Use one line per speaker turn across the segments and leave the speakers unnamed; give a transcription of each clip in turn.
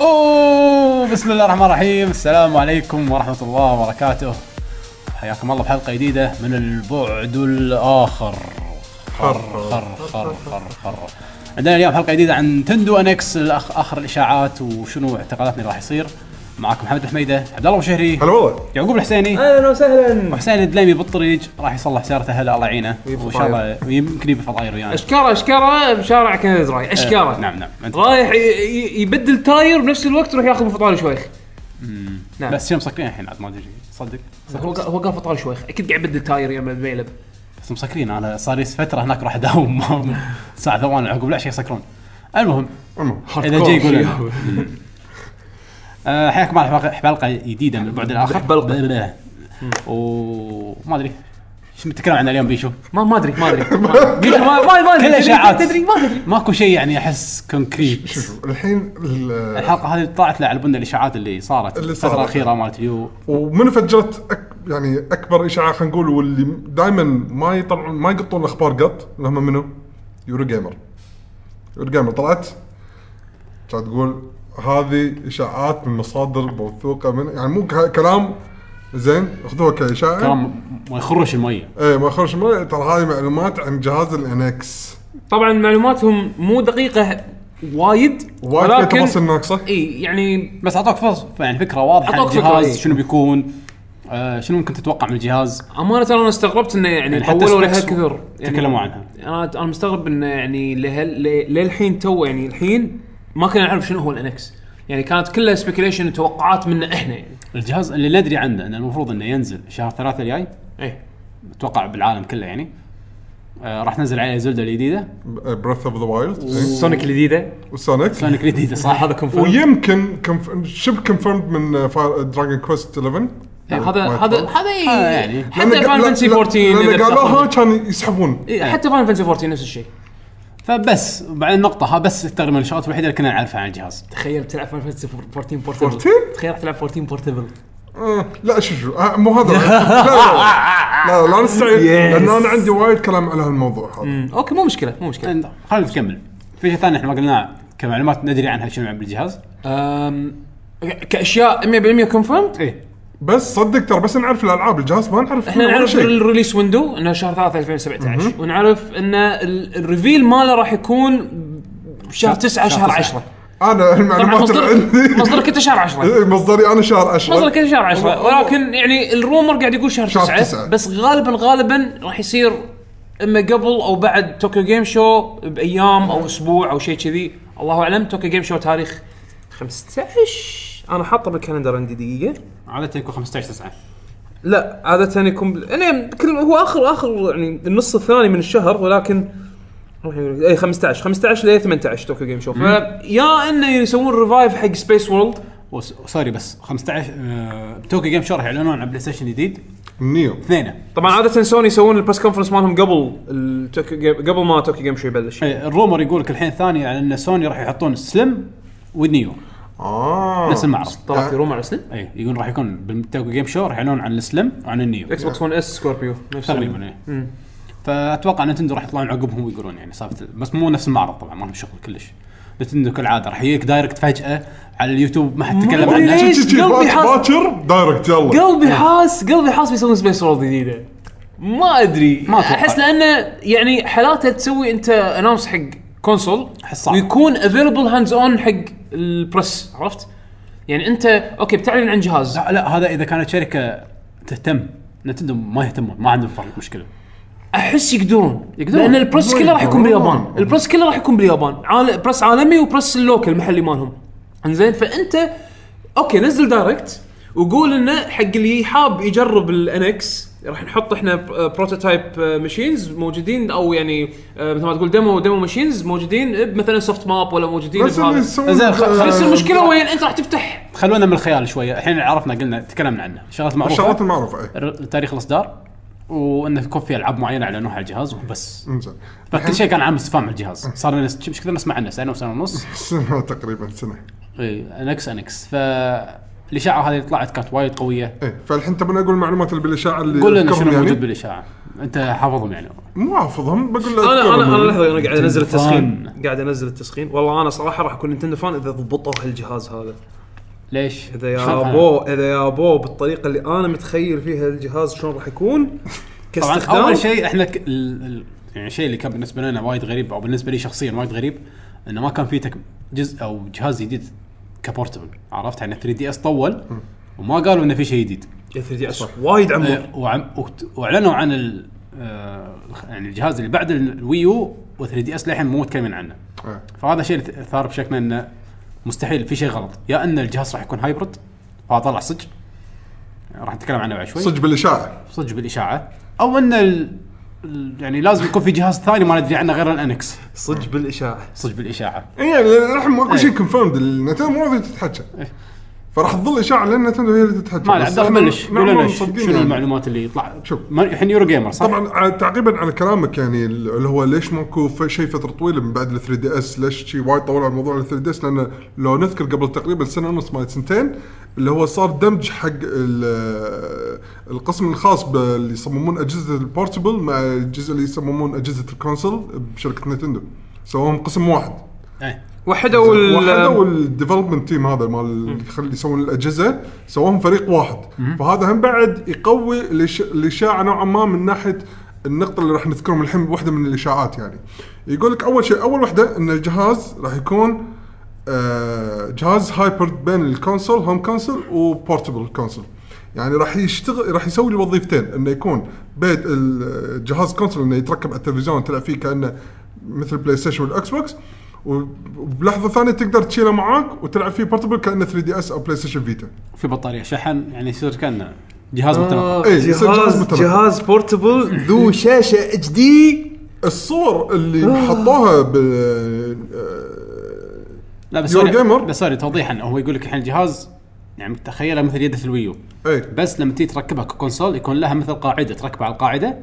اوه بسم الله الرحمن الرحيم السلام عليكم ورحمه الله وبركاته حياكم الله بحلقه جديده من البعد الاخر خر خر خر خر خر عندنا اليوم حلقه جديده عن تندو انكس الأخ اخر الاشاعات وشنو اعتقاداتنا اللي راح يصير معاكم محمد الحميده عبد الله وشهري
هلا والله
يعقوب الحسيني
اهلا وسهلا
وحسين الدليمي بالطريق راح يصلح سيارته هلا الله يعينه
ويبقى
وان شاء الله يمكن يبي فطاير ويانا
اشكره اشكره بشارع كندا رايح اشكره
نعم نعم أنت-
رايح ي- ي- يبدل تاير بنفس الوقت يروح ياخذ من فطار شويخ نعم
بس شي مسكرين الحين عاد ما تدري صدق
هو قا- هو قال فطار شويخ اكيد قاعد يبدل تاير يا الميلب
بس مسكرين انا صار لي فتره هناك راح اداوم معهم ساعه ثواني عقب لا شيء يسكرون المهم اذا جاي يقول لنا. آه، حياكم الله حلقه حلقه جديده من البعد الاخر
حلقة.
بلا- وما ادري شو بنتكلم عنه اليوم بيشو
ما ما ادري ما ادري ما أدري. ما ما- ما
كلها
ادري
إشاعات.
تدري ما ادري
ماكو شيء يعني احس كونكريت
شوف الحين ال-
الحلقه هذه طلعت له على بنا الاشاعات اللي صارت
اللي
الفتره
صارت.
الاخيره مالت يو
ومن فجرت أك يعني اكبر اشاعه خلينا نقول واللي دائما ما يطلعون ما يقطون الاخبار قط اللي هم منو؟ يورو جيمر يورو جيمر طلعت كانت تقول هذه اشاعات من مصادر موثوقه من يعني مو ك- كلام زين اخذوها كاشاعه
كلام ما يخرش الميه
ايه ما خرج ما ترى هذه معلومات عن جهاز الانكس
طبعا معلوماتهم مو دقيقه وايد
وايد فيها تفاصيل ناقصه
اي يعني
بس اعطوك فرص يعني فكره واضحه عن
أعطوك فكرة،
الجهاز
إيه.
شنو بيكون آه شنو ممكن تتوقع من الجهاز
امانه انا استغربت انه يعني
يعني حتى
طولوا
specs
لها كثر يعني
تكلموا عنها.
انا انا مستغرب انه يعني لهال ل- للحين تو يعني الحين ما كنا نعرف شنو هو الانكس يعني كانت كلها سبيكيليشن وتوقعات منا احنا يعني
الجهاز اللي ندري عنه انه المفروض انه ينزل شهر ثلاثة الجاي
ايه
إيه. اتوقع بالعالم كله يعني آه راح ننزل عليه زلدة الجديده
بريث اوف ذا وايلد
سونيك الجديده
إيه. والسونيك
سونيك الجديده صح
هذا كونفيرم
ويمكن كنف... شبه كونفيرمد من آه، دراجون كويست 11
هذا هذا هذا
آه، يعني.
حتى فاين فانسي 14
لان
إذا
قالوها
بتاخذ-
آه، كان يسحبون
إيه، حتى فاين فانسي 14 نفس الشيء
فبس بعدين النقطه ها بس تقريبا الشغلات الوحيده اللي كنا نعرفها عن الجهاز
تخيل تلعب فاين فانسي 14 بورتبل
14
تخيل تلعب 14 بورتبل
آه، لا شو شو آه، مو هذا لا لا لا لا نستعيد لان انا عندي وايد كلام على هالموضوع هذا
اوكي مو مشكله مو مشكله
يعني خلينا نكمل في شيء ثاني احنا ما قلناه كمعلومات ندري عنها شنو بالجهاز
أم، كاشياء 100% كونفيرم
ايه
بس صدق ترى بس نعرف الالعاب الجهاز ما نعرف
احنا
منه ولا
نعرف
شيء
الريليس ويندو انه شهر 3 2017 ونعرف ان ال- الريفيل ماله راح يكون شهر 9 شهر 10
انا
طبعا
المعلومات اللي
مصدر
عندي
مصدرك انت شهر 10
إيه، مصدري انا شهر 10
مصدرك انت شهر 10
والله- والله.
ولكن يعني الرومر قاعد يقول شهر
أيوة. شهر تسعة.
9 بس غالبا غالبا راح يصير اما قبل او بعد طوكيو جيم شو بايام او اسبوع او شيء كذي الله اعلم طوكيو جيم شو تاريخ 15 انا حاطه بالكالندر عندي دقيقه
عاده يكون 15 9
لا عادة يكون بل... يعني كل هو اخر اخر يعني النص الثاني من الشهر ولكن راح يقول لك- إيه، اي 15 15 ل 18 طوكيو جيم شو فيا انه يسوون ريفايف حق سبيس وورلد
سوري بس 15 آه توكي جيم شو راح يعلنون عن بلاي ستيشن جديد
نيو
اثنينه
طبعا عادة سوني يسوون البريس كونفرنس مالهم قبل التوكيو جيم قبل ما طوكيو جيم شو يبلش
إيه، الرومر يقول لك الحين ثاني على ان سوني راح يحطون سلم ونيو
اه
نفس المعرض
طلع في روما سلم
اي يقول راح يكون بالتوكيو جيم شو راح يعلنون عن السلم وعن النيو
اكس بوكس 1 اس سكوربيو نفس ال-
تقريبا اي
مم.
فاتوقع نتندو راح يطلعون عقبهم ويقولون يعني سالفه بس مو نفس المعرض طبعا ما لهم شغل كلش نتندو كالعاده راح يجيك دايركت فجاه على اليوتيوب ما حد تكلم
ما أدري
عنه
ليش.
شي- شي- شي،
قلبي حاس-
باكر دايركت يلا
قلبي
نعم.
حاس قلبي حاس بيسوون سبيس وورلد جديده ما ادري
ما
ما
أتوقع.
احس لانه يعني حالاته تسوي انت اناونس حق كونسول
أحس صعب.
ويكون افيلبل هاندز اون حق البرس عرفت؟ يعني انت اوكي بتعلن عن جهاز
لا, لا هذا اذا كانت شركه تهتم نتندو ما يهتمون ما عندهم فرق مشكله
احس يقدرون
يقدرون.
لان البرس كله راح يكون
يقدرون.
باليابان البرس كله راح يكون باليابان عال... برس عالمي وبرس اللوكل المحلي مالهم انزين فانت اوكي نزل دايركت وقول انه حق اللي حاب يجرب الانكس راح نحط احنا ب- بروتوتايب آه، ماشينز موجودين او يعني آه، مثل ما تقول ديمو ديمو ماشينز موجودين مثلا سوفت ماب ولا موجودين
بس اللي
بهذا.
يسوون
زين، خلاص.
آه،
بس المشكله وين انت راح تفتح
خلونا من الخيال شويه الحين عرفنا قلنا تكلمنا عنه شغلات معروفه
الشغلات المعروفه إيه.
ر- تاريخ الاصدار وانه يكون في العاب معينه اعلنوها على الجهاز وبس
انزين
فكل شيء كان عام استفهام الجهاز صار لنا ش- مش كثر نسمع عنه سنه وسنه ونص
سنه تقريبا سنه
اي انكس انكس فالاشاعه هذه اللي طلعت كانت وايد قويه
ايه فالحين تبون اقول المعلومات اللي بالاشاعه اللي
قول لنا
أذكرهم
شنو
يعني؟
موجود بالاشاعه انت حافظهم يعني
مو حافظهم بقول لك
انا انا انا لحظه انا قاعد انزل
Nintendo
التسخين قاعد انزل التسخين والله انا صراحه راح اكون نتندو فان اذا ضبطوا هالجهاز هذا
ليش؟
اذا
شلون
يا
فعلاً؟
بو اذا يا بو بالطريقه اللي انا متخيل فيها الجهاز شلون راح يكون
طبعا
كاستخدام
اول شيء احنا ك... ال... ال... يعني الشيء اللي كان بالنسبه لنا وايد غريب او بالنسبه لي شخصيا وايد غريب انه ما كان في تك... جزء او جهاز جديد كبورتبل عرفت يعني 3 دي اس طول وما قالوا انه في شيء جديد
3 دي اس وايد عمر
آه، وعم... وت- واعلنوا عن ال... آه، يعني الجهاز اللي بعد الويو و3 دي اس للحين مو متكلمين عنه
إيه.
فهذا الشيء اللي ثار بشكل انه مستحيل في شيء غلط يا ان الجهاز راح يكون هايبرد وهذا طلع صج راح نتكلم عنه بعد شوي
صدق بالاشاعه
صدق بالاشاعه او ان ال... ال- يعني لازم يكون في جهاز ثاني ما ندري عنه غير الانكس
صدق بالاشاعه
صدق بالاشاعه
اي يعني الحين ماكو
إيه.
شيء كونفيرمد النتندو مو راضيه تتحكى
إيه.
فراح تظل اشاعه لان نتندو هي اللي تتحكى
ما عليه، عبد
بس
الله
إحنا
بلش
نعم،
قول لنا ش-
مصدقين
شنو
يعني.
المعلومات اللي طلع
شوف.
ما- الحين يورو جيمر صح؟
طبعا على- تعقيبا على كلامك يعني ال- اللي هو ليش ماكو ف- شيء فتره طويله من بعد ال 3 دي اس ليش شي وايد طول على موضوع ال 3 دي اس لان لو نذكر قبل تقريبا سنه ونص ما سنتين اللي هو صار دمج حق ال- آه، القسم الخاص ب- اللي يصممون اجهزه البورتبل مع الجزء اللي يصممون اجهزه الكونسل بشركه نتندو سووهم قسم واحد
إيه.
وحدوا ال-
وحدوا الديفلوبمنت تيم هذا مال اللي يخلي يسوون الاجهزه سووهم فريق واحد فهذا هم بعد يقوي الإش- الاشاعه نوعا ما من ناحيه النقطة اللي راح نذكرهم الحين واحدة من الاشاعات يعني. يقول لك اول شيء اول وحدة ان الجهاز راح يكون آه، جهاز هايبرد بين الكونسول هوم كونسول وبورتبل كونسول. يعني راح يشتغل راح يسوي لي وظيفتين انه يكون بيت الجهاز كونسول انه يتركب على التلفزيون تلعب فيه كانه مثل بلاي ستيشن والاكس بوكس وبلحظه ثانيه تقدر تشيله معاك وتلعب فيه بورتبل كانه 3 دي اس او بلاي ستيشن فيتا
في بطاريه شحن يعني يصير كانه جهاز متنقل
إيه، يصير جهاز
آه، جهاز
متنقل.
جهاز بورتبل ذو شاشه اتش دي
الصور اللي حطوها ب
لا بس
يورو
سوري-
جيمر.
بس سوري توضيحا هو يقول لك الحين الجهاز يعني تخيله مثل يده الويو
اي
بس لما تيجي تركبها ككونسول يكون لها مثل قاعده تركبها على القاعده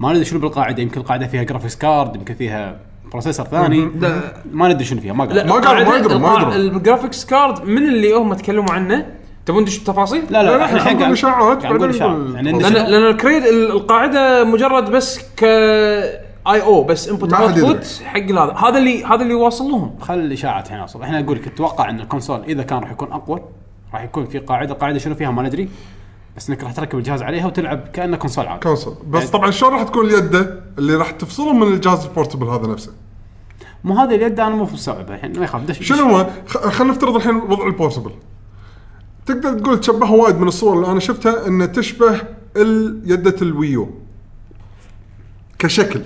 ما ندري شنو بالقاعده يمكن القاعده فيها جرافيكس كارد يمكن فيها بروسيسور ثاني
لا.
ما ندري شنو فيها ما قال
ما قالوا- ما يدرون، ما يدرون.
القاع- الجرافيكس كارد من اللي هم تكلموا عنه تبون ندش بالتفاصيل؟
لا لا
لا، لا،
احنا
إحنا
الحين
نقول
قاعد
إشاعات،
قاعد نقول
بعدين
إشاعات.
نقول
يعني
خلاص.
إن
لان لان الكريد ال- القاعده مجرد بس ك اي او بس انبوت
ما حد يدري.
اوتبوت حق هذا هذا اللي هذا اللي واصل لهم
خل الاشاعات الحين اوصل احنا نقول لك اتوقع ان الكونسول اذا كان راح يكون اقوى راح يكون في قاعده القاعده شنو فيها ما ندري بس انك راح تركب الجهاز عليها وتلعب كانه كونسول عادي
كونسول بس طبعا شلون راح تكون اليده اللي راح تفصلهم من الجهاز البورتبل هذا نفسه
مو هذا اليد انا مو مستوعبه الحين ما يخاف دش دش.
شنو هو خ- خلينا نفترض الحين وضع البورتبل تقدر تقول تشبهها وايد من الصور اللي انا شفتها انها تشبه ال- يده الويو كشكل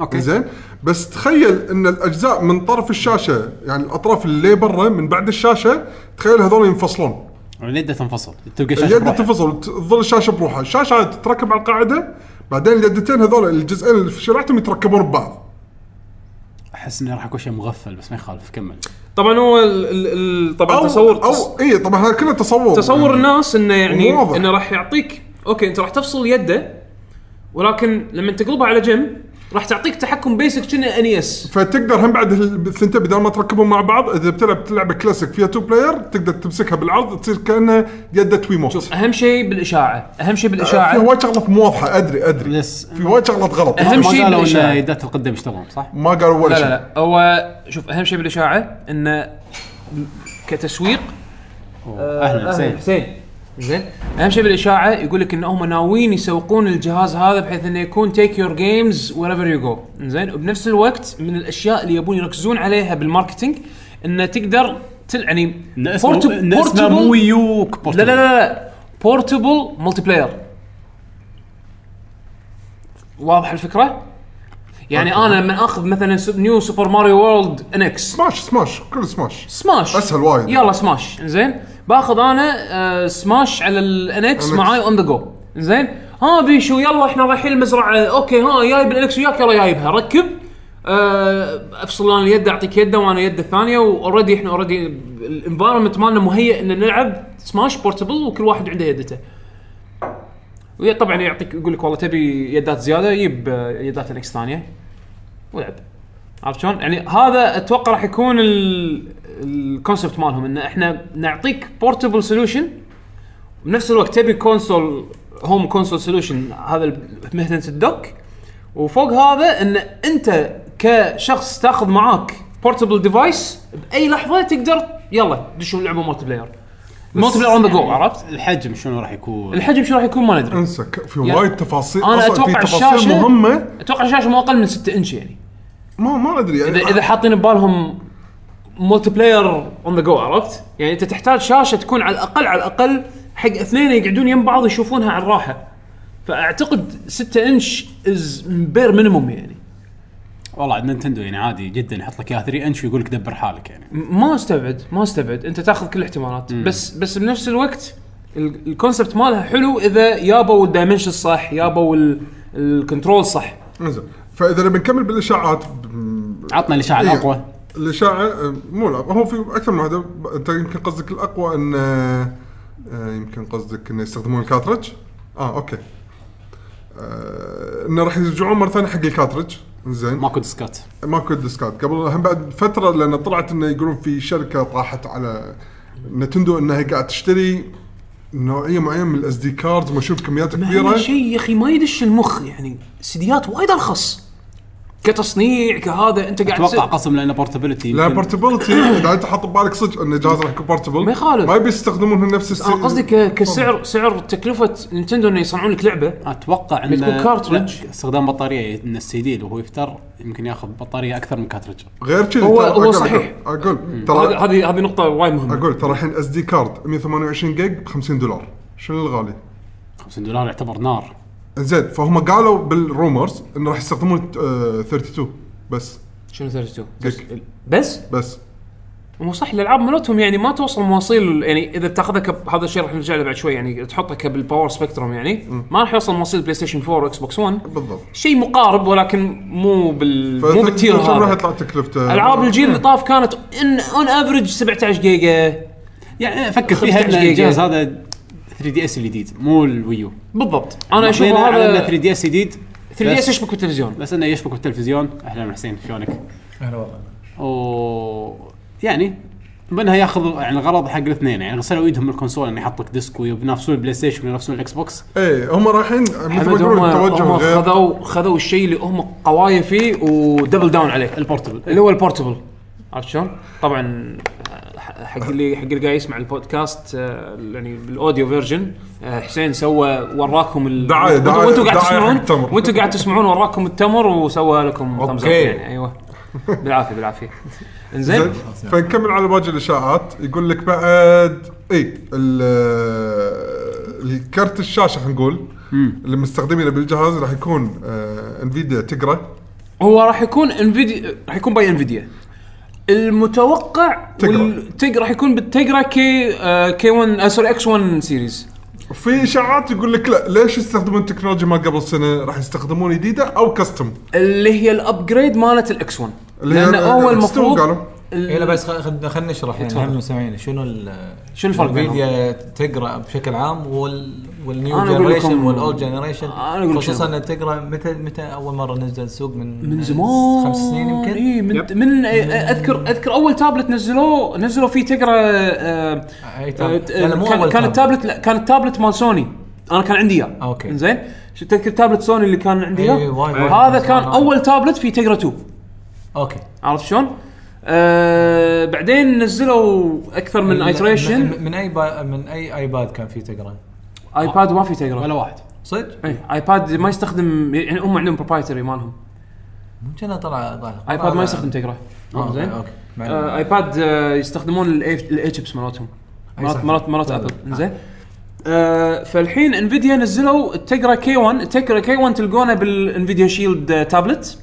اوكي
زين بس تخيل ان الاجزاء من طرف الشاشه يعني الاطراف اللي برا من بعد الشاشه تخيل هذول ينفصلون
اليد تنفصل تلقى شاشه
اليد
بروحها.
تنفصل تظل الشاشه بروحها الشاشه تتركب على القاعده بعدين اليدتين هذول الجزئين اللي في شريحتهم يتركبون ببعض
احس انه راح يكون شيء مغفل بس ما يخالف كمل
طبعا هو ال ال ال طبعا
او
تصور
او اي طبعا إيه، هذا كله تصور
تصور الناس انه يعني
واضح.
انه راح يعطيك اوكي انت راح تفصل يده ولكن لما تقلبها على جنب راح تعطيك تحكم بيسك كنا ان اس
فتقدر هم بعد الثنتين بدل ما تركبهم مع بعض اذا بتلعب تلعبه كلاسيك فيها تو بلاير تقدر تمسكها بالعرض تصير كانها يده ويموت
شوف اهم شيء بالاشاعه اهم شيء
في
بالاشاعه
آه، وايد شغلات مو واضحه ادري ادري
بس
في وايد شغلات غلط
أهم
ما
شيء
قالوا ان
بالإشاعة.
يدات القدم يشتغلون صح؟
ما قالوا ولا
لا لا
شيء
لا هو شوف اهم شيء بالاشاعه انه كتسويق آه،
اهلا حسين
حسين زين اهم شيء بالاشاعه يقول لك ان هم ناويين يسوقون الجهاز هذا بحيث انه يكون تيك يور جيمز وير ايفر يو جو زين وبنفس الوقت من الاشياء اللي يبون يركزون عليها بالماركتينج انه تقدر تل يعني
إن اسمه-
portable-
إن اسمه مو
portable-
يوك
لا لا لا لا بورتبل ملتي بلاير واضح الفكره؟ يعني انا لما اخذ مثلا سو- نيو سوبر ماريو وورلد ان اكس
سماش سماش كل سماش
سماش
أسهل وايد.
يلا سماش زين باخذ انا آه سماش على الانكس
NX.
معاي اون ذا جو زين ها بيشو يلا احنا رايحين المزرعه اوكي ها جايب الانكس وياك يلا جايبها ركب آه افصل انا اليد اعطيك يده وانا يد الثانيه واوريدي احنا اوريدي الانفايرمنت مالنا مهيئ ان نلعب سماش بورتبل وكل واحد عنده يدته وطبعا يعطيك يقول لك والله تبي يدات زياده يجيب آه، يدات انكس ثانيه ولعب عرفت شلون؟ يعني هذا اتوقع راح يكون ال- الكونسبت مالهم ان احنا نعطيك بورتبل سولوشن بنفس الوقت تبي كونسول هوم كونسول سولوشن هذا ال- مهنه الدوك وفوق هذا ان انت كشخص تاخذ معاك بورتبل ديفايس باي لحظه تقدر يلا دشوا لعبه مالتي بلاير مالتي بلاير اون ذا
يعني
جو عرفت؟
الحجم شنو راح يكون؟
الحجم شو راح يكون ما ندري
انسى ك- في
يعني
وايد تفاصيل
أنا
أصلاً في
أتوقع
تفاصيل
الشاشة-
مهمه
اتوقع الشاشه مو اقل من 6 انش يعني
ما ما ادري يعني
اذا اذا حاطين ببالهم ملتي بلاير اون ذا جو عرفت؟ يعني انت تحتاج شاشه تكون على الاقل على الاقل حق اثنين يقعدون يم بعض يشوفونها على الراحه. فاعتقد 6 انش از بير مينيموم يعني
والله عاد نينتندو يعني عادي جدا يحط لك اياها 3 انش ويقول لك دبر حالك يعني
م- ما استبعد ما استبعد انت تاخذ كل الاحتمالات بس بس بنفس الوقت ال- الكونسبت مالها حلو اذا يابوا الدايمنشن الصح يابوا ال- الكنترول صح
انزين فاذا آه، نبي نكمل بالاشاعات م-
عطنا الاشاعه
إيه.
الاقوى
الاشاعه آه، مو لا هو في اكثر من واحده ب- انت يمكن قصدك الاقوى ان آه، آه، يمكن قصدك انه يستخدمون الكاترج اه اوكي آه، انه راح يرجعون مره ثانيه حق الكاترج زين
ماكو ديسكات
ماكو ديسكات قبل هم بعد فتره لان طلعت انه يقولون في شركه طاحت على نتندو انها قاعد تشتري نوعيه معينه من الاس دي كاردز مشروب كميات
ما
كبيره
هي شيء يا اخي ما يدش المخ يعني سديات وايد ارخص كتصنيع كهذا انت قاعد
اتوقع
تس-
قسم لانه بورتبيلتي
لا بورتبلتي اذا انت حاط ببالك صدق ان الجهاز راح يكون بورتبل
ما يخالف.
ما يبي يستخدمون نفس السي...
انا قصدي ك- كسعر سعر تكلفه نينتندو انه يصنعون لك لعبه
اتوقع انه
بتكون كارترج.
لا، استخدام بطاريه ان السي دي اللي هو يفتر يمكن ياخذ بطاريه اكثر من كارترج
غير كذي
هو-
ترى
هو
أقول-
صحيح.
اقول
هذه
ترى
هذه- هذه نقطه وايد مهمه
اقول ترى الحين اس دي كارد 128 جيج ب 50 دولار شنو الغالي؟
50 دولار يعتبر نار
زين فهم قالوا بالرومرز انه راح يستخدمون آه، 32 بس
شنو 32
جيج
بس
بس
مو صح الالعاب مالتهم يعني ما توصل مواصيل يعني اذا بتاخذها كب هذا الشيء راح نرجع له بعد شوي يعني تحطها كبالباور سبكترم يعني ما راح يوصل مواصيل بلاي ستيشن 4 واكس بوكس 1
بالضبط
شيء مقارب ولكن مو بال مو بالتير
فشنو راح
هذا
يطلع تكلفته؟
العاب الجيل اللي طاف كانت ان اون افريج 17 جيجا
يعني فكر فيها
15
ان
جيجا.
الجهاز هذا 3 دي اس الجديد مو الويو
بالضبط انا اشوف
ماخذينه على انه
هذا
3
3
دي اس جديد
دي اس
بس-
يشبك بالتلفزيون
بس انه يشبك بالتلفزيون اهلا حسين شلونك؟
هلا والله
و يعني منها ياخذ يعني الغرض حق الاثنين يعني غسلوا ايدهم من الكونسول انه يحط لك ديسك وينافسون البلاي ستيشن وينافسون الاكس بوكس
ايه هم رايحين مثل ما
حمد
يقولون
هم
توجه
هم
غير
خذوا خذوا الشيء اللي هم قوايا فيه ودبل داون عليه
البورتبل
اللي هو البورتبل عرفت شلون؟ طبعا ح- حق اللي حق اللي قاعد يسمع البودكاست آه، يعني بالاوديو فيرجن آه، حسين سوى وراكم ال...
دعاية-
وانتم-
دعاية-
وانتم قاعد
دعاية حق
تسمعون
التمر.
وانتم قاعد تسمعون وراكم التمر وسوى لكم thumbs up
أوكي.
يعني ايوه بالعافيه بالعافيه انزين
زين فنكمل على باقي الاشاعات يقول لك بعد اي الكرت الشاشه خلينا نقول اللي مستخدمينه بالجهاز راح يكون آه، انفيديا تقرا
هو راح يكون انفيديا راح يكون باي انفيديا المتوقع
تقرأ.
والتق راح يكون بالتقرا كي آه كي 1 آه سوري اكس 1 سيريز
في اشاعات يقول لك لا ليش يستخدمون تكنولوجيا ما قبل سنه راح يستخدمون جديده او كستم
اللي هي الابجريد مالت الاكس 1
اللي هي
لان
ال-
هو
ال-
المفروض
قالوا.
ال-
يلا بس خلينا نشرح يعني هم المستمعين شنو ال
شنو الفرق بينهم؟
الفيديو تقرا بشكل عام وال والنيو
أنا أقول
جنريشن
لكم-
والاولد جنريشن
أنا أقول لك
خصوصا
شنو.
ان تقرا متى متى اول مره نزل السوق من
من زمان إيه.
خمس سنين يمكن
اي من,
يب.
من آه، اذكر اذكر اول تابلت نزلوه نزلوا فيه تقرا آه،
أي
آه،
تابلت. لا، لا، مو
كان
أول
كان
تابلت.
التابلت لا كان التابلت مال سوني انا كان عندي اياه
أوكي.
زين تذكر تابلت سوني اللي كان عندي
إي،
اياه
وايد، وايد.
هذا كان اول تابلت فيه تقرا 2
اوكي
عرفت شلون؟ آه بعدين نزلوا اكثر من ايتريشن
من, من اي با... من اي ايباد كان في تقرا
ايباد ما في تقرا
ولا واحد
صدق؟
اي ايباد ما يستخدم يعني هم عندهم بروبرايتري مالهم
ممكن طلع طلع
ايباد ما يستخدم تقرا
آه،
زين
اوكي اوكي
آه،
معلومة.
ايباد آه، يستخدمون الاي تشيبس مالتهم
أي
مرات
صحيح.
مرات مرات
طيب.
ابل زين آه فالحين انفيديا نزلوا التجرا كي 1 التجرا كي 1 تلقونه بالانفيديا شيلد آه، تابلت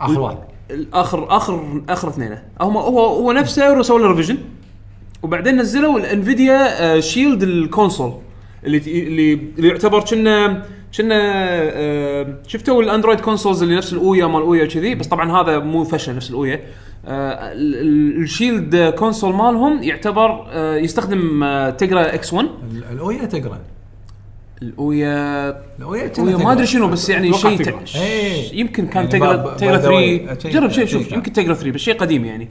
اخر واحد
الاخر اخر اخر اثنين هم هو هو نفسه وسووا له ريفيجن وبعدين نزلوا الانفيديا آه، شيلد الكونسول اللي ت- اللي اللي يعتبر كنا كنا آه، شفتوا الاندرويد كونسولز اللي نفس الاويا مال اويا كذي بس طبعا هذا مو فشل نفس الاويا آه، ال- ال- الشيلد كونسول آه، مالهم يعتبر آه، يستخدم تقرا اكس 1
ال- الاويا تقرا
الاويا
لو هي كأنها
الاويا ما
تقرأ.
ادري شنو بس يعني أتوقع شيء تقرأ. ت-
إيه.
يمكن كان
يعني
تقرا
by- by
تقرا
the
3
way.
جرب شيء شوف
أكيد.
يمكن تقرا 3 بس شيء قديم يعني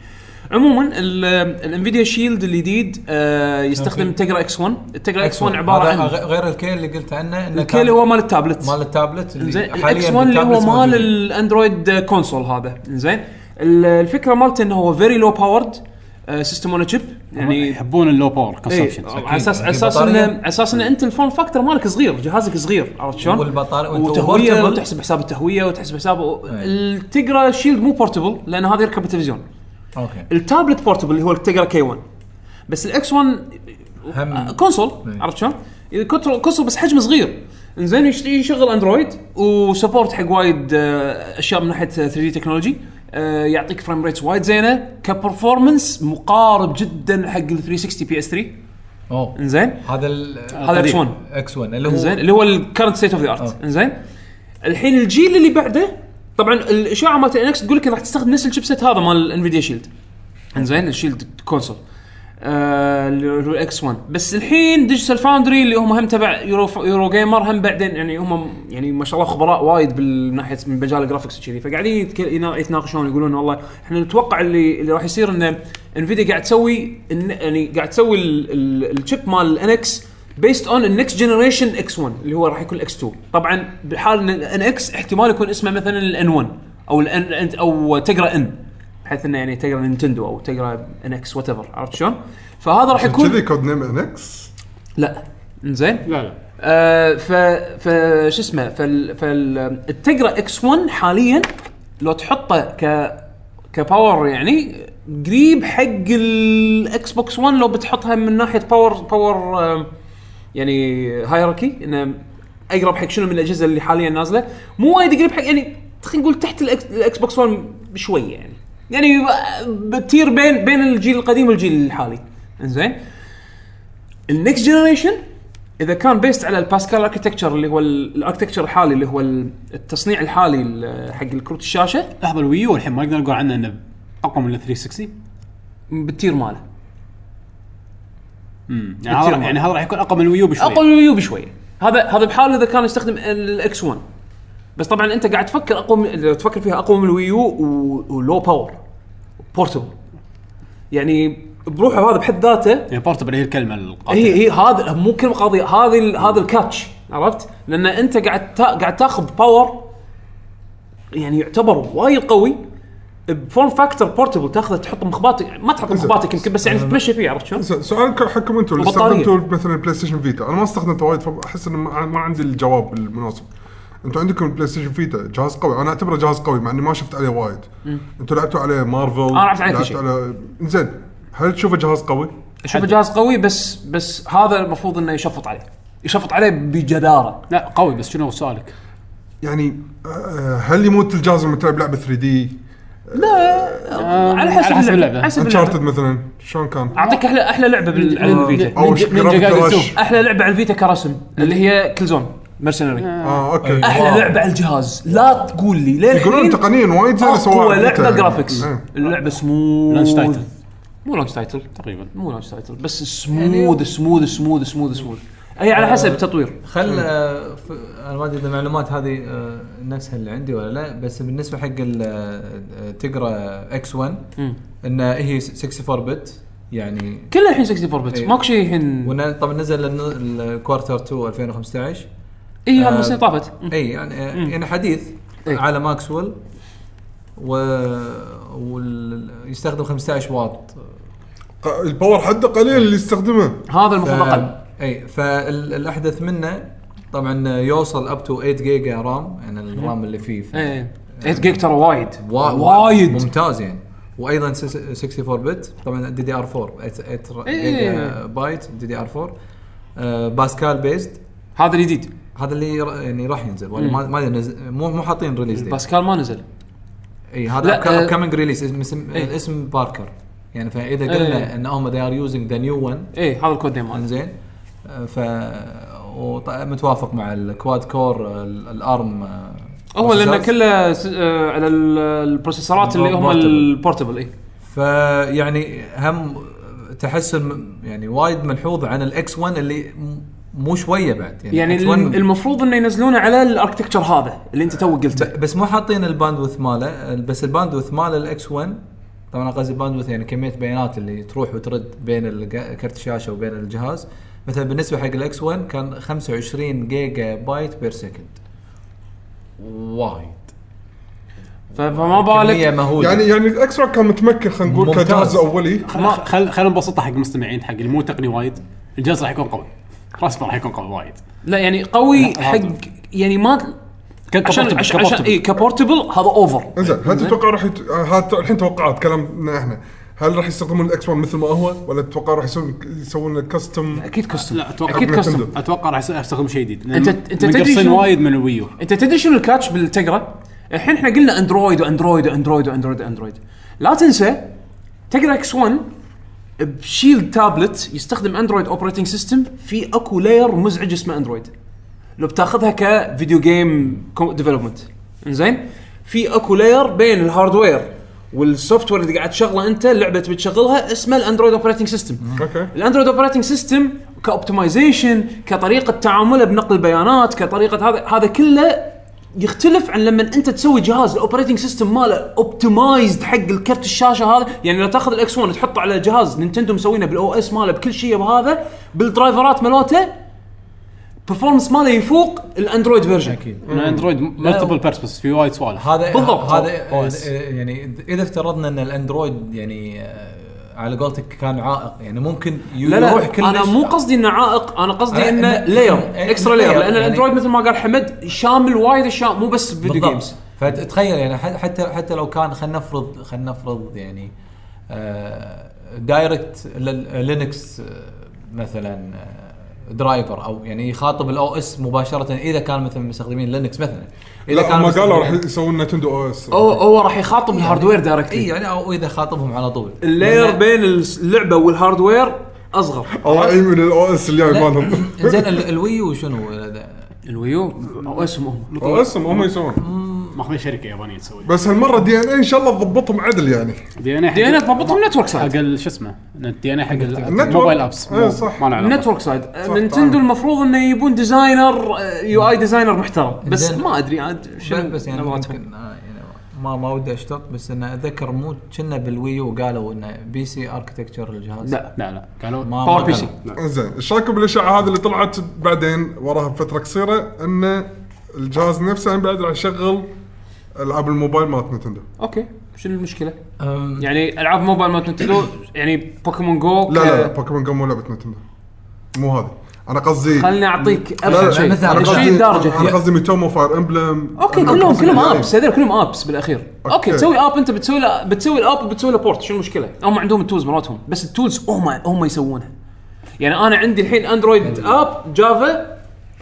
عموما الانفيديا شيلد الجديد آه، يستخدم
أوكي.
تقرا اكس 1 التقرا اكس 1 عباره
هذا
عن
غ- غير الكيل اللي قلت عنه انه
الكيل
كان
هو مال التابلت
مال التابلت اللي
زين
حالياً
الاكس 1 اللي هو
بالتابلتس
مال
موجودين.
الاندرويد كونسول هذا زين الفكره مالته انه هو فيري لو باورد سيستم اون تشيب
يعني
يعني
يحبون اللو باور
إيه،
كونسبشن
على اساس على
أكيد.
اساس انه
بطارية.
على اساس انه انت الفون فاكتور مالك صغير جهازك صغير عرفت شلون؟
والبطارية- وأنت
وتهويه
portable.
وتحسب حساب التهويه وتحسب حساب
إيه.
التقرا شيلد مو بورتبل لان هذا يركب التلفزيون
اوكي
التابلت بورتبل اللي هو التقرا كي 1 بس الاكس 1
هم-
كونسول
إيه.
عرفت شلون؟ كونسول كونسول بس حجمه صغير زين يشغل اندرويد وسبورت حق وايد آه، اشياء من ناحيه 3 دي تكنولوجي آه، يعطيك فريم ريتس وايد زينه كبرفورمنس مقارب جدا حق ال 360 بي اس 3
اوه
زين
هذا ال
هذا
قديم.
اكس 1
اكس 1 اللي هو
انزين اللي هو الكرنت ستيت اوف ذا ارت
آه.
انزين الحين الجيل اللي بعده طبعا الاشاعه مالت انكس تقول لك راح تستخدم نفس الشيبسيت هذا مال انفيديا شيلد انزين الشيلد كونسول آه، اللي هو الاكس 1 بس الحين ديجيتال فاوندري اللي هم هم تبع يورو يورو جيمر هم بعدين يعني هم يعني ما شاء الله خبراء وايد بالناحيه من مجال الجرافكس وكذي فقاعدين يتك- ينا- يتناقشون يقولون والله احنا نتوقع اللي اللي راح يصير ان انفيديا قاعد تسوي إن- يعني قاعد تسوي الشيب مال الانكس بيست اون النكست جنريشن اكس 1 اللي هو راح يكون الاكس 2 طبعا بحال ان الان اكس احتمال يكون اسمه مثلا الان 1 او الان او تقرا ان بحيث انه يعني تقرا نينتندو او تقرا ان اكس وات عرفت شلون؟ فهذا راح يكون
كذي كود نيم انكس
لا انزين
لا لا
آه، ف ف شو اسمه فال فال التقرا اكس 1 حاليا لو تحطه ك كباور يعني قريب حق الاكس بوكس 1 لو بتحطها من ناحيه باور باور آم، يعني هايركي انه اقرب حق شنو من الاجهزه اللي حاليا نازله مو وايد قريب حق يعني خلينا نقول تحت الأكس- الاكس بوكس 1 بشويه يعني يعني بتير بين بين الجيل القديم والجيل الحالي انزين النكست جنريشن اذا كان بيست على الباسكال اركتكتشر اللي هو ال- الاركتكتشر الحالي اللي هو ال- التصنيع الحالي ال- حق الكروت الشاشه
لحظه الويو الحين ما نقدر نقول عنه انه اقوى من ال 360
بالتير ماله
امم يعني هذا
بالتير
يعني هذا راح يكون اقوى من الويو بشوي
اقوى من الويو بشوي هذا هذا بحاله اذا كان يستخدم الاكس 1 بس طبعا انت قاعد تفكر اقوى من لو تفكر فيها اقوى من الويو و- ولو باور بورتبل يعني بروحه هذا بحد ذاته
يعني بورتبل هي الكلمه القاتله
هي هي هذا مو كلمه قاضيه هذه ال- هذا الكاتش عرفت؟ لان انت قاعد تا قاعد تاخذ باور يعني يعتبر وايد قوي بفورم فاكتور بورتبل تاخذه تحطه مخباتك ما تحط مخباتك يمكن بس يعني تتمشى فيه عرفت شلون؟
سؤال حقكم انتم اللي
وبطارية.
استخدمتوا مثلا البلاي ستيشن فيتا انا ما استخدمته وايد فاحس انه ما ما عندي الجواب المناسب انتم عندكم البلاي ستيشن فيتا جهاز قوي انا اعتبره جهاز قوي مع اني ما شفت عليه وايد انتم لعبتوا عليه مارفل انا
لعبت عليه كل شيء.
على زين هل تشوفه جهاز قوي؟
اشوفه جهاز قوي بس بس هذا المفروض انه يشفط عليه يشفط عليه بجداره
لا قوي بس شنو سؤالك؟
يعني آه، هل يموت الجهاز لما تلعب لعبه 3 دي؟
على
على
حسب
حسب
اللعبة.
اللعبة.
على حسب
انشارتد
اللعبة.
مثلا شلون كان؟
اعطيك احلى احلى لعبه بال- على الفيتا
أو
نينجا-
شكراً
نينجا
كراش.
جايدن 2.
احلى لعبه على الفيتا كرسم اللي هي كلزون مرسنري
اه اوكي
احلى لعبه على الجهاز لا تقول لي ليه
يقولون تقنيا وايد زين
اقوى
سواء إيه.
لعبه جرافكس اللعبه سموث
لانش تايتل
إيه. مو لانش تايتل
تقريبا
مو لانش تايتل بس
يعني
سموث سموث سموث سموث سموث اي على حسب التطوير
خل آه، ف- انا ما ادري اذا المعلومات هذه آه، نفسها اللي عندي ولا لا بس بالنسبه حق ال- آه، تقرا اكس 1
مم.
انه هي 64 بت يعني
كله الحين 64 بت
إيه.
ماكو شيء الحين
وإنه طبعا نزل الن- الكوارتر 2 2015
اي هم
آه،
السنه طافت مم. إيه.
اي يعني آه، يعني حديث
إي.
على ماكسويل و وال... يستخدم 15 واط
الباور حده قليل اللي يستخدمه
هذا
ف-
المفروض اقل
اي فالاحدث منه طبعا يوصل اب تو 8 جيجا رام يعني الرام اللي فيه ف-
ايه 8 جيج ترى وايد
وا-
وايد
ممتاز يعني وايضا سس- 64 بت طبعا دي دي ار 4 8
إيه.
جيجا بايت دي دي ار 4 آه، باسكال بيست
هذا الجديد
هذا اللي ر- يعني راح ينزل ولا ما ما أدري نز- مو مو حاطين ريليز ديت
باسكال ما نزل
اي
لا،
هذا
آه،
كامينج ريليز اسم
إيه.
الاسم باركر يعني فاذا
إيه.
قلنا ان هم ذي ار يوزنج ذا نيو ون
ايه هذا الكود نيم ماله.
انزين آه، ف وط- متوافق مع الكواد كور الارم آه،
هو لان كله س- آه، على ال- البروسيسورات اللي هم إيه.
Portable.
البورتبل اي
يعني فيعني هم تحسن يعني وايد ملحوظ عن الاكس 1 اللي م- مو شويه بعد يعني,
يعني
X1
الم- المفروض انه ينزلونه على الاركتكتشر هذا اللي انت تو قلته
ب- بس مو حاطين الباندوث ماله بس الباندوث ماله الاكس 1 طبعا أنا قصدي باندوث يعني كميه بيانات اللي تروح وترد بين الج- كرت الشاشه وبين الجهاز مثلا بالنسبه حق الاكس 1 كان 25 جيجا بايت بير سكند وايد
ف- فما
كميه
بالك
مهوله
يعني يعني الاكس كان متمكن خلينا نقول
ممتاز.
كجهاز اولي
خل خل خلينا نبسطها حق المستمعين حق اللي مو تقني وايد الجهاز راح يكون قوي رسمه راح يكون قوي وايد
لا يعني قوي
لا،
حق
هذا.
يعني ما عشان
كبورتبل-
عشان عشان إيه.
كبورتبل.
اي كبورتبل هذا اوفر
زين هل تتوقع راح يت... هات... الحين توقعات كلامنا احنا هل راح يستخدمون الاكس 1 مثل ما هو ولا تتوقع راح يسوون يسوون كاستم
اكيد كستم
لا اتوقع
اكيد
أبنى
كستم
تندم.
اتوقع راح استخدم شيء جديد
أنت- أنت تدري
منقصين
شو-
وايد من الويو
انت تدري شنو الكاتش بالتقرا؟ الحين احنا قلنا اندرويد واندرويد واندرويد واندرويد واندرويد لا تنسى تقرا اكس 1 بشيل تابلت يستخدم اندرويد اوبريتنج سيستم في اكو لاير مزعج اسمه اندرويد لو بتاخذها كفيديو جيم ديفلوبمنت انزين في اكو لاير بين الهاردوير والسوفت وير اللي قاعد تشغله انت اللعبه تبي تشغلها اسمه الاندرويد اوبريتنج سيستم
اوكي
الاندرويد اوبريتنج سيستم كاوبتمايزيشن كطريقه تعامله بنقل البيانات كطريقه هذا هذا كله يختلف عن لما انت تسوي جهاز الاوبريتنج سيستم ماله اوبتمايزد حق الكرت الشاشه هذا يعني لو تاخذ الاكس 1 تحطه على جهاز نينتندو مسوينه بالاو اس ماله بكل شيء بهذا بالدرايفرات مالته برفورمانس ماله يفوق الاندرويد فيرجن
اكيد
الاندرويد مالتيبل بيرسبس في وايد سوالف
هذا
بالضبط.
هذا
أو إس.
إذا- يعني اذا افترضنا ان الاندرويد يعني آه، على قولتك كان عائق يعني ممكن ي-
لا
يروح
لا
كلش
انا مو قصدي انه عائق انا قصدي
أنا-
انه
أنا-
لاير
أنا-
اكسترا لاير
layer،
لان
يعني-
الاندرويد مثل ما قال حمد شامل وايد اشياء مو بس فيديو
بالضبط.
جيمز
فتتخيل يعني ح- حتى حتى لو كان خلينا نفرض خلينا نفرض يعني آه، دايركت لل- لينكس آه، مثلا آه، درايفر او يعني يخاطب الاو اس مباشره اذا كان مثلا مستخدمين لينكس مثلا اذا
لا هم قالوا راح
مستخدمين-
يسوون نتندو او اس
هو هو راح يخاطب
يعني
الهاردوير دايركتلي
اي يعني او اذا خاطبهم على طول
اللاير
لأن-
بين اللعبه والهاردوير اصغر
الله يعين من الاو اس اللي جاي مالهم
زين ال- الويو شنو
الويو او اسهم هم
او اس هم يسوون
ماخذين شركه يابانيه تسوي
بس هالمره دي ان اي ان شاء الله تضبطهم عدل يعني
دي ان اي
دي إيه ان اي تضبطهم نتورك
حق
سايد
ال- شو اسمه دي ان اي حق ال-
النتورك.
الموبايل ابس
إيه، صح.
ما له علاقة.
نتورك سايد
صح،
نينتندو
طبعاً.
المفروض انه يبون ديزاينر آه، يو اي ديزاينر محترم بس
زين.
ما ادري عاد شنو
بس يعني
نبغاتهم
ممكن آه يعني ما ما ودي اشتط بس انه اتذكر مو كنا بالويو وقالوا انه بي سي اركتكتشر الجهاز
لا
لا لا قالوا
ما-
باور
ما
بي سي
قالوا.
زين ايش رايكم بالاشاعه هذه اللي طلعت بعدين وراها بفتره قصيره ان الجهاز نفسه هم بعد راح يشغل العاب الموبايل مالت نتندو
اوكي شنو المشكله؟
أم،
يعني العاب موبايل مالت نتندو يعني بوكيمون جو
لا لا لا بوكيمون جو مو لعبه نتندو مو هذه انا قصدي
خليني اعطيك
لا، لا،
ابسط شيء
مثل-
انا
أبسط
قصدي
شيء درجه
انا قصدي ميتومو فاير امبلم
اوكي كلهم كلهم
يعني
ابس هذول كلهم ابس بالاخير اوكي,
أوكي.
تسوي اب انت بتسوي له بتسوي الاب وبتسوي له بورت شو المشكله؟ هم عندهم التولز مراتهم بس التولز هم هم يسوونها يعني انا عندي الحين اندرويد اب جافا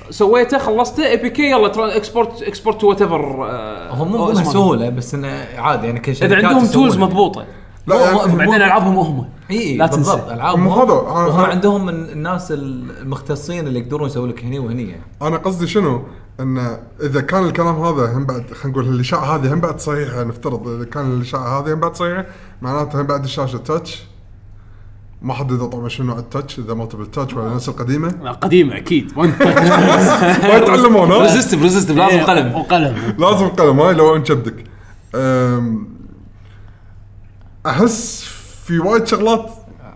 سويته خلصته اي بي كي يلا ترى اكسبورت اكسبورت تو وات ايفر
هم مو مسؤوله بس انه عادي يعني كشركات
اذا آه، عندهم
يسوون.
تولز مضبوطه
لا، يعني-
هم- هم-
بعدين العابهم هم
اي
لا
لا
تنسى.
بالضبط العابهم
هم هذا- آه،
وهم
هذا-
عندهم من الناس المختصين اللي يقدرون يسوون لك هني وهني يعني.
انا قصدي شنو؟ ان اذا كان الكلام هذا هم بعد خلينا نقول الاشاعه هذه هم بعد صحيحه نفترض اذا كان الاشاعه هذه هم بعد صحيحه معناته هم بعد الشاشه تاتش ما حددوا طبعا شنو نوع التاتش اذا مالتيبل تاتش ولا نفس القديمه
لا، قديمه اكيد
ما يتعلمون ها؟
ريزستف ريزستف لازم قلم
إيه، وقلم
لازم قلم هاي لو انت جبدك أم، احس في وايد شغلات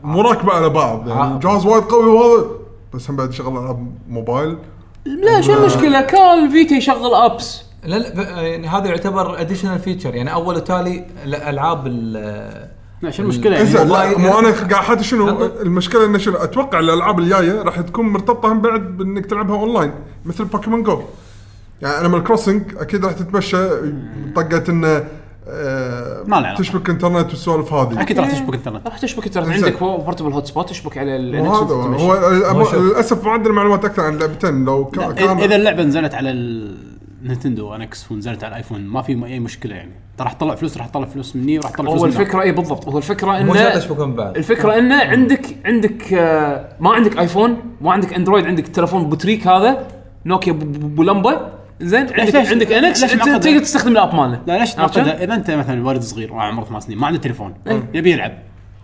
مراكبه على بعض يعني
آه.
الجهاز وايد قوي وهذا بس هم بعد شغل العاب موبايل
لا شو المشكله كال فيتا يشغل ابس
لا لا ب- يعني هذا يعتبر اديشنال فيتشر يعني اول وتالي الالعاب ال-
لا، شو المشقلة يعني؟
انزين
والله
لا مو انا قاعد حد شنو
خلنا-
المشكله انه شنو اتوقع الالعاب الجايه راح تكون مرتبطه هم بعد بانك تلعبها اونلاين مثل بوكيمون جو يعني انيمال كروسنج اكيد راح تتمشى طقه انه آه،
ما له علاقة.
تشبك انترنت والسوالف هذه
اكيد راح تشبك انترنت
راح تشبك ترى
إنزين.
عندك بورتبل هوت سبوت تشبك على ال
مو هذا هو
هو شوف.
للاسف ما عندنا معلومات اكثر عن اللعبتين لو كا-
إذا- اذا اللعبه نزلت على النتندو انكس ونزلت على الايفون ما في اي مشكله يعني ترى راح تطلع فلوس راح تطلع فلوس مني وراح تطلع فلوس
هو
من ذاك.
الفكره اي بالضبط هو الفكره
مو شرط
انه
يشبكون ببعض
الفكره انه عندك عندك آه، ما عندك ايفون ما عندك اندرويد عندك تلفون بوتريك هذا نوكيا ب- ب- بلمبه زين عندك
ليش-
عندك انكس
ليش
انت
نعقدها؟
تقدر تستخدم الاب مالنا
لا ليش
عرفت شلون؟
تعقدها؟ اذا انت مثلا ولد صغير عمره ثمان سنين ما عنده تليفون يبي يلعب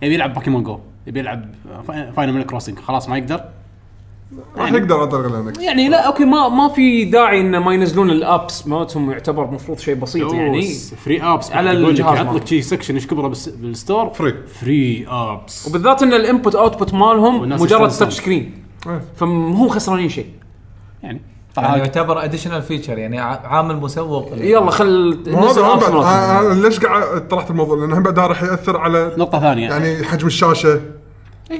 يبي يلعب بوكيمون جو يبي يلعب فاينل كروسنج خلاص ما يقدر
راح نقدر عن طريق الانكس
يعني لا اوكي ما ما في داعي انه ما ينزلون الابس مالتهم يعتبر المفروض شيء بسيط يعني
فري ابس
على
يقول لك
الجهاز
يحط لك
مالك.
شي سكشن ايش كبره بالس- بالستور
فري.
فري ابس
وبالذات ان الانبوت اوتبوت مالهم
والناس
مجرد
يستانسون.
تاتش سكرين
إيه.
فمو خسرانين شيء
يعني
يعني
طبعا
يعتبر اديشنال فيتشر يعني ع- عامل مسوق لل-
يلا خل
مو
ننزل
هذا هم
الابس
بعد
مالهم
أنا- أنا ليش قاعد طرحت الموضوع لان هم بعد هذا راح ياثر على
نقطة ثانية
يعني حجم الشاشه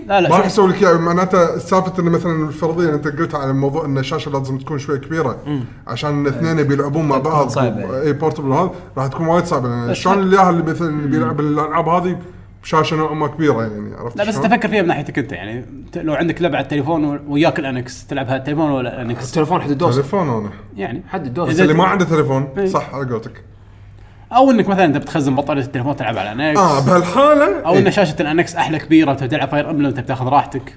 لا
ما راح
لا شوف،
يسوي لك اياها معناته سالفه انه مثلا الفرضيه اللي انت قلتها على موضوع ان الشاشه لازم تكون شوي كبيره عشان الاثنين يبي يلعبون مع
تكون
بعض
صعبة.
اي بورتبل هذا راح تكون وايد صعبه لان
بس
شلون
لا.
اللي اللي مثلا اللي بيلعب الالعاب هذه بشاشه نوعا ما كبيره يعني عرفت
لا بس
شلون؟
تفكر فيها من ناحيتك انت يعني ت- لو عندك لعبة على التليفون و- وياك الانكس تلعبها التليفون ولا الانكس
التليفون حد الدوس
تليفون انا
يعني
حد الدوس
إذا-
اللي ما عنده
إيه.
تليفون صح على قولتك
او انك مثلا انت بتخزن بطارية التليفون تلعب على الانكس
اه بهالحاله
او
إيه.
ان شاشه الانكس احلى كبيره وتبي تلعب فاير امبلم تبي تاخذ راحتك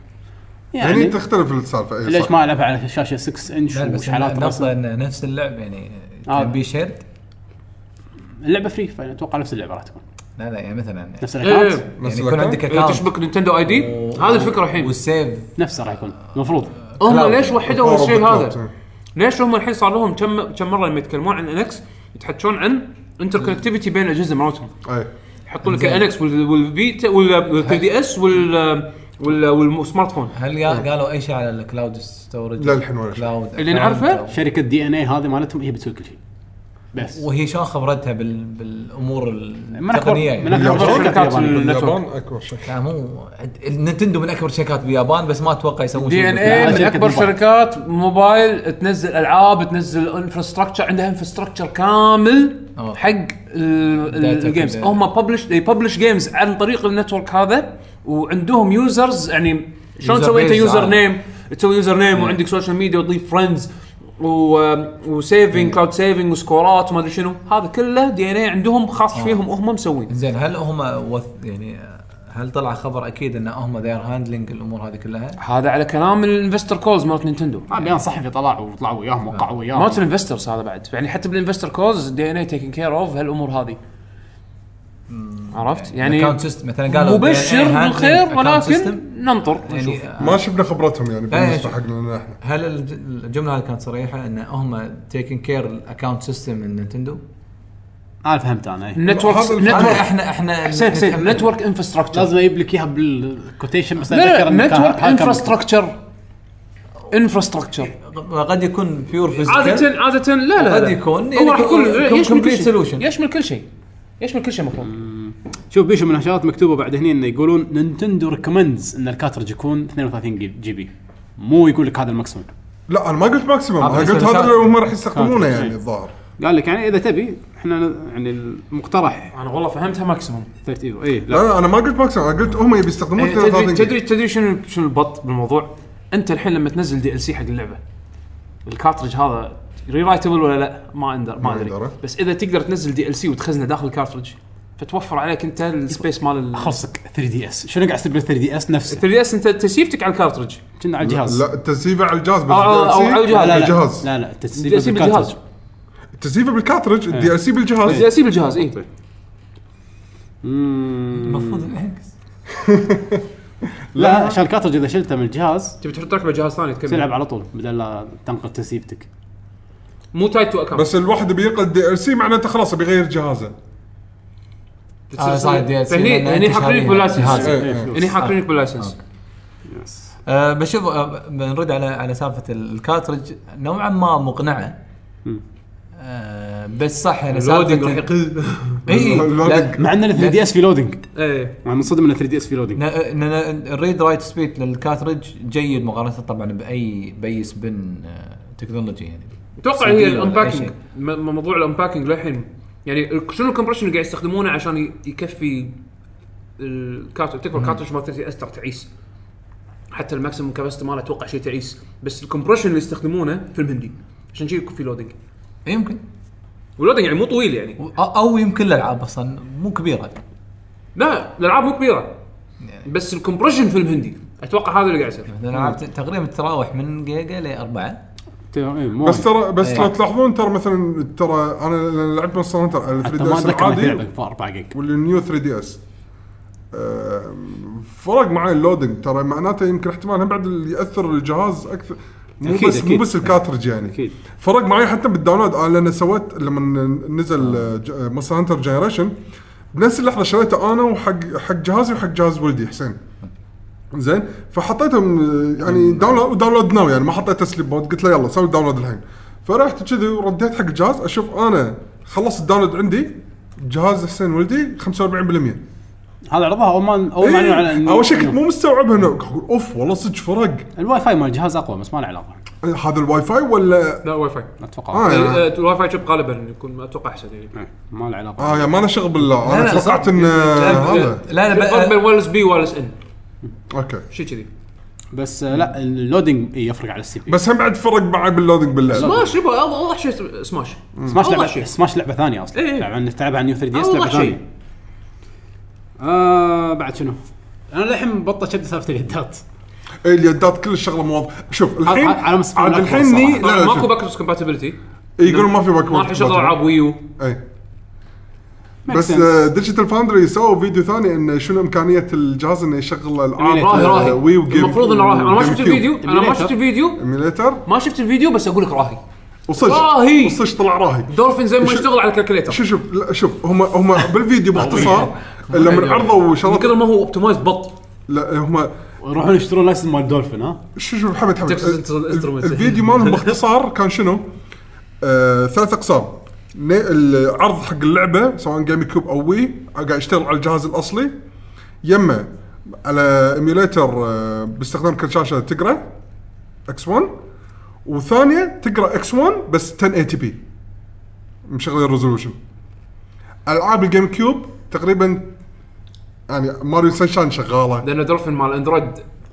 يعني
يعني
تختلف السالفه اي
ليش ما العبها على شاشه 6 انش
لا بس
وشحالات
نقطة
رسم
ان نفس اللعب يعني
آه.
كان بي شيرد
اللعبه فري فاتوقع نفس اللعبه راح تكون
لا لا يعني مثلا يعني
نفس الاكونت
إيه.
يعني يكون عندك
إيه،
account
تشبك نينتندو اي دي
و-
هذه الفكره الحين
والسيف
نفسه راح يكون المفروض
هم
كلاود.
ليش وحدوا الشيء هذا ليش هم الحين صار لهم كم كم مره لما يتكلمون عن انكس يتحكون عن انتر كونكتيفيتي بين الاجهزه مالتهم
اي
يحطون لك
إنزين.
انكس والفيتا والبي دي اس وال وال- والسمارت فون
هل يا- قالوا اي شيء على الكلاود ستورج
إيه. لا الحين ولا شيء.
كلاود
اللي نعرفه؟
شركه دي ان اي هذه مالتهم هي بتسوي كل شيء بس
وهي شلون خبرتها بال... بالامور
من أكبر-
التقنيه
من
يعني
أكبر-
اليابان-
شركات
اليابان اكبر شيء
لا مو نينتندو من اكبر شركات باليابان بس ما اتوقع يسوون
دي إيه. ان
لا،
اي من
شركة
اكبر
موبايل.
شركات موبايل تنزل العاب تنزل انفراستراكشر عندها انفراستراكشر كامل
أوه.
حق
Data
الجيمز
كده.
هم ببلش they publish جيمز عن طريق النتورك هذا وعندهم يوزرز يعني شلون
User
تسوي انت
base
يوزر
عالي.
نيم تسوي يوزر نيم وعندك سوشيال ميديا وتضيف فريندز وسيفنج كلاود سيفنج وسكورات وما ادري شنو هذا كله دي ان اي عندهم خاص فيهم هم مسوين
زين هل هم وث... يعني هل طلع خبر اكيد ان هم ذي هاندلنج الامور هذه كلها؟
هذا على كلام الانفستر كولز مالت نينتندو
ما بيان صحفي طلع وطلعوا وياهم وقعوا وياهم
آه.
مالت الانفسترز هذا بعد يعني حتى بالانفستر كوز دي ان اي تيكن كير اوف هالامور هذه عرفت يعني
account system مثلا قالوا
مبشر
DNA handling account
بالخير
system.
ولكن ننطر ونشوف
يعني
ما شفنا خبرتهم يعني
إيه.
لا،
بالنسبه
ش-
حقنا احنا
هل الج- الجمله هذه كانت صريحه ان هم تيكن كير الاكونت سيستم من نينتندو؟
انا فهمت انا إيه.
النتورك
هذا الفرق.
احنا
نتورك
احنا احنا
حسين حسين نتورك انفراستراكشر
لازم اجيب لك اياها بالكوتيشن بس
لا
أتذكر إنه
لا
كان-
نتورك
هذا كان-
انفراستراكشر انفراستراكشر
قد يكون بيور فيزيكال
عادة عادة لا لا
قد
لا.
يكون
هو راح
يعني
يكون
كم-
يشمل كل
complete
شيء
solution.
يشمل كل شيء يشمل كل شيء المفروض
شوف بيشو من الاشياء مكتوبه بعد هنا انه يقولون نينتندو ريكومندز ان الكاترج يكون 32 جي- جي بي مو يقول لك هذا الماكسيموم
لا انا ما قلت ماكسيموم
هذا
انا قلت
بالنسبة
هذا
للشاشة.
اللي هم راح يستخدمونه
هذا.
يعني
إيه.
الظاهر
قال لك يعني اذا تبي احنا ن- يعني المقترح
انا والله فهمتها ماكسيموم
30 ايفو اي لا
لا لا انا ما قلت ماكسيموم انا قلت هم يبي يستخدمون
إيه، تدري
32
تدري
جيجا.
تدري شنو شنو البط بالموضوع؟ انت الحين لما تنزل دي ال سي حق اللعبه الكارترج هذا ريرايتبل ولا لا؟ ما اندر ما
ما
ادري
أندرى.
بس اذا تقدر تنزل دي ال سي وتخزنه داخل الكارترج فتوفر عليك انت السبيس مال ال
خصك 3 دي اس شنو قاعد يصير بال 3 دي اس نفسه
3 دي اس انت تسيفتك على الكارترج
كنا على الجهاز
لا التسييفه على الجهاز بس
أو-
ال
أو
DLC
على الجهاز.
لا لا
بالجهاز
لا لا
دي ال سي
التسييف
بالجهاز
بالكارترج
التسييفه بالكاترج الدي ال سي
دي
بالجهاز
ال سي بالجهاز إيه. اي
المفروض العكس
لا عشان الكارترج اذا شلته من
إيه.
الجهاز
تبي تحط ركبه جهاز ثاني
تلعب
تكمل
على طول بدل لا تنقل تسيفتك
مو تايت تو اكونت
بس الواحد بينقل الدي ال سي معناته خلاص بيغير جهازه
آه، صار DLC
هني
لأنه
هني
أنت
حاكرينك
شاريها.
باللايسنس
آه.
جهاز.
إيه، إيه.
هني حاكرينك باللايسنس
يس
أه بشوف أه بنرد على على سالفه الكاترج نوعا ما مقنعه أه بس صح انا
اللودنج راح
سالفه
يقل
اي
اللودنج.
مع ان ال 3 دي اس في لودنج
ايه
انا منصدم ان 3 دي اس في لودنج
الريد رايت سبيد للكاترج جيد مقارنه طبعا باي باي سبن آه، تكنولوجي يعني
اتوقع
CD
هي
ولا أي
الانباكينج
شيء.
م- موضوع الانباكينج للحين يعني ال- شنو الكمبرشن اللي قاعد يستخدمونه عشان ي- يكفي الكارتج تكبر الكارتج مال 3 اس ترى تعيس حتى الماكسيموم كاباسيتي ماله اتوقع شيء تعيس بس الكمبرشن اللي يستخدمونه في المندي عشان كذي يكون في لودنج
يمكن
واللودنج يعني مو طويل يعني
أو- او يمكن الالعاب اصلا مو كبيره
لا الالعاب مو كبيره
يعني.
بس الكمبرشن في المهندي اتوقع هذا اللي قاعد يصير
مثلا الالعاب ت- تقريبا تتراوح من جيجا لاربعه
بس
بس
ترى بس لو
إيه.
تلاحظون ترى مثلا ترى انا لأن لعبت مونستر هانتر على 3
حتى
دي
ما
اس
اتذكر إنها في لعبه
العادي
ب 4 جيج
والنيو 3 دي اس فرق معي اللودنج ترى معناته يمكن احتمال هم بعد اللي ياثر الجهاز اكثر مو
أكيد،
بس مو
أكيد.
بس الكاترج يعني
أكيد.
فرق معي حتى بالداونلود انا لان سويت لما
آه.
نزل مونستر هانتر جنريشن بنفس اللحظه شريته انا وحق حق جهازي وحق جهاز ولدي حسين زين فحطيتهم آه، يعني داونلود داونلود ناو يعني ما حطيت سليب مود قلت له يلا سوي داونلود الحين فرحت كذي ورديت حق الجهاز اشوف انا خلصت الداونلود عندي جهاز حسين ولدي 45%
هذا عرضها اول ما اول ما
إيه،
اعلنوا عن إنه-
اول شيء كنت
إنه
مو مستوعبها انه قاعد اقول اوف والله صدق فرق
الواي فاي مال الجهاز اقوى بس ما له علاقه
هذا الواي فاي ولا
لا واي فاي
اتوقع
اه يعني-
آه، الواي فاي شيب غالبا يكون اتوقع احسن يعني
إيه، ما له علاقه
اه يعني ما له شغل بال انا
لا، لا،
توقعت ان آه، هذا
لا
فرق بين
لا
وايرلس بي ووايرلس ان
اوكي
شيء كذي
بس آه، لا اللودنج إيه، يفرق على السي بي
بس هم بعد فرق معي باللودنج باللعب
سماش يبا أوضح- اوضح شيء اسم- سماش
سماش
أوضح
لعبه
شيء.
سماش لعبه ثانيه اصلا
إيه.
لعبه انك تلعبها على نيو 3 دي اس
أوضح
لعبه
شيء.
ثانيه آه بعد شنو؟ انا للحين مبطل شد سالفه اليدات
اي اليدات إيه، كل الشغله مو واضحه شوف الحين
على- على مستوى
عاد
الأكبر
الحين ني-
صراحة.
لا لا
ماكو
شوف.
باكورد كومباتيبلتي
إي، يقولون ما في باك
ما راح يشغل العاب ويو
اي
Makes
بس
sense.
ديجيتال فاوندري سووا فيديو ثاني انه شنو امكانيه الجهاز انه يشغل العاب
Emulator.
راهي راهي
آه، وي وجيم
المفروض انه راهي انا ما
وجيم
شفت
كيوب.
الفيديو انا ما شفت الفيديو
ايميليتر
ما شفت الفيديو بس اقول لك راهي
وصج
راهي.
وصج طلع راهي
دولفين زي ما
شو-
يشتغل على الكالكوليتر
شوف شوف لا شوف هم هم بالفيديو باختصار لما عرضوا
يعني من
شغلات
كثر ما هو اوبتمايز بط
لا هم
يروحون يشترون لايسنس مال دولفين ها
شو شوف حمد حمد
Texas Instru-
ال-
Instruments.
الفيديو مالهم باختصار كان شنو؟ آه، ثلاث اقسام ن- العرض حق اللعبه سواء جيم كيوب او وي قاعد يشتغل على الجهاز الاصلي يما على ايميوليتر آه، باستخدام كرت شاشه تقرا اكس 1 وثانيه تقرا اكس 1 بس 1080 بي مشغلين الريزولوشن العاب الجيم كيوب تقريبا يعني ماريو سانشاين شغاله
لان دولفين مال اندرويد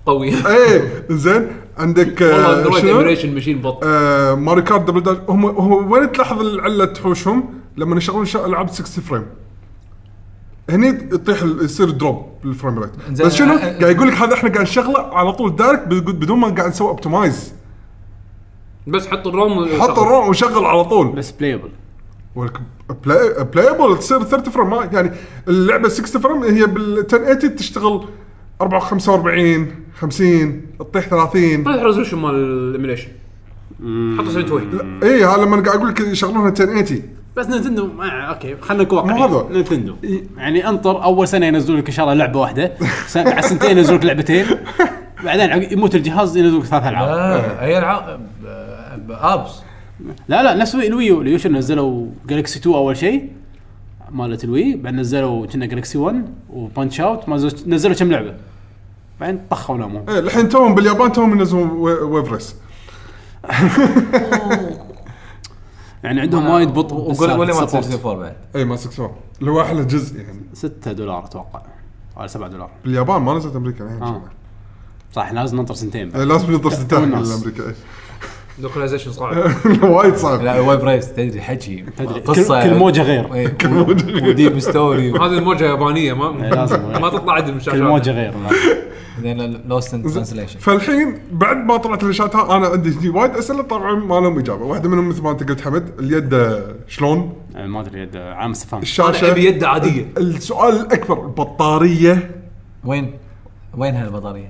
قوي
ايه زين عندك
والله
آه،
اندرويد
شنو؟
ايميليشن ماشين بط
آه، ماريو كارت دبل داش هم هو وين تلاحظ العله تحوشهم؟ لما يشغلون شا- العاب 60 فريم هني يطيح ال- يصير دروب بالفريم ريت
زين،
بس شنو؟
آه،
قاعد يقول لك هذا احنا قاعد نشغله على طول دايركت بد- بدون ما قاعد نسوي اوبتمايز
بس حط الروم
حط الروم وشغل على طول
بس بلايبل
ولك بلاي بلايبل تصير 30 فريم ما- يعني اللعبه 60 فريم هي بال 1080 تشتغل 44 45 50 تطيح 30
طيح ريزولوشن مال الايميليشن حط 72
اي هذا لما قاعد اقول لك يشغلونها 1080
بس نينتندو ما اوكي خلينا نكون واقعيين
مو هذا.
نينتندو
إيه.
يعني انطر اول سنه ينزلون لك ان شاء الله لعبه واحده سنة- بعد سنتين ينزلون لك لعبتين بعدين عق- يموت الجهاز ينزلون لك ثلاث العاب
آه، هي العاب ابس
لا لا نفس وي- الويو الويو شنو نزلوا جالكسي 2 اول شيء مالت الوي بعدين نزلوا كنا جالكسي 1 وبانش اوت ما زلت- نزلوا كم لعبه بعدين طخوا ناموا
إيه، الحين توهم باليابان توهم ينزلون وي- ويف ريس
يعني عندهم وايد بطء بالسالفة
ولا ما
support.
تصير زي فور بعد
اي إيه، ما 64 اللي هو احلى جزء يعني
6 دولار اتوقع ولا 7 دولار
باليابان ما نزلت امريكا الحين
آه.
شغلة.
صح لازم ننطر سنتين بعد
إيه، لازم ينطر ستة
الناس.
امريكا
لوكلايزيشن صعب
وايد صعب
لا ويب ريس تدري حكي
تدري كل, كل موجه غير
إيه، وديب ستوري
هذه الموجه يابانيه ما
إيه، لازم.
ما تطلع عدل من
كل موجه غير
بعدين لوست ان ترانسليشن
فالحين بعد ما طلعت الاشات ها، انا عندي هني وايد اسئله طبعا ما لهم اجابه واحده منهم مثل ما انت قلت حمد اليد آه، شلون
آه، ما ادري يد- آه، عام استفهام
انا
الشاشه
ابي يد عاديه
السؤال الاكبر البطاريه
وين وين هالبطاريه؟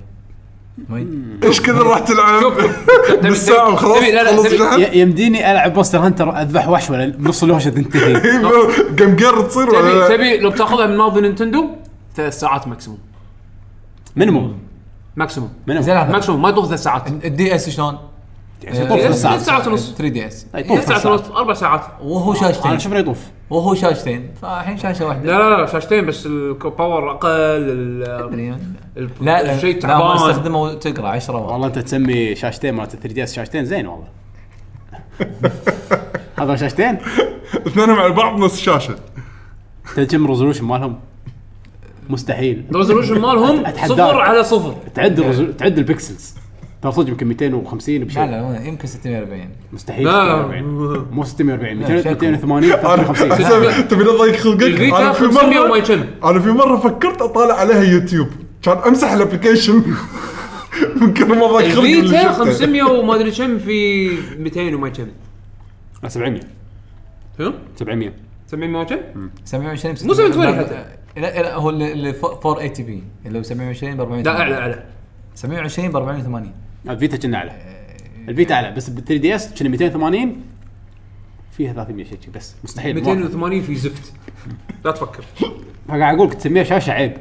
وين؟
ايش كثر راح تلعب بالساعه وخلاص
تبي- لا، لا،
خلص
تبي-
جهاز؟
ي- يمديني العب مونستر هانتر اذبح وحش ولا بنص الوحشه تنتهي
إيه، قمقر تصير ولا لا؟
أه.
تبي تبي لو بتاخذها من ماضي نينتندو ثلاث ساعات ماكسيموم
مينيموم
ماكسيموم
زين
مينيموم
لحظة.
ماكسيموم ما يطوف ثلاث ساعات
الدي اس شلون؟
يعني يطوف
طيب.
ثلاث ساعات.
ساعات ونص.
3 دي اس
لا، يطوف
ثلاث
ثلاث
طيب.
ساعات
ساعات
ونص اربع ساعات
وهو
انا
شاشتين
شفنا يطوف
وهو شاشتين فالحين شاشه واحده
لا لا لا شاشتين بس الباور اقل ال-
لا
ال-
لا
الشيء
لا ما
تعبان
استخدمه تقرا 10 واط
والله انت تسمي شاشتين مالت 3 دي اس شاشتين زين والله هذا شاشتين
اثنينهم على بعض نص شاشه
تدري كم ريزولوشن مالهم مستحيل
الريزولوشن مالهم
أتحداك.
صفر على صفر
تعد الرزول... تعد البكسلز ترى صدق يمكن 250
لا
بشيء
لا يمكن 640
مستحيل
لا.
640 مو 640
لا، شكو.
280
انا
350
أحسب- تبي نضيق خلقك
الفيتا
انا في
500 وما
مره
يشم
انا في مره فكرت اطالع عليها يوتيوب كان امسح الابلكيشن من كل ما ضيق خلقي من اللي
الفيتا
شفته.
500 وما ادري كم في 200 وما كم
700
شنو؟
700
700 وما كم؟
720
مو 720 حتى.
لا لا هو اللي 480 بي اللي هو 720 ب 40
لا اعلى اعلى
720 ب 480
الفيتا كنا اعلى الفيتا اعلى بس بال 3 دي اس كنا 280 فيها 300 شيء شي بس مستحيل ما-
280 في زفت لا تفكر
فقاعد اقول لك تسميها شاشه عيب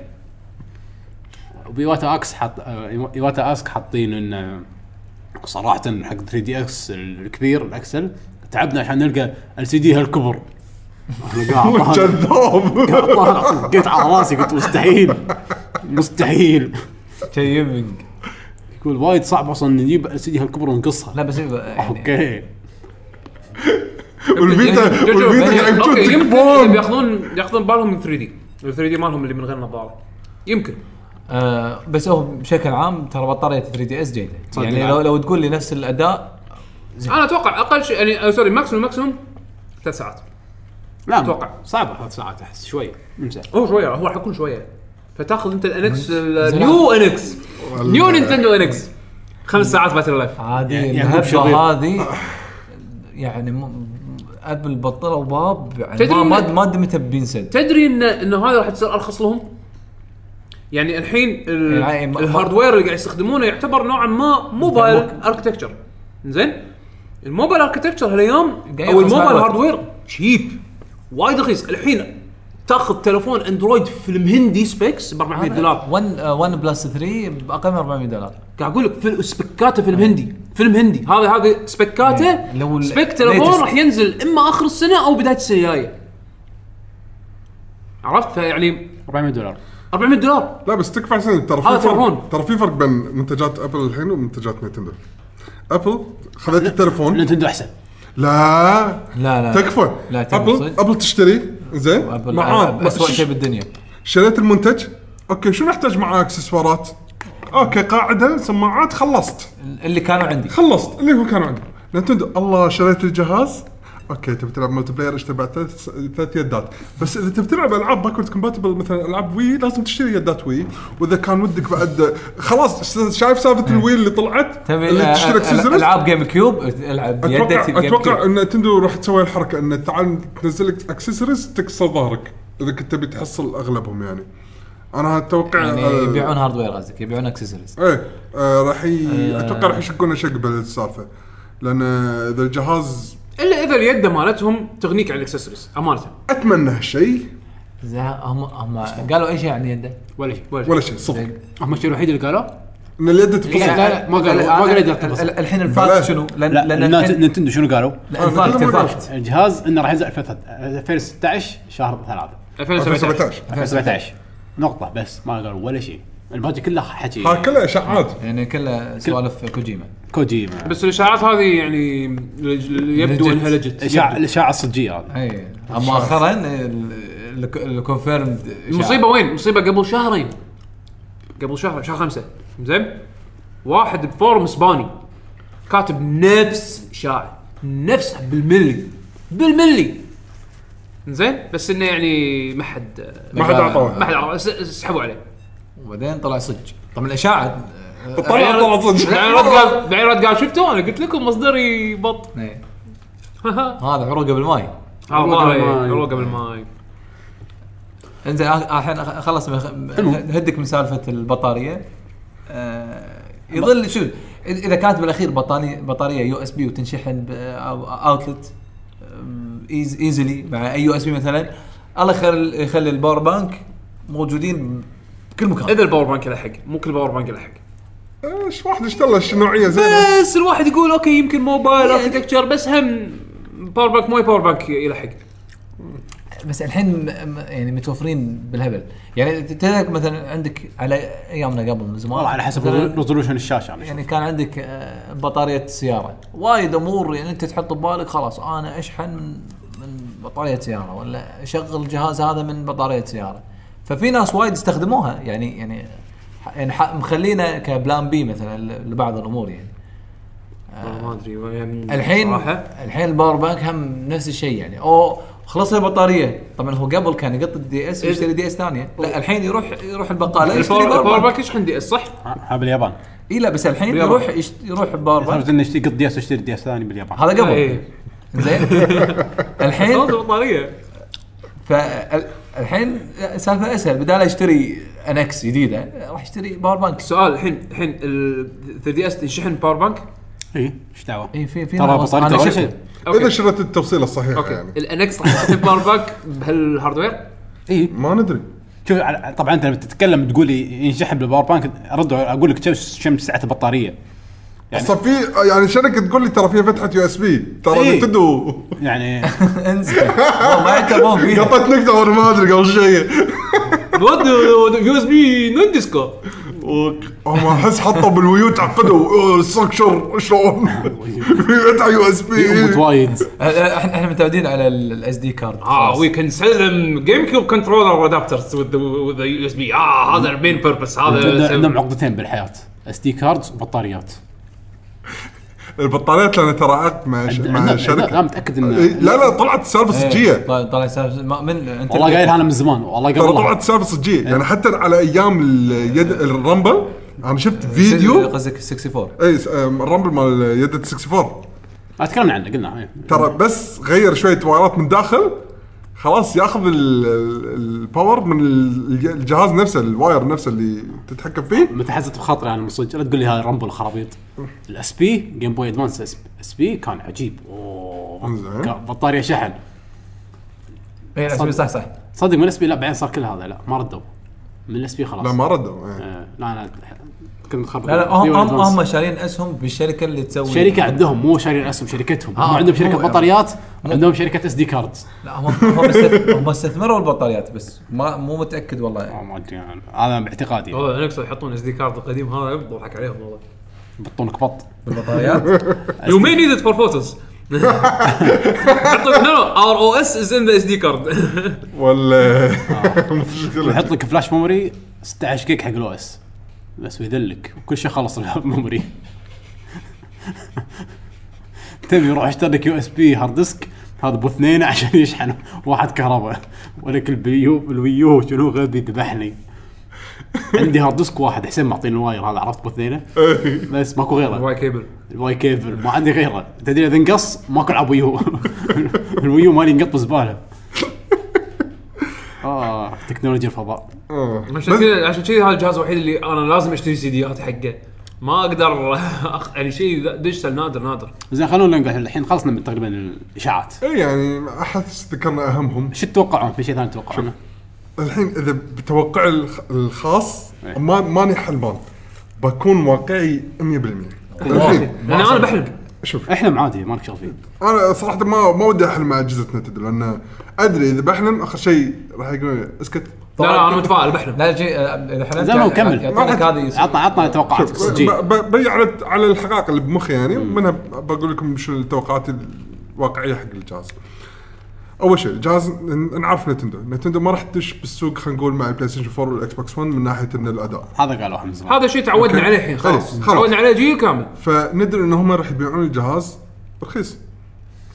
وبيواتا اكس حط آه، يواتا اسك حاطين انه صراحه حق 3 دي اكس الكبير الاكسل تعبنا عشان نلقى ال سي دي هالكبر أنا قاعد طالع-
كذاب
قاعد طالع، قلت على راسي قلت مستحيل مستحيل
شي يبنج
يقول وايد صعب اصلا نجيب ال سي دي هالكبر ونقصها
لا بس يبقى يعني
اوكي
والفيتا
شوف، شوف،
والفيتا
يعني-
قاعد
أوكي،
يمشون
يمكن
تكبون.
ياخذون ياخذون بالهم من 3 دي ال 3 دي مالهم اللي من غير نظاره يمكن
آه بس هو بشكل عام ترى بطاريه 3 دي اس جيده
صدق
يعني
نعم.
لو لو تقول لي نفس الاداء
انا اتوقع اقل شيء يعني آه، سوري ماكسيموم ماكسيموم ثلاث ساعات
لا
أتوقع.
صعبه ثلاث ساعات احس شوي انسى
هو شويه هو راح يكون شويه فتاخذ انت الانكس نيو انكس نيو نينتندو انكس خمس ساعات باتري لايف
عادي
يعني- يعني
الهبه
شرير.
هذه يعني م- ابل بطلوا باب يعني
تدري
ما ما
إن-
ما أدري متى بينسد
تدري ان انه هذا راح تصير ارخص لهم يعني الحين ال-
يعني ما-
الهاردوير اللي قاعد يستخدمونه يعتبر نوعا ما موبايل اركتكتشر زين الموبايل اركتكتشر هالايام
قاعد
او
يرخص مع
الموبايل
الوقت.
هاردوير شيب وايد رخيص الحين تاخذ تلفون اندرويد فيلم هندي سبيكس ب 400 دولار
1 1 بلس 3 باقل من 400 دولار
قاعد اقول لك في سبكاته فيلم هندي فيلم هندي هذا هذا سبكاته
إيه. لو ال-
سبك تلفون
latest.
راح ينزل اما اخر السنه او بدايه السنه الجايه عرفت فيعني
400 دولار
400 دولار
لا بس تكفى حسين ترى
آه،
هذا
في فرق
فرعون.
ترى في فرق بين منتجات ابل الحين ومنتجات نتندو ابل خذت التليفون
نتندو احسن
لا
لا لا
تكفى
لا تكفى
ابل
صدق.
ابل تشتري زين
ابل
معاه
اسوء شيء بالدنيا
شريت المنتج اوكي شو نحتاج معاه اكسسوارات؟ اوكي قاعده سماعات خلصت
اللي كانوا عندي
خلصت اللي هو كان عندي نتندو الله شريت الجهاز اوكي تبي تلعب ملتي بلاير ايش تبع ثلاث ثلاث يدات بس اذا تبي تلعب العاب باكورد كومباتبل مثلا العاب وي لازم تشتري يدات وي واذا كان ودك بعد خلاص شايف سالفه الوي اللي طلعت
تبي
اللي
آه،
تشتري
آه،
اكسسوارز
العاب جيم كيوب العب
اتوقع
بيدك جيم
اتوقع
كيوب
ان نتندو راح تسوي الحركه ان تعال تنزل لك اكسسوارز تكسر ظهرك اذا كنت تبي تحصل اغلبهم يعني انا اتوقع
يعني
آه،
يبيعون هاردوير قصدك يبيعون اكسسوارز
ايه آه راح ي...
آه.
اتوقع راح يشقون شق بالسالفه لان آه، اذا الجهاز
الا اذا اليد مالتهم تغنيك عن الاكسسوارز امانه
اتمنى هالشيء
هم هم قالوا اي شيء يعني عن يده
ولا شيء
ولا شيء صفر
هم الشيء الوحيد اللي قالوا
ان اليد تفصل
إيه. لا، لا، ما قالوا-
الآن-
ما قالوا يده تنفصل.
ال- الحين
بلا.
الفاكت شنو؟ لان
لا
لان الحين-
نت- نتندو شنو قالوا؟
لا،
آه،
الفاكت
نتندو ما
الفاكت
الجهاز انه راح ينزل آه، 2016 شهر 3
2017
2017
2017 نقطة بس ما قالوا ولا شيء الباقي كله حكي
ها كلها اشاعات
يعني كله سوالف كوجيما
كوجيما
بس الاشاعات هذه يعني اللي يبدو
Legit.
انها لجت
يعني-
الاشاعة الاشاعة الصجية هذه
اي مؤخرا الكونفيرمد
المصيبه وين؟ المصيبه قبل شهرين قبل شهر شهر خمسه زين واحد بفورم اسباني كاتب نفس شاعر نفس بالملي بالملي زين بس انه يعني ما حد
ما حد
ما
اعطوها
حد عرف- س- سحبوا عليه
وبعدين طلع صج طبعا الاشاعه
طلع طلع صدق
بعدين رد قال بعدين رد قال شفتوا انا قلت لكم مصدري بط آه،
إيه.
ها
هذا عروقه بالماي
عروقة بالماي.
عروقه بالماي
انزين آه، الحين أخ- خلص بخ- هدك من سالفه البطاريه آه، يظل شوف إذ- اذا كانت بالاخير بطاني بطاريه يو اس بي وتنشحن باوتلت ايزلي مع اي يو اس بي مثلا الله يخلي يخلي الباور بانك موجودين بكل مكان
اذا الباور بانك له حق مو كل باور بانك له حق
ايش آه، واحد اشترى نوعيه
إيه.
زينه
بس الواحد يقول اوكي يمكن موبايل اركتكتشر بس هم باور بانك مو باور بانك يلحق
آه. بس الحين م- م- يعني متوفرين بالهبل يعني ت- تذكر مثلا عندك على ايامنا قبل من زمان
والله على حسب
مثلاً
ريزولوشن الشاشة أنا أشوف.
يعني كان عندك آه، بطاريه سياره وايد امور يعني انت تحط ببالك خلاص انا اشحن من من بطاريه سياره ولا اشغل الجهاز هذا من بطاريه سياره ففي ناس وايد استخدموها يعني يعني ح- يعني ح- مخلينا كبلان بي مثلا ل- لبعض الامور يعني
والله ما يعني ادري وين-
الحين
صراحه
الحين الباور بانك هم نفس الشيء يعني او خلص البطاريه طبعا هو قبل كان يقط الدي اس ويشتري دي اس ثانيه لا الحين يروح يروح البقاله يشتري
الباور
باور
الباور
بانك
بانك يشحن دي اس صح؟
ها ها باليابان
اي لا بس الحين
باليابان.
يروح يشت- يروح باور بانك
صارت انه يشتري قط دياس واشتري دياس ثاني باليابان
هذا قبل
إيه.
زين
خلاص
الحين
البطاريه
فال الحين سالفه اسهل بدال اشتري انكس جديده راح اشتري باور بانك
سؤال الحين الحين ال 3 دي اس تنشحن باور بانك
اي ايش دعوه؟
اي إيه، في في
إيه، ترى بطاريته ولا شيء
اذا شريت التفصيله الصحيحه
اوكي
يعني
الانكس راح ينشحن باور بانك بهالهاردوير
اي
ما ندري
شوف على- طبعا انت لما تتكلم تقول لي ينشحن بالباور بانك ارد اقول لك كم كم سعه البطاريه يعني-
اصلا في يعني شركه تقول لي ترى فيها فتحه يو اس بي ترى
إيه.
نتندو
يعني
انزين والله ما يعتبرون
إيه.
فيها
قطت نقطه وانا ما ادري قبل شيء
يو اس بي نون ديسكو
هم احس حطوا بالويو تعقدوا ستراكشر شلون في فتحه يو اس بي
يقمت وايد
احنا احنا متعودين على الاس دي كارد
اه وي كان سيل جيم كيوب كنترولر ادابترز وذ يو اس بي اه هذا المين بيربس
عندنا- عندهم
هذا
عقدتين بالحياه اس دي كاردز وبطاريات
البطاريات لان ترى عقد مع ش-
عندنا-
مع
عندنا- انا
شركه
متاكد
إيه،
انه
لا لا إيه. طلعت سالفه صجيه
طلع إيه. سالفة- ما- من انت
والله قايلها انا من زمان والله
ترى
قبل
طلعت سالفه صجيه يعني حتى على ايام اليد الرامبل انا شفت فيديو
قصدك 64
اي س- آم، الرامبل مال يد 64
تكلمنا عنه قلنا إيه.
ترى بس غير شويه وايرات من داخل خلاص ياخذ ال- ال- الباور من ال- الجهاز نفسه الواير نفسه اللي تتحكم فيه
متحسس بخاطري انا من صدق لا تقول لي هاي رامبل خرابيط الاس بي جيم بوي ادفانس اس بي كان عجيب اوه
زين.
كان بطاريه شحن
اي إيه، لا، صح صح
صدق من الاس بي لا بعدين صار كل هذا لا ما ردوا من الاس بي خلاص
لا ما ردوا إيه.
آه، لا انا كنت مخرب
لا لا هم
بيور
هم
أدفانس.
هم شارين اسهم بالشركه اللي تسوي
شركه عندهم مو شاريين اسهم شركتهم
آه،
هم عندهم
مو-
شركه
مو-
بطاريات
مو-
عندهم شركه اس دي كاردز
لا هم هم است- هم استثمروا البطاريات بس ما مو متاكد والله
آه، ما ادري أنا- هذا باعتقادي
والله الانكس يحطون اس دي كارد القديم هذا ضحك عليهم والله
بطونك بط
بالبطاريات
يو مي نيد ات فور فوتوز حطوا نو ار او اس از ان ذا اس دي كارد
ولا آه. مشكله
يحط لك فلاش ميموري 16 جيج حق الاو اس بس ويذلك وكل شيء خلص الميموري تبي روح اشتري لك يو اس بي هارد ديسك هذا بو اثنين عشان يشحن واحد كهرباء ولك البيو الويو شنو غبي ذبحني عندي هارد ديسك واحد حسين معطيني الواير هذا عرفت بو اثنين بس ماكو غيره
واي كيبل
الواي كيبل ما عندي غيره تدري اذا انقص ماكو العب ويو الويو مالي انقط بزباله اه تكنولوجيا الفضاء
آه.
عشان كذا عشان كذا هذا الجهاز الوحيد اللي انا لازم اشتري سيديات حقه ما اقدر أخ- يعني شيء ديجيتال نادر نادر
زين خلونا ننقل الحين خلصنا من تقريبا الاشاعات
اي يعني احس ذكرنا اهمهم
شو تتوقعون في شيء ثاني تتوقعونه؟
الحين اذا بتوقعي الخ- الخاص
إيه.
ما ماني حلمان بكون واقعي 100% الحين
لان انا بحلم
شوف
احلم عادي ما لك شغل فيه
انا صراحه ما ما ودي احلم مع اجهزه نتندو لان ادري اذا بحلم اخر شيء راح يقولون لي اسكت
لا لا انا متفائل بحلم
لا شيء اذا حلمت يعني
زين، ما نكمل.
يعطونك هذه
عطنا عطنا توقعاتك سجي
ب- ب- بي على على الحقائق اللي بمخي يعني ومنها ب- بقول لكم شنو التوقعات الواقعيه حق الجهاز. اول شيء الجهاز ن- نعرف نتندو، نتندو ما راح تدش بالسوق خلينا نقول مع البلاي ستيشن 4 والاكس بوكس 1 من ناحيه ان الاداء،
هذا قالوها من زمان
هذا شيء تعودنا عليه الحين خلاص
خلاص.
تعودنا عليه جيل كامل
فندري ان هم راح يبيعون الجهاز رخيص.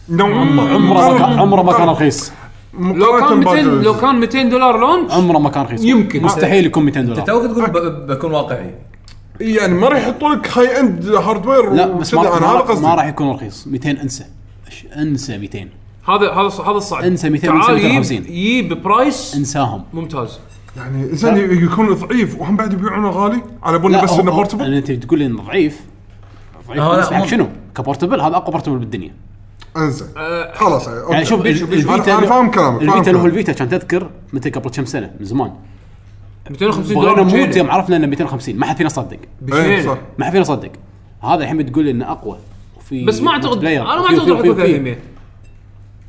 نوعا ما
عمره ما كان عمره ما كان رخيص
لو كان
مقارنة
200
بال-
لو كان 200 دولار لونش
عمره ما كان رخيص
يمكن.
مستحيل يكون 200 دولار
توك تقول ب- بكون واقعي
يعني ما راح يحطوا لك هاي اند هاردوير
لا بس ما
وكذا، انا هذا
ما- ما
قصدي
راح يكون رخيص 200 انسى إيش- انسى 200
هذا هذا الص- هذا الصعب
انسى 200
تعال
انسى
يجيب
250.
يجيب برايس
انساهم
ممتاز
يعني الانسان يكون ضعيف وهم بعد يبيعونه غالي على بالنا
لا
بس
هو-
انه
هو-
بورتبل
يعني انت تقول لي انه ضعيف ضعيف
لا،
بالنسبه
مو-
حق شنو؟ كبورتبل هذا اقوى بورتبل بالدنيا
انزل
آه،
خلاص
يعني شوف ال- الفيتا
الفيتا انا فاهم كلامك فاهم
الفيتا اللي هو
كلامك.
الفيتا كان تذكر متى قبل كم سنه من زمان
250
بغينا
دولار
نموت
بشينة.
يوم عرفنا انه 250 ما حد فينا صدق
ايه
بشينة.
صح
ما حد فينا صدق هذا الحين بتقول لي انه اقوى وفي
بس ما اعتقد
multiplayer
انا ما
وفي-
اعتقد راح
وفي-
يكون
وفي-
300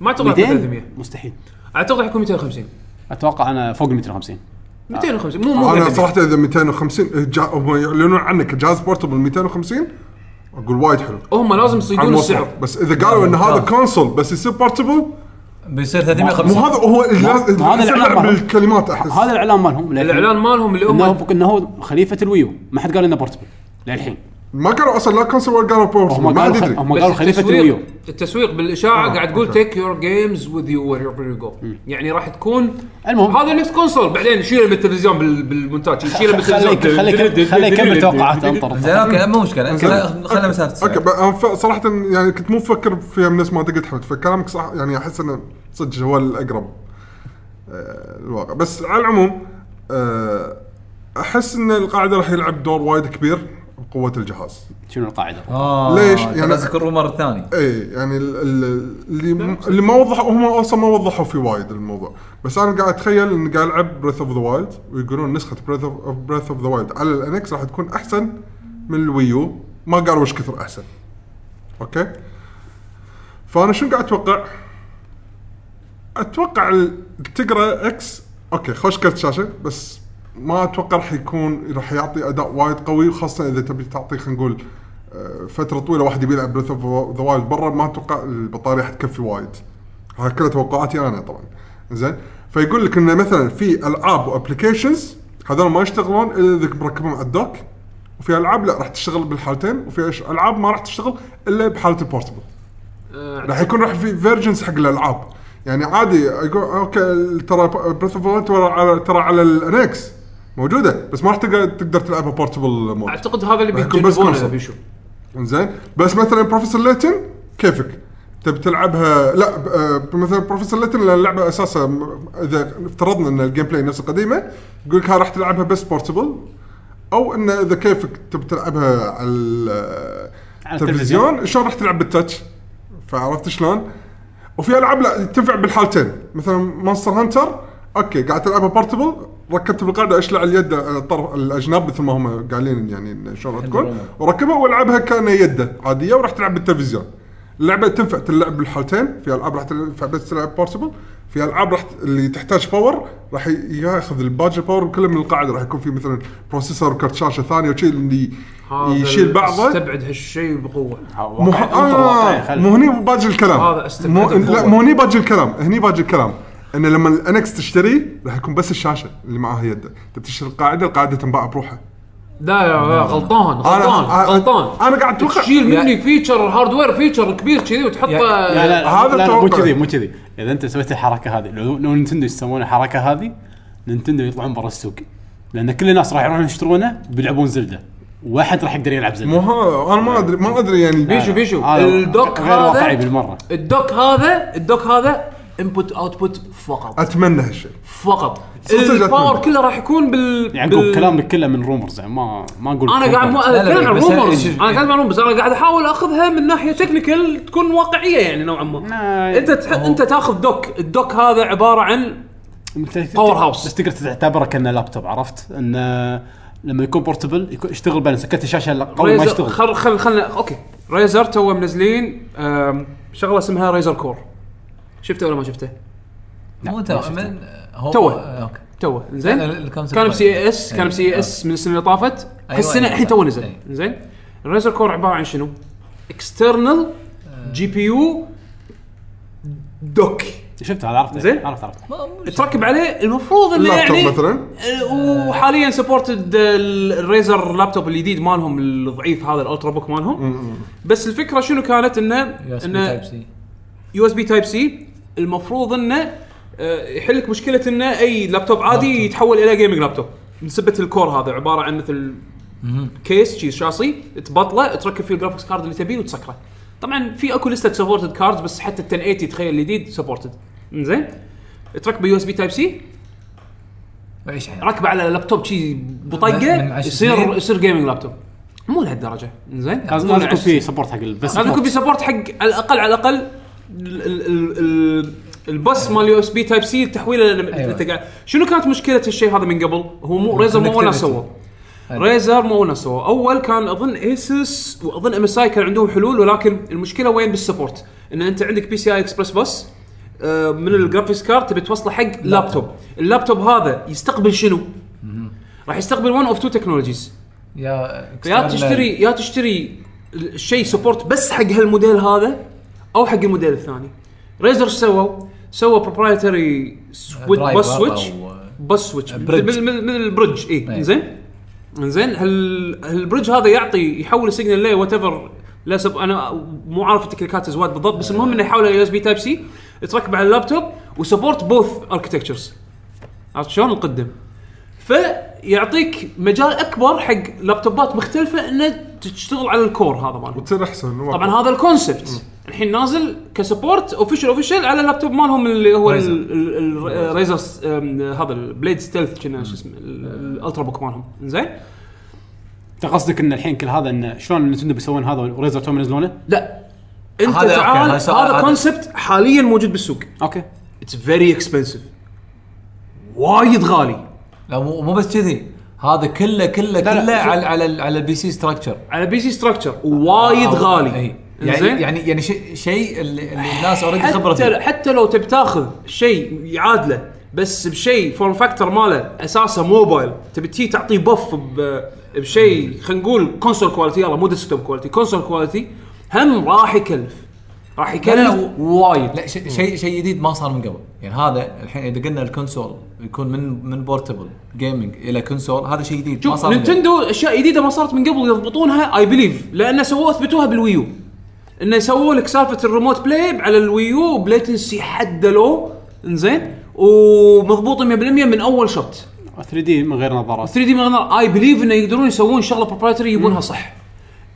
ما اعتقد راح
200
يكون 300
مستحيل
اعتقد راح يكون 250
آه. اتوقع انا فوق ال 250
250 مو مو
انا
300.
صراحه اذا 250 جا- هم يعلنون عنك جهاز بورتبل 250 اقول وايد حلو
هم لازم
على
يصيدون
الموسم.
السعر
بس اذا قالوا ان هذا كونسول بس يصير بورتبل
بيصير
مو
350
هذا هو الجهاز-
ما هذا الإعلان
اللعب
مالهم.
بالكلمات احس
هذا الاعلان مالهم للحين.
الاعلان مالهم اللي
انه
هم
هو- انه هو خليفه الويو ما حد قال انه بورتبل للحين
ما كانوا اصلا لا كونسول ولا قالوا بورتبل
هم
ما حد
قالوا
يدري
هم قالوا خليفه الويو
التسويق بالاشاعه
آه،
قاعد تقول
أوكي.
تيك يور جيمز وذ يو وير يو جو يعني راح تكون
المهم.
هذا نفس كونسول بعدين شيله من التلفزيون بال- بالمونتاج شيله من التلفزيون
خليك خليك خليك كمل توقعات
زين
انطر
اوكي مو مشكله خلينا خلينا مسافه
اوكي
السعر.
ب- أنا ف- صراحه يعني كنت مو مفكر فيها من نفس ما انت قلت حمد فكلامك صح يعني احس انه صدق هو الاقرب آه، الواقع بس على العموم آه، احس ان القاعده راح يلعب دور وايد كبير بقوه الجهاز
شنو القاعده؟
اه
ليش؟
يعني
يعني-
قصدك الرومر الثاني
ايه يعني ال- ال- اللي اللي ما وضحوا هم اصلا ما وضحوا في وايد الموضوع بس انا قاعد اتخيل اني قاعد العب بريث اوف ذا وايلد ويقولون نسخه بريث اوف بريث اوف ذا وايلد على الانكس راح تكون احسن من الويو ما قالوا ايش كثر احسن اوكي فانا شنو قاعد اتوقع؟ اتوقع ال- تقرا اكس اوكي خوش كرت شاشه بس ما اتوقع راح يكون راح يعطي اداء وايد قوي وخاصه اذا تبي تعطي خلينا نقول آه، فتره طويله واحد يبي يلعب بريث اوف ذا وايلد برا ما اتوقع البطاريه حتكفي وايد هاي كلها توقعاتي انا طبعا زين فيقول لك انه مثلا في العاب وابلكيشنز هذول ما يشتغلون الا اذا مركبهم على الدوك وفي العاب لا راح تشتغل بالحالتين وفي أش- العاب ما راح تشتغل الا بحاله البورتبل راح يكون راح في فيرجنز حق الالعاب يعني عادي يقول اوكي ترى بريث اوف ترى على ترى على الانكس موجوده بس ما راح تقدر تقدر تلعبها بورتبل مود
اعتقد هذا اللي
راح يكون بس
بيجربونه
كونسول.
بيشوف
زين بس مثلا بروفيسور ليتن كيفك تبي تلعبها لا ب- آه، مثلا بروفيسور ليتن لأن اللعبه اساسها م- اذا افترضنا ان الجيم بلاي نفس القديمه يقول لك ها راح تلعبها بس بورتبل او ان اذا كيفك تبي تلعبها على ال-
على
التلفزيون شلون راح تلعب بالتاتش فعرفت شلون؟ وفي العاب لا تنفع بالحالتين مثلا مونستر هانتر اوكي قاعد تلعبها بورتبل ركبت بالقاعده اشلع اليد على الطرف الأجناب مثل ما هم قايلين يعني إن شلون راح تكون
الرومة.
وركبها والعبها كان يده عاديه وراح تلعب بالتلفزيون اللعبه تنفع تلعب بالحالتين في العاب راح تنفع بس تلعب بورتبل في العاب راح ت- اللي تحتاج باور راح ي- ياخذ الباج باور كله من القاعده راح يكون في مثلا بروسيسور وكرت شاشه ثانيه وشي اللي
هذا
يشيل بعضه
استبعد هالشيء بقوه
واقع-
مو
انطر واقعي،
آه
خل-
مو هني باجي الكلام
هذا استبعد
مو لا
القوة.
مو هني باجي الكلام هني باجي الكلام انه لما الانكس تشتري راح يكون بس الشاشه اللي معاها يده انت بتشتري القاعده القاعده تنباع بروحها
لا يا لا، غلطان غلطان
أنا-
غلطان
انا قاعد اتوقع
تشيل
يا-
مني فيتشر هاردوير فيتشر كبير كذي وتحطه
يعني- لا لا
هذا
هذا لا, لا مو
التوقع.
كذي مو كذي اذا انت سويت الحركه هذه لو, لو نينتندو يسوون الحركه هذه نينتندو يطلعون برا السوق لان كل الناس راح يروحون يشترونه بيلعبون زلده واحد راح يقدر يلعب
مو
زلده
ها انا ما ادري ما ادري يعني
بيشو بيشو
هذا
الدوك
غير واقعي
هذا
بالمره
الدوك هذا الدوك هذا انبوت اوتبوت فقط
اتمنى هالشيء
فقط
صدق
الباور
أتمنى.
كله راح يكون بال
يعقوب
بال-
كلامك يعني كله من رومرز يعني ما ما اقول
انا قاعد مو
confirmed.
انا
لا،
اتكلم عن
بس
رومرز
إيش-
انا قاعد عن رومرز انا قاعد احاول اخذها من ناحيه تكنيكال تكون واقعيه يعني نوعا ما
لا،
انت تح... انت تاخذ دوك الدوك هذا عباره عن
مثل-
باور هاوس.
بس تقدر تعتبره كانه لابتوب عرفت انه لما يكون بورتبل يكون يشتغل بين سكت الشاشه لا- قوي ما
ريزر-
يشتغل
خل خل خلنا اوكي ريزر تو منزلين آم، شغله اسمها ريزر كور شفته ولا ما شفته؟
لا،
مو
ما
تو
شفته.
من هو
توه.
آه، اوكي
توه زين
لا، لا، الكونسبت
كان بسي اي اس
أي.
كان بسي اي اس من السنه اللي طافت
آه. أيوة،
هالسنه
أيوة،
الحين
صح.
تو نزل
أي.
زين الريزر كور عباره عن شنو؟ اكسترنال
آه.
جي بي يو دوك
شفت هذا عرفت
زين.
عرفت عرفت
ما- مو شيء.
تركب عليه المفروض انه
اللابتوب
يعني
مثلاً.
آه، وحاليا سبورتد الريزر اللابتوب الجديد مالهم الضعيف هذا الالترا بوك مالهم بس الفكره شنو كانت انه
USB
انه
Type C.
يو اس بي تايب سي المفروض انه آه، يحل لك مشكله انه اي لابتوب عادي
لابتوب.
يتحول الى جيمنج لابتوب مثبت الكور هذا عباره عن مثل كيس شي شاصي تبطله تركب فيه الجرافكس كارد اللي تبيه وتسكره طبعا في اكو لسته سبورتد كاردز بس حتى ال 1080 تخيل الجديد سبورتد زين تركبه يو اس بي تايب سي
وعيش حياتك
ركبه على لابتوب شي
من- من
بطقه
عشر
يصير
سنين.
يصير جيمنج لابتوب مو لهالدرجه زين
لازم لازم يكون في سبورت حق البس
لازم يكون في سبورت حق على الاقل على الاقل ال- ال- ال- ال- البس مال يو اس بي تايب سي تحويله
أيوة.
أيوة. شنو كانت مشكله هالشيء هذا من قبل؟ هو مو ريزر مو ولا
Connectivity.
سوى
أيوة.
ريزر مو ولا سوى اول كان اظن ايسس واظن ام اس اي كان عندهم حلول ولكن المشكله وين بالسبورت؟ ان انت عندك بي سي اي اكسبرس بس آه، من الجرافيكس كارد تبي توصله حق لابتوب اللابتوب هذا يستقبل شنو؟ راح يستقبل ون اوف تو تكنولوجيز
يا
يا
external-
تشتري يا تشتري الشيء سبورت بس حق هالموديل هذا او حق الموديل الثاني ريزر ايش سووا؟ سووا بروبرايتري
Driver
بس سويتش
أو- إيه.
بس سويتش
بريدج.
من, من, من البرج اي
أي.
زين زين إيه، هال هالبرج هذا يعطي يحول السيجنال لي وات ايفر لا سب... انا مو عارف التكنيكات الزواد بالضبط بس المهم انه يحوله يو اس بي تايب سي تركب على اللابتوب وسبورت بوث اركتكتشرز عرفت شلون نقدم فيعطيك مجال اكبر حق لابتوبات مختلفه انه تشتغل على الكور هذا ماله
وتصير احسن واقع.
طبعا هذا الكونسبت الحين نازل كسبورت اوفيشال اوفيشال على اللابتوب مالهم اللي هو
Razer.
الريزر هذا البليد ستيلث كنا شو اسمه ال- الالترا بوك مالهم زين
انت يعني قصدك ان الحين كل هذا ان شلون نتندو بيسوون هذا وريزر توم ينزلونه؟
لا انت
هذا-
تعال
أوكي، هذا سؤال-
هذا
هذا-
كونسبت حاليا موجود بالسوق
اوكي
اتس فيري اكسبنسيف وايد غالي
لا مو مو بس كذي هذا كله كله
لا،
كله
شوف.
على على ال- على البي سي ستراكشر
على بي سي ستراكشر وايد غالي
آه، يعني
إنزين؟
يعني يعني شيء شيء اللي, اللي الناس اوريدي خبره
حتى
فيه
حتى لو تبي تاخذ شيء يعادله بس بشيء فورم فاكتور ماله اساسه موبايل تبي تي تعطيه بف ب- بشيء خلينا نقول كونسول كواليتي يلا مو ديسكتوب كواليتي كونسول كواليتي هم راح يكلف راح يكلف
لا،
وايد
لا شيء شيء شيء جديد ما صار من قبل يعني هذا الحين اذا قلنا الكونسول يكون من من بورتبل جيمنج الى كونسول هذا شيء جديد ما
شوف
صار من قبل.
نينتندو اشياء جديده ما صارت من قبل يضبطونها اي بليف لان سووا اثبتوها بالويو انه سووا لك سالفه الريموت بلاي على الويو بليتنسي حد لو انزين ومضبوط 100% من اول شوت
3 دي آه، من غير نظارات
3 دي من اي بليف انه يقدرون يسوون شغله بروبرايتري يبونها صح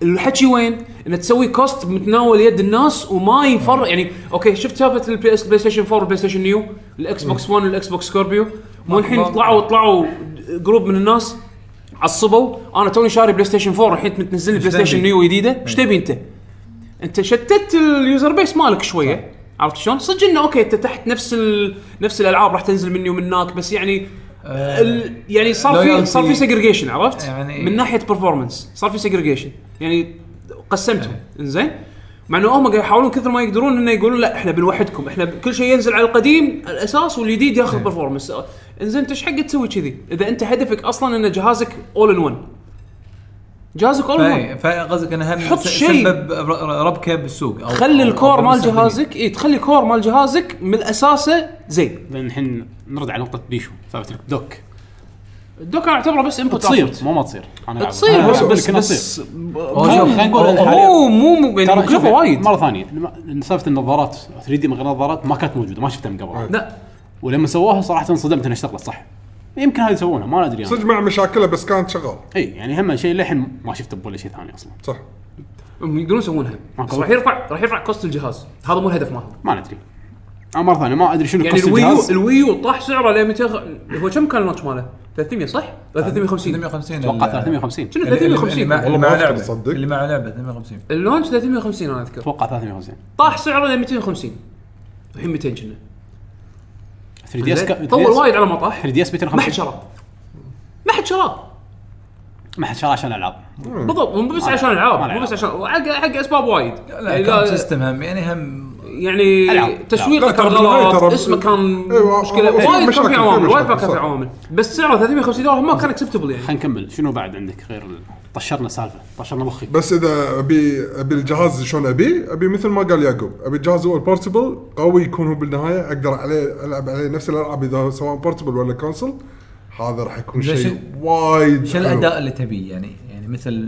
الحكي وين؟ ان تسوي كوست متناول يد الناس وما يفر يعني اوكي شفت سالفه البي اس بلاي ستيشن 4 والبلاي ستيشن نيو الاكس بوكس 1 والاكس بوكس سكوربيو مو الحين
ما-
طلعوا طلعوا جروب من الناس عصبوا انا توني شاري بلاي ستيشن 4 الحين انت بتنزل لي بلاي
تبي؟
ستيشن نيو جديده ايش تبي انت؟ انت شتت اليوزر بيس مالك شويه عرفت شلون؟ صدق انه اوكي انت تحت نفس ال... نفس الالعاب راح تنزل مني ومناك بس يعني
آه.
ال... يعني صار في
Loyalty.
صار في سيجريجيشن عرفت؟ يعني
يعني-
من ناحيه برفورمانس صار في سيجريجيشن يعني قسمتهم
آه.
انزين مع انه هم قاعد يحاولون كثر ما يقدرون انه يقولون لا احنا بنوحدكم احنا ب- كل شيء ينزل على القديم الاساس والجديد ياخذ
آه.
برفورمانس انزين انت ايش حق تسوي كذي؟ اذا انت هدفك اصلا ان جهازك اول ان 1 جهازك اول ان 1
فاي- فقصدك انه هم
حط
س-
شيء.
سبب ر- ر- ربكه بالسوق أو-
خلي
أو-
الكور
أو
مال
بالمستخدمين.
جهازك اي تخلي الكور مال جهازك من اساسه زين
لان الحين نرد على نقطه بيشو سالفه الدوك
الدوك انا اعتبره بس انبوت
تصير مو ما تصير انا ألعب. أنا
تصير بس
أقول لك
بس,
إنها
بس
هو شوف، خلينا نقول
الحالية.
مو مو مو- يعني
ترى شوف،
مكلفه وايد
مره ثانيه لما- سالفه النظارات 3 دي من غير نظارات ما كانت موجوده ما شفتها من قبل
لا
ولما سووها صراحه انصدمت انها اشتغلت صح يمكن هذا يسوونها ما ادري يعني.
صدق مع مشاكله بس كانت شغال
اي يعني هم شيء للحين ما شفته بولا شيء ثاني اصلا
صح
هم يقدرون يسوونها
ما
بس
قبل.
راح يرفع راح يرفع كوست الجهاز هذا مو الهدف مالهم
ما ندري انا مره ثانيه ما ادري شنو
يعني
قصة
الويو
الجهاز.
الويو طاح سعره ل 200 غ- هو كم كان اللونش ماله؟ 300 صح؟
آه،
ولا 350
350
اتوقع
ال-
350
شنو
اللي- اللي- اللي مع-
يعني
350
والله
اللي
ما
مع
أذكر
لعبه
تصدق.
اللي مع لعبه 350
اللونش 350 انا اذكر
اتوقع 350
طاح سعره ل 250 الحين 200 كنا
3 دي اس
زين؟ طول وايد على ما طاح
3 دي اس
ما حد
250
شراه ما حد شراه
ما حد شراه عشان العاب
بالضبط مو بس عشان
ما
العاب
لا
مو بس عشان حق حق اسباب وايد
لا
يعني
كان
لا-
سيستم هم يعني هم
يعني
ألعاب.
تسويقه
لا،
كان
ترى بالنهاية
غلط
ترى-
اسمه كان
أيوة،
مشكله
أيوة،
وايد كان
مشاكل،
في
في
عوامل وايد
مشاكل،
كان في
صح.
عوامل بس سعره 350 دولار ما كان اكسبتبل يعني
خلينا نكمل شنو بعد عندك غير ال- طشرنا سالفه طشرنا مخي
بس اذا ابي ابي الجهاز شلون ابي ابي مثل ما قال يعقوب ابي الجهاز هو البورتبل قوي يكون هو بالنهايه اقدر عليه العب عليه نفس الالعاب اذا سواء بورتبل ولا كونسل هذا راح يكون
زين،
شيء وايد
شو
أيوه.
حلو.
الاداء اللي تبيه يعني يعني مثل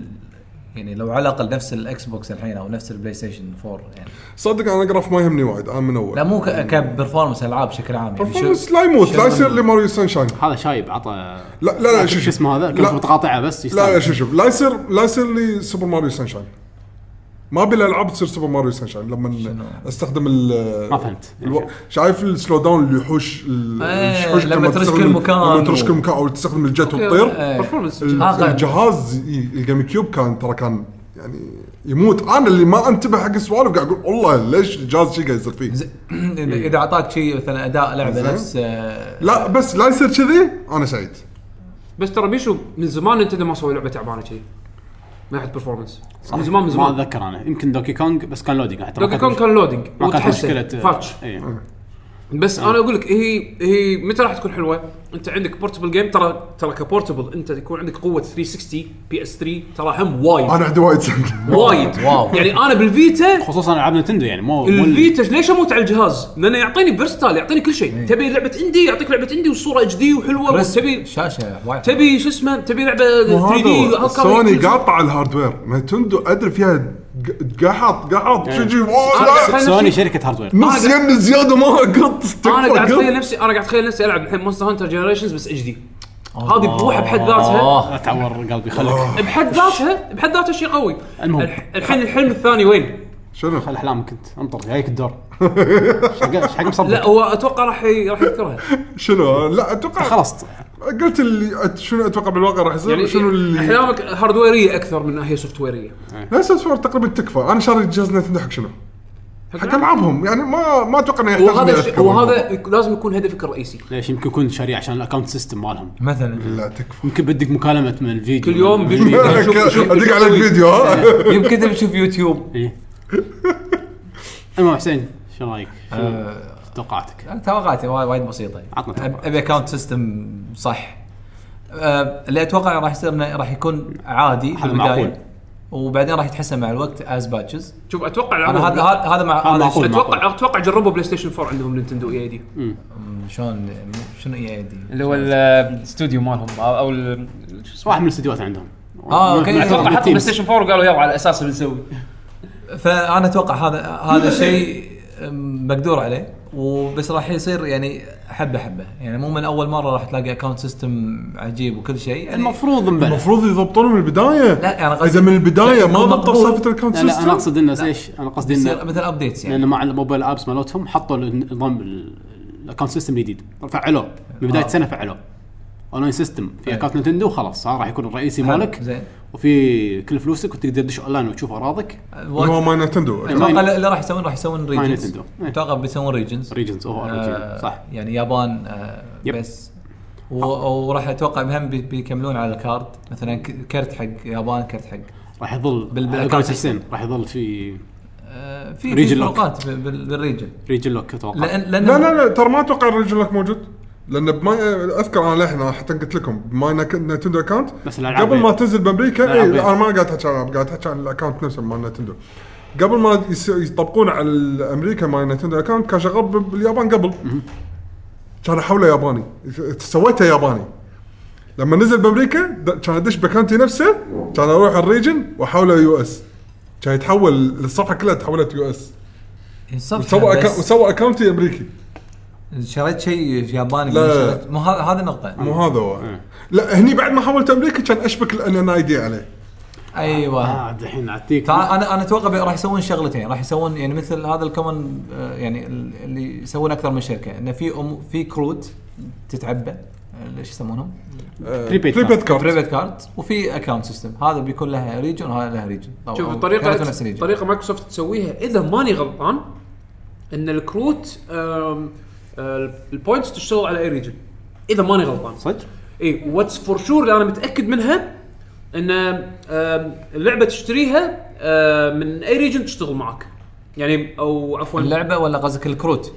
يعني لو على الاقل نفس الاكس بوكس الحين او نفس البلاي ستيشن 4 يعني
صدق انا اقرف ما يهمني وايد انا من
لا
اول
مو ك- كبرفورمانس العاب بشكل عام يعني شو-
برفورمانس لا يموت
شو
لا
ال-
يصير لي ماريو سانشاين
هذا شايب عطى
لا لا لا شو
شو اسمه هذا كلمه
لا
متقاطعه بس
لا لا
يستاهل.
شوف شوف لا يصير لا يصير لي سوبر ماريو سانشاين ما ابي الالعاب تصير سوبر ماريو سانشاين لما استخدم ال
ما فهمت.
الو... شايف السلو داون اللي يحوش ال-
إيه،
الوحوش
لما ترش
تستخدم-
كل مكان
لما ترش
و-
كل مكان او تستخدم الجت وتطير
إيه.
برفورمنس
ال-
آه، قاعد.
الجهاز ي- الجيم كيوب كان ترى كان يعني يموت انا اللي ما انتبه حق السوالف قاعد اقول والله ليش الجهاز شي قاعد يصير فيه
ز- إذا- اذا اعطاك شيء مثلا اداء
زين.
لعبه نفس آه،
لا بس لا يصير كذي انا سعيد
بس ترى بيشو من زمان نتندو ما سوي لعبه تعبانه كذي من ناحيه برفورمنس من زمان من
ما
زمان
اتذكر انا يمكن دوكي كونج بس كان لودينج حتى ما
دوكي
كانت
كون كان لودنج
ما كانت
وتحسن،
مشكله
فاتش
إيه.
بس انا اقول لك هي هي متى راح تكون حلوه؟ انت عندك بورتبل جيم ترى ترى كبورتبل انت يكون عندك قوه 360 بي اس 3 ترى هم وايد
انا عندي وايد
وايد
واو.
يعني انا بالفيتا
خصوصا العاب نتندو يعني مو مو ال-
الفيتا ليش اموت على الجهاز؟ لانه يعطيني برستال يعطيني كل شيء، تبي لعبه اندي يعطيك لعبه اندي وصوره اتش دي وحلوه
رسم،
تبي
شاشه وايد
تبي شو اسمه تبي لعبه 3 دي
وهذا سوني قاطع الهاردوير نتندو ادري فيها قحط قحط شو يجي واو،
أنا-
لا،
خلينا
سوني
نشوف.
شركه هاردوير
نص
أنا-
ين زياده ما قط
انا قاعد اتخيل
قط.
نفسي انا قاعد اتخيل نفسي العب الحين مونستر هانتر جنريشنز بس اتش دي هذه بروحها بحد ذاتها
آه، تعور قلبي
آه.
خلك
بحد ذاتها بحد ذاتها شيء قوي
المهم.
الح- الحين الحلم الثاني وين؟
شنو؟
خل احلامك انت انطر جايك الدور ايش حق
لا
مصدق
هو اتوقع راح ي- راح يذكرها
شنو؟ لا اتوقع
خلاص
قلت اللي أت- شنو اتوقع بالواقع راح يصير
يعني
شنو اللي
احلامك هاردويريه اكثر من هي سوفت ويريه
نفس الصور تقريبا تكفى انا شاري جهاز نتندو حق شنو؟ حق العابهم يعني ما ما اتوقع انه يحتاج
وهذا
إني
الشيء-
أذكر والله.
وهذا يك- لازم يكون هدفك الرئيسي
ليش يمكن يكون شريع عشان الاكونت سيستم مالهم
مثلا
لا تكفى
يمكن بدك مكالمه من الفيديو
كل يوم
من
فيديو.
الفيديو.
إيه، شوف- شوف-
ادق على الفيديو ها
يمكن تبي تشوف يوتيوب
إيه. المهم حسين شو رايك؟ شو
آه،
توقعاتك؟
أنا توقعاتي وا- وايد بسيطه
عطنا توقعات.
ابي اكونت سيستم صح آه، اللي اتوقع راح يصير انه راح يكون عادي
هذا
بالبداية.
معقول.
وبعدين راح يتحسن مع الوقت از باتشز
شوف اتوقع
انا
العاب
هذا هذا هذا مع
هذا
هذا
معقول.
اتوقع اتوقع جربوا بلاي ستيشن 4 عندهم E نينتندو اي دي
شلون- شلون شنو اي دي
اللي هو الاستوديو مالهم أو- او ال- شو اسمه
واحد من الاستديوهات عندهم
آه، أوكي.
من- من-
اتوقع
من
حطوا بلاي
إيه، Teams.
ستيشن 4 وقالوا يلا على اساسه بنسوي
فانا اتوقع هذا هذا شيء أم، مقدور عليه وبس راح يصير يعني حبه حبه يعني مو من اول مره راح تلاقي اكونت سيستم عجيب وكل شيء يعني
المفروض مبلغ
المفروض يضبطونه من البدايه
لا، أنا قصدي-
اذا من البدايه
لا،
ما
يكون
ضبطوا
مقبول.
سالفه الكاونت
لا لا انا اقصد انه ايش انا قصدي
يصير
انه
مثل ابديتس يعني
لان مع الموبايل ابس مالتهم حطوا النظام ال- الاكونت سيستم الجديد فعلوه من بدايه
آه.
سنه فعلوه اونلاين سيستم في
أي.
اكونت نينتندو خلاص هذا راح يكون الرئيسي مالك
زين
وفي كل فلوسك وتقدر تدش اونلاين وتشوف اراضك
اللي هو
اتوقع
ماي نتندو
ما-
اللي راح يسوون راح يسوون ريجنز
نتندو. إيه.
اتوقع بيسوون ريجنز
ريجنز اوه آه صح
يعني يابان آه
يب.
بس و- وراح اتوقع مهم بي- بيكملون على الكارد مثلا ك- كرت حق يابان كرت حق
راح يظل
بال-
على قولة
بالأكونت
حسين راح يظل في
آه في في
ريجن لوك.
فروقات بال- بال- بالريجن
ريجن لوك اتوقع
لان لان
لا لا لا ترى ما اتوقع الرجل لك موجود لان بماي اذكر انا لحنا حتى قلت لكم بماي نك- نتندو اكونت
بس الألعاب
قبل ما
غير.
تنزل بامريكا اي
الألعاب غير.
انا ما قاعد احكي عن الألعاب، قاعد احكي عن الاكونت نفسه مال نتندو قبل ما يس- يطبقون على امريكا ماي نتندو اكونت كان شغال ب- باليابان قبل كان حوله ياباني سويته ياباني لما نزل بامريكا د- كان ادش باكونتي نفسه كان اروح الريجن واحوله يو اس كان يتحول الصفحه كلها تحولت يو اس وسوى
سوى
أكا- وسوى اكونتي امريكي
شريت شيء ياباني
لا.
شريت- مو ه- هذا
مو
نقطة
هذا هو
إيه.
لا هني بعد ما حولت امريكا كان اشبك الان ان اي دي عليه
ايوه
آه، الحين اعطيك
فانا انا اتوقع بي- راح يسوون شغلتين راح يسوون يعني مثل هذا الكومن آه، يعني ال- اللي يسوون اكثر من شركه انه في أم في كروت تتعبى آه، ايش يسمونهم؟ آه،
آه،
prepaid
بريبيد كارد
برايفت كارد وفي اكونت سيستم هذا بيكون لها ريجن وهذا لها ريجن
شوف
طريقه
الطريقه
نفس الريجن
طريقه مايكروسوفت تسويها اذا ماني غلطان ان الكروت البوينتس تشتغل على اي ريجن اذا ماني غلطان
صدق؟
اي واتس فور شور اللي انا متاكد منها ان آم، اللعبه تشتريها آم، من اي ريجن تشتغل معك يعني او عفوا
اللعبه ولا قصدك الكروت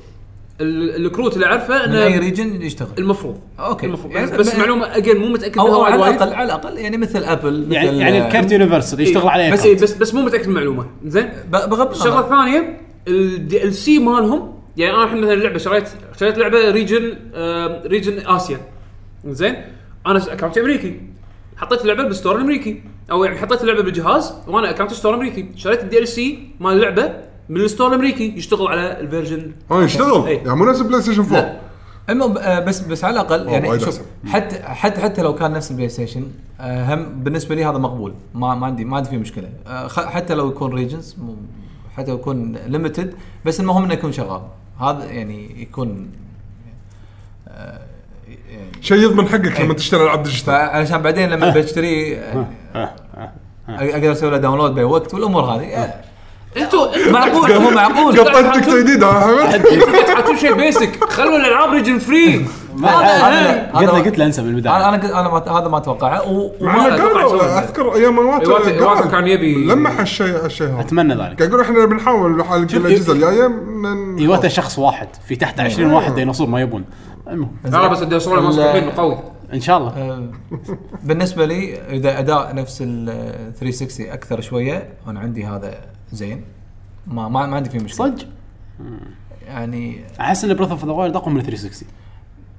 ال- الكروت اللي اعرفه
من اي
انه
ريجن يشتغل
المفروض
أوكي.
المفروض
يعني
بس, بس
ب-
معلومه اجين مو متاكد
او
منها
أو
وايد
على
وايد.
الاقل على الاقل يعني مثل ابل مثل آه، إيه،
يعني يعني الكرت يونيفرسال يشتغل عليه
بس
كارت.
إيه بس بس مو متاكد من المعلومه زين
ب- بغض
الشغله
النظر
الثانيه الدي ال سي مالهم يعني انا الحين مثلا لعبه شريت شريت لعبه ريجن آم، ريجن اسيا زين انا اكونتي امريكي حطيت اللعبه بالستور الامريكي او يعني حطيت اللعبه بالجهاز وانا اكونت ستور امريكي شريت الدي ال سي مال اللعبه من الستور الامريكي يشتغل على الفيرجن
اه يشتغل
إيه.
يعني مو نفس البلاي ستيشن 4
المهم آه، بس بس على الاقل
وايد
يعني شوف
أحسن.
حتى حتى حتى لو كان نفس البلاي ستيشن آه، هم بالنسبه لي هذا مقبول ما ما عندي ما عندي فيه مشكله آه، خ- حتى لو يكون ريجنز حتى لو يكون ليمتد بس المهم انه يكون شغال هذا يعني يكون آه، يعني
شيء يضمن حقك لما
إيه.
تشتري العاب ديجيتال
فعلشان بعدين لما بشتري آه، اقدر اسوي له داونلود بوقت والامور هذه آه،
انتوا
معقول مو معقول
قطيت نكته جديده ها حمد
على كل شيء بيسك خلوا الالعاب ريجن فري
ما-
آه، هذا-
أنا- قلت له
هذا-
قلت له انسى من
انا
البدايه
انا أنا ما- هذا ما اتوقعه و-
مع
وما
انه
أتوقع يسوي
قالوا
هذا.
اذكر ايام
إيواتو- إيواتو
ايواتو
كان يبي-
لمح هالشيء هالشيء هذا
اتمنى ذلك
قاعد يقول احنا بنحاول على
شوف،
الاجهزه الجايه
إيه،
ايواتا شخص واحد في تحت 20 واحد ديناصور ما يبون المهم
لا بس الديناصور مالهم
ال-
الحين قوي
ان شاء الله
آه، بالنسبه لي اذا اداء نفس ال 360 اكثر شويه انا عندي هذا زين ما ما, ما عندي فيه مشكله
صدق
يعني
احس ان بريث اوف ذا وايلد اقوى من 360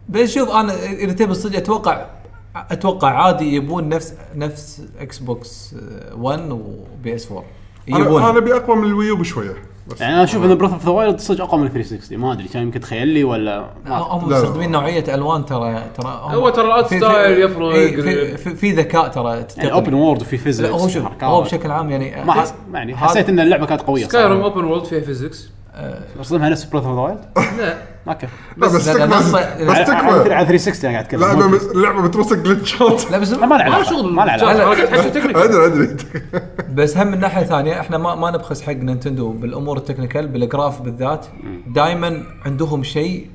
بس شوف انا اذا تبي الصدق اتوقع اتوقع عادي يبون نفس نفس اكس بوكس آه، 1 وبي اس 4
انا
يبون
أنا ابي اقوى من الويو بشويه بس
يعني انا اشوف ان براث اوف ذا وايلد صدق اقوى من 360 ما ادري كان يمكن تخيلي ولا ما أدري.
هم
لا.
مستخدمين نوعيه الوان ترى ترى هم-
هو ترى الارت
في- في-
ستايل يفرق.
إي، في- في- في ذكاء ترى
يعني
تقني.
اوبن وورد وفي
لا
فيزيكس
هو شوف هو بشكل عام يعني
ما حس... يعني حسيت ان اللعبه كانت قويه
سكايرم
صراحه
اوبن وورلد فيها فيزكس
رسمها نفس براث اوف ذا وايلد
لا
اوكي
لا بس
لا، لا،
تكفى
نص-
بس
على على-
تكفى
على 360 انا قاعد اتكلم
اللعبه
مو-
اللعبه بتوصل جلتشات
لا بس
لا، ما له
ما له
علاقه
شغل
ما له
بالجهاز،
علاقه
لا.
انا قاعد احكي تكنيكال
ادري ادري
بس هم من ناحيه ثانيه احنا ما ما نبخس حق نينتندو بالامور التكنيكال بالجراف بالذات دائما عندهم شيء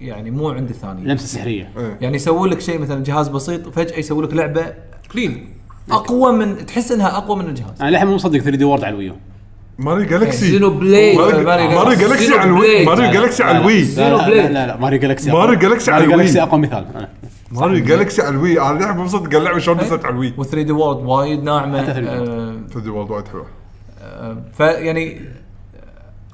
يعني مو عند الثاني
لمسه سحريه
يعني يسوون لك شيء مثلا جهاز بسيط فجاه يسوون لك لعبه
كلين
اقوى من تحس انها اقوى من الجهاز
انا للحين مو مصدق 3 دي وورد على الويو
ماري
إيه،
جالكسي
زينو بليد
ماري-
ماري جالكسي على الوي ماري جالكسي على الوي
لا لا لا, لا, لا ماريو جالكسي أقوى.
ماريو جالكسي على
ماريو
الوي.
جالكسي اقوى مثال
ماري جالكسي على الوي على اللعبه بالضبط قال اللعبه
إيه؟
شلون نزلت على الوي
و 3 دي وورد وايد ناعمه
حتى 3D World.
آه،
تدري والله وايد حلوه
آه، فيعني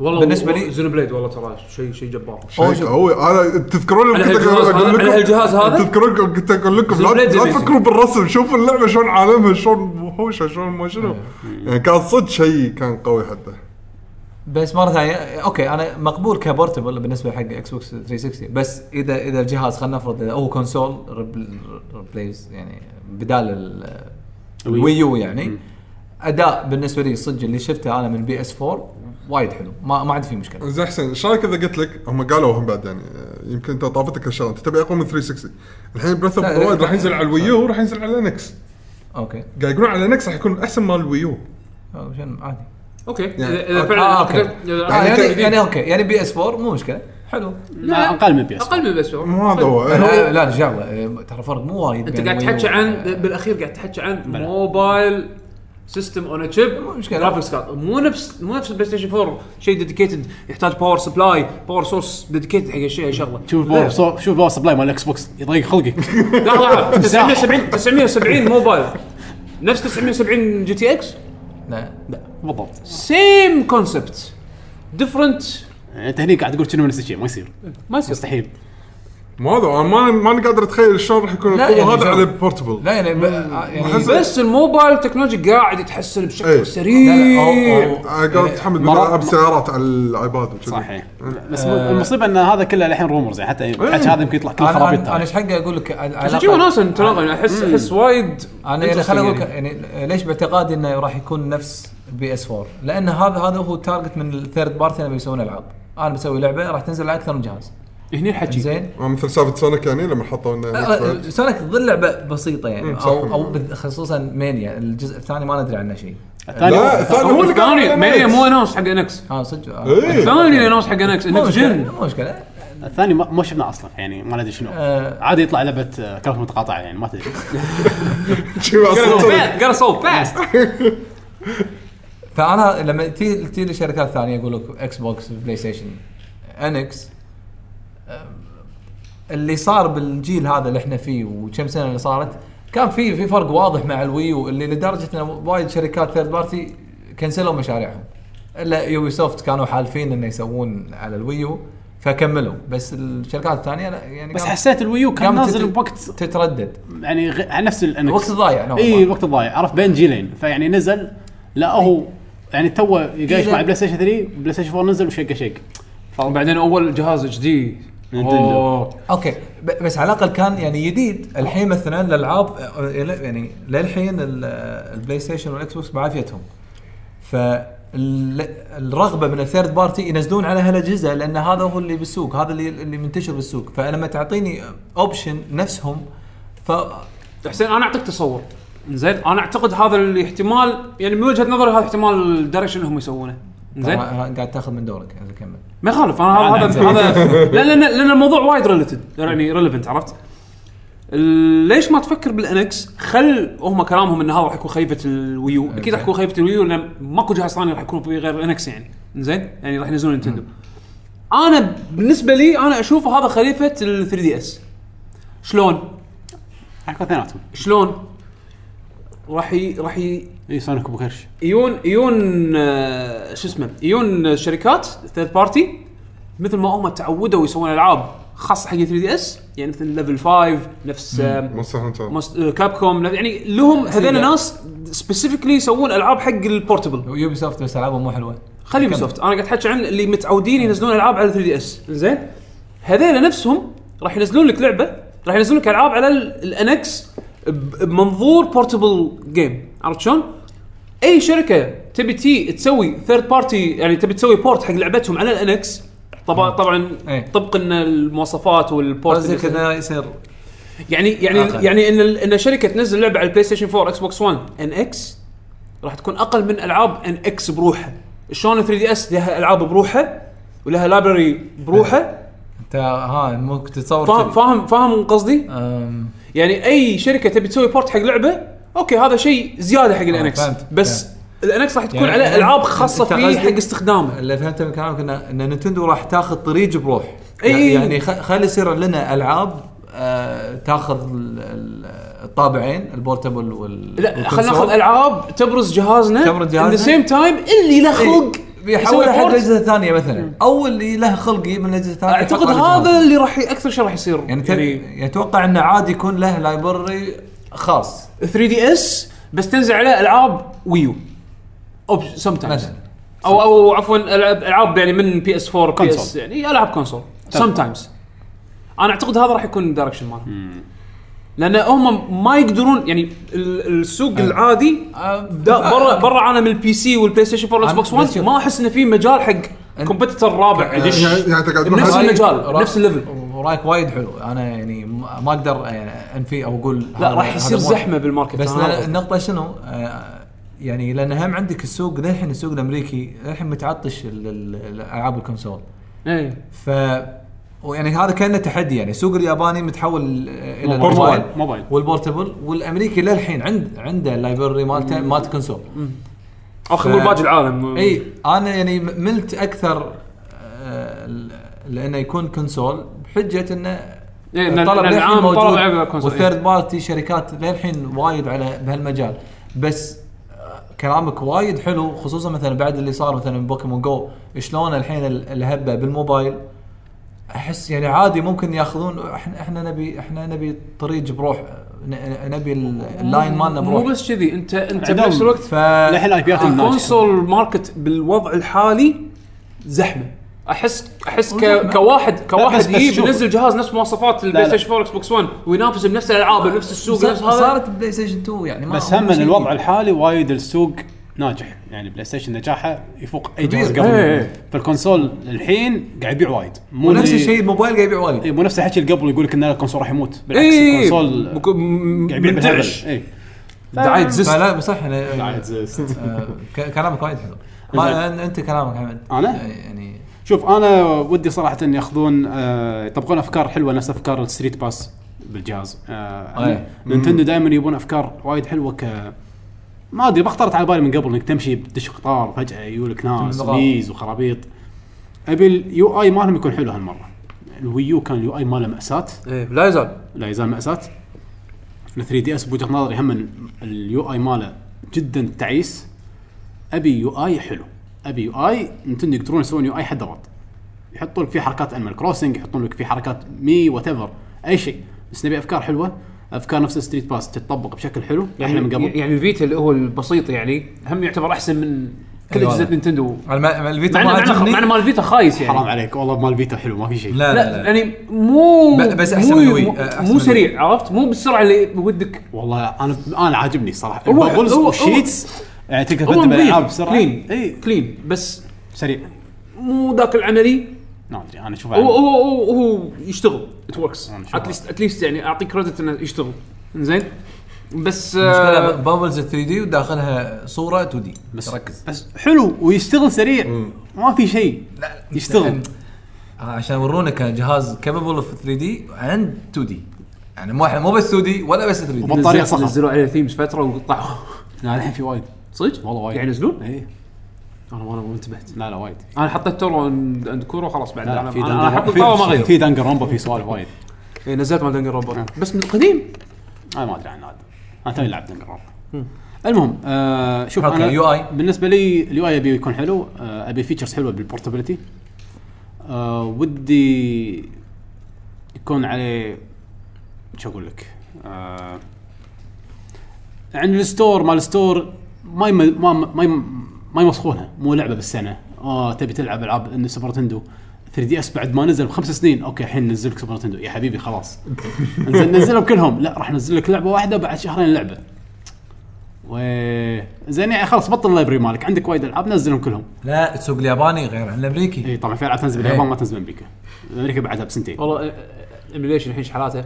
والله
بالنسبة لي-
زينو بليد والله ترى شيء شيء جبار
أول
شيء
شيء-
قوي انا تذكرون
على
اللي كنت
هالجهاز
اقول
هذا-
لكم
على هالجهاز هذا؟
تذكرون لكم- كنت اقول لكم لا,
زبليد
لا
زبليد.
تفكروا بالرسم شوفوا اللعبه شلون عالمها شلون وحوشه شلون ما شنو
إيه.
يعني كان صدق شيء كان قوي حتى
بس مره ثانيه اوكي انا مقبول كبورتبل بالنسبه حق اكس بوكس 360 بس اذا اذا الجهاز خلينا نفرض اذا هو كونسول ريبليز يعني بدال ال-
الويو.
الويو يعني اداء بالنسبه لي صدق اللي شفته انا من بي اس 4 وايد حلو ما ما عندي فيه مشكله
زين حسين ايش رايك اذا قلت لك هم قالوا هم بعد يعني آه، يمكن انت طافتك هالشغله انت تبي اقوى من 360 الحين بريث اوف
لا،
ذا وايلد
لا.
راح ينزل على الويو وراح ينزل على الانكس
اوكي
قاعد يقولون على الانكس راح يكون احسن مال الويو
أو شنو عادي
اوكي
يعني-
اذا إذا
آه،
فعلا
آه، أوكي.
إذا-
آه يعني
أنت-
يعني اوكي يعني بي اس 4 مو مشكله حلو
لا اقل من بيس
اقل من بس
مو هذا آه، هو
طيب. لا لا رجعوا ترى فرق مو وايد
انت
بين
طيب. قاعد
الويو
تحكي عن
وال-
بالاخير قاعد تحكي عن موبايل سيستم اون تشيب
مو مشكلة.
جرافكس كارد مو نفس مو نفس البلاي ستيشن 4 شيء ديديكيتد يحتاج باور سبلاي باور سورس ديديكيتد حق الشيء شغله
شوف باور صو- شوف باور سبلاي مال الاكس بوكس يضيق خلقك
لحظه لحظه 970 970 موبايل نفس 970 جي تي اكس
لا
بالضبط
سيم كونسبت ديفرنت
يعني انت هني قاعد تقول كنا نفس الشيء ما يصير
ما يصير
مستحيل
مو هذا انا ما ما قادر اتخيل شلون راح يكون
لا،
القوه
يعني
هذا
شلون؟
على البورتبل
لا يعني يعني
أحس-
بس الموبايل تكنولوجي قاعد يتحسن
إيه.
بشكل
لا، لا، أو-
سريع
أو-
آه، قالوا تحمد
مرة-
بدل العب سيارات على الايباد وكذي.
صحيح بس المصيبه ان هذا كله الحين رومرز يعني حتى حتى هذا يمكن يطلع كل
أنا-
خرابيط
انا انا
ثانية.
ايش حقي اقول لك على- على
عشان شي
الأقل-
وناسه تراغم احس احس يعني وايد
انا يعني خليني اقول لك
interesting
يعني ليش باعتقادي انه راح يكون نفس بي اس 4 لان هذا هذا هو التارجت من الثيرد بارتي لما يسوون العاب انا بسوي لعبه راح تنزل على اكثر من جهاز
هني الحكي
زين
آه، مثل سالفه سونيك يعني لما حطوا
أه،
انه
سونيك ظل لعبه بسيطه يعني
مم، إيه، صح.
او او بال- خصوصا مانيا الجزء الثاني ما ندري عنه شيء
لا
الثاني
الثاني هو اللي قال
الثاني
على
ما هي
Linux.
مو انونس حق انكس
اه صدق آه.
إيه.
الثاني انونس حق انكس
مو
انكس
مشكله
جن
مو مشكله
الثاني ما ما شفناه اصلا يعني ما ندري شنو
آه.
عادي يطلع لعبه آه، كلام متقاطعه يعني ما تدري
شي مع Sonic.
جرى سو فاست
فانا لما تي تي لشركات ثانيه يقول لك اكس بوكس بلاي ستيشن انكس اللي صار بالجيل هذا اللي احنا فيه وكم سنه اللي صارت كان في في فرق واضح مع الويو اللي لدرجه ان وايد شركات ثيرد بارتي كنسلوا مشاريعهم الا يوبي سوفت كانوا حالفين انه يسوون على الويو فكملوا بس الشركات الثانيه لا يعني
بس
قامت-
حسيت الويو كان
قامت
نازل
تت-
بوقت
تتردد
يعني غ... على نفس الانكس
وقت ضايع نعم. نوعاً
اي
ما.
إيه، الوقت الضايع عرفت بين جيلين فيعني نزل لا هو يعني تو يقايش
إذا-
مع بلاي ستيشن 3 بلاي ستيشن 4 نزل وشقه شق
وبعدين اول جهاز جديد
نينتندو.
أوه.
اوكي ب- بس على الاقل كان يعني جديد الحين مثلا الالعاب آه، يعني للحين ال- آه، البلاي ستيشن والاكس بوكس بعافيتهم فالرغبه من الثيرد بارتي ينزلون على هالاجهزه لان هذا هو اللي بالسوق هذا اللي اللي منتشر بالسوق فلما تعطيني اوبشن نفسهم ف
حسين انا اعطيك تصور زين انا اعتقد هذا الاحتمال يعني من وجهه نظري هذا احتمال الدايركشن هم يسوونه زين
طبعاً قاعد تاخذ من دورك اذا كمل
ما يخالف انا هذا
عادي.
هذا هذا لا لان لان الموضوع وايد ريليتد يعني ريليفنت عرفت؟ ال- ليش ما تفكر بالانكس؟ خل هم كلامهم ان هذا راح يكون خيبه الويو، اكيد راح يكون خيبه الويو لان ماكو جهاز ثاني راح يكون فيه غير انكس يعني، زين؟ يعني راح ينزلون نينتندو. انا بالنسبه لي انا اشوف هذا خليفه ال 3 دي اس. شلون؟
راح يكون اثنيناتهم
شلون؟ راح ي... راح ي...
اي إيه، سونيك ابو كرش
يجون يجون آه، شو اسمه يجون شركات ثيرد بارتي مثل ما هم تعودوا يسوون العاب خاصه حق 3 دي اس يعني مثل ليفل 5 نفس آه،
مو سهل ترى.
كاب كوم يعني لهم هذول
سيجا.
ناس سبيسيفيكلي يسوون العاب حق البورتبل
يوبي سوفت بس العابهم مو حلوه
خلي يوبيسوفت انا قاعد احكي عن اللي متعودين ينزلون العاب على 3 دي اس زين هذول نفسهم راح ينزلون لك لعبه راح ينزلون لك العاب على الانكس بمنظور بورتبل جيم عرفت شلون؟ اي شركه تبي تي تسوي ثيرد بارتي يعني تبي تسوي بورت حق لعبتهم على الانكس طبعا طبعا
إيه.
طبقا المواصفات والبورت
قصدك
اللي-
انه يصير
يعني يعني
آخر.
يعني ان ال- ان شركه تنزل لعبه على البلاي ستيشن 4 اكس بوكس 1 ان اكس راح تكون اقل من العاب ان اكس بروحها شلون 3 دي اس لها العاب بروحها ولها لايبرري بروحها
انت ها ممكن تتصور
فاهم
كذي.
فاهم فاهم قصدي؟
أم،
يعني اي شركه تبي تسوي بورت حق لعبه اوكي هذا شيء زياده حق الانكس
آه، فهمت،
بس الانكس راح تكون
يعني
عليه
أنت-
العاب خاصه
أنت
فيه
قصدك-
حق استخدامه
اللي فهمته من كلامك ان ان نتندو راح تاخذ طريق بروح
إي إي.
يعني خ- خلي يصير لنا العاب آه، تاخذ ال- ال- الطابعين البورتبل وال
لا خلينا ناخذ العاب تبرز جهازنا
تبرز جهازنا.
سيم تايم اللي له خلق
يحولها
يسوي
حق
port.
اجهزه ثانيه مثلا او اللي له خلق يجيب من اجهزه ثانيه
اعتقد
يحط على
هذا
جهاز.
اللي راح ي- اكثر شيء راح يصير
يعني, يعني يتوقع انه عادي يكون له لايبرري خاص
3 دي اس بس تنزل عليه العاب ويو او سم تايمز
مثلا
او او عفوا العاب العاب يعني من بي اس 4 بي اس
Console.
يعني العاب كونسول
طيب.
سم تايمز انا اعتقد هذا راح يكون الدايركشن مالهم لان هم ما يقدرون يعني ال-
أيوه.
السوق العادي
آه،
دا- برا برا عالم البي سي والبلاي ستيشن 4 والاكس بوكس
بس
1
شوف.
ما احس انه في مجال حق
أنت- أيوه.
كومبيتيتر رابع يدش
يعني يعني انت قاعد تقول
بنفس
هذا-
رايك-
المجال،
رايك-
نفس الليفل.
رايك وايد حلو انا يعني ما ما اقدر يعني انفي او اقول
لا
هذا-
راح يصير
هذا مو-
زحمه بالماركت
بس
أنا
لا-
هذا
النقطه شنو آه، يعني لان هم عندك السوق للحين السوق الامريكي للحين متعطش ال- ال- الالعاب الكونسول
إيه.
ف ويعني هذا كانه تحدي يعني السوق الياباني متحول الى
موبايل.
الموبايل
موبايل.
والبورتبل والامريكي للحين عند عنده اللايبرري مالته مالت كونسول
اخذ
ف-
من باقي العالم
اي انا يعني م- ملت اكثر آه، ل- لانه يكون كونسول بحجه انه
إيه، إن-
الطلب
إن
للحين
العام طلب
موجود
على الكونسول، إيه.
والثيرد بارتي شركات للحين وايد على بهالمجال بس آه، كلامك وايد حلو خصوصا مثلا بعد اللي صار مثلا بوكيمون جو شلون الحين ال- الهبه بالموبايل احس يعني عادي ممكن ياخذون احنا احنا نبي احنا نبي طريق بروح ن- ن- نبي ال- اللاين مالنا
مو
بروح
بس كذي انت انت
عندهم
بنفس الوقت
ف
للحين الاي بيات الناجحه
الكونسول ماركت بالوضع الحالي زحمه احس احس ك... كواحد
بس-
كواحد
بس
يجيب
شوف.
ينزل جهاز نفس مواصفات البلاي
لا.
ستيشن 4 اكس بوكس 1 وينافس بنفس الالعاب بنفس السوق
صار-
نفس هذا
صارت بلاي ستيشن 2 يعني ما
بس
مو
هم
شيء
الوضع الحالي وايد السوق ناجح يعني بلاي ستيشن نجاحه يفوق اي جهاز
كبير.
قبل
إيه.
فالكونسول الحين قاعد يبيع وايد مو
ونفس
اللي-
الشيء الموبايل قاعد يبيع
إيه،
وايد
مو نفس الحكي اللي قبل يقول لك ان الكونسول راح يموت بالعكس
إيه،
اي
الكونسول
مك- إيه. م-
قاعد يبيع
منتعش
بالهبل إيه.
دعايه زست
فلا بس صح انا
عزيزت.
آه، ك- كلامك وايد حلو ما أن- انت كلامك حمد
أنا؟
يعني
شوف انا ودي صراحه ان ياخذون آه، يطبقون افكار حلوه نفس افكار الستريت باس بالجهاز آه،
أي.
نينتندو دائما يبون افكار وايد حلوه ك ما ادري ما خطرت على بالي من قبل انك تمشي تدش قطار فجاه يقولك ناس
بالضبط.
ميز وخرابيط ابي اليو اي مالهم يكون حلو هالمره الويو كان اليو اي ماله ماساه
إيه، لا يزال
لا يزال مأساة ال 3 دي اس بوجهة نظري هم اليو اي ماله جدا تعيس ابي يو اي حلو ابي يو اي نتندو يقدرون يسوون يو اي حد رد يحطون لك فيه حركات انيمال كروسنج يحطون لك فيه حركات مي وات اي شيء بس نبي افكار حلوه افكار نفس ستريت باس تتطبق بشكل حلو احنا من قبل
يعني الفيتا اللي هو البسيط يعني هم يعتبر احسن من كل
أيوة.
اجهزه نينتندو
على ما- ما الفيتا
مع إن-
ما
مع إن-
عجبني
مع إن مال الفيتا خايس يعني
حرام عليك والله مال فيتا حلو ما في شيء
لا
لا لا لا
يعني مو
ب- بس أحسن
مو-
من الوي،
مو-
أحسن من
مو
الوي.
سريع عرفت مو بالسرعه اللي ودك
والله انا انا عاجبني صراحه
هو-
البابلز
هو- هو-
والشيتس يعني تقدر
هو
تقدم الالعاب
نظيف
بسرعه
كلين
اي
كلين بس
سريع نعم،
مو ذاك العملي
ما ادري انا اشوفه
هو هو هو, هو يشتغل ات وركس
أنا شو
اتليست اتليست يعني اعطيك كريدت انه يشتغل زين بس
المشكله
آه
بابلز 3 دي وداخلها صوره 2 دي
بس
بس ركز
بس حلو ويشتغل سريع ما في شيء يشتغل
آه، عشان يورونك جهاز كابابل اوف 3 دي عند 2 دي يعني مو مو بس 2 دي ولا بس 3 دي
وبط- بطارية
نزل-
صخر.
نزلوا عليه ثيمز فتره وقطعوا
لا الحين في وايد
صدق؟
والله وايد.
يعني ينزلون؟
اي
انا انا ما انتبهت
لا لا وايد
انا حطيت تورو عند عند كورو خلاص بعد
لا لا
انا,
في
أنا
دنجر
حطيت تورو ما
في,
غير
في دنجر رومبا في سوالف وايد
إيه، نزلت مال دنجر
نعم.
روبوت بس من قديم
انا ما ادري عن هذا انا توني لعبت دنجر رومبا المهم آه شوف
أوكي،
انا
UI.
بالنسبه لي اليو اي ابي يكون حلو آه ابي فيتشرز حلوه بالبورتابيلتي آه ودي يكون عليه شو اقول لك؟ آه عند الستور مال الستور ما يم... ما ما يم... ما يمسخونها مو لعبه بالسنه اه تبي تلعب العاب ان سوبر نتندو 3 دي اس بعد ما نزل بخمس سنين اوكي الحين ننزل لك سوبر نتندو يا حبيبي خلاص نزل نزلهم كلهم لا راح ننزل لك لعبه واحده بعد شهرين لعبه و زين يعني خلاص بطل اللايبرري مالك عندك وايد العاب نزلهم كلهم
لا السوق الياباني غير عن الامريكي
إيه.
اي طبعا في العاب تنزل باليابان ما تنزل بامريكا امريكا بعدها بسنتين
والله آه، آه، ايميليشن الحين شحالاته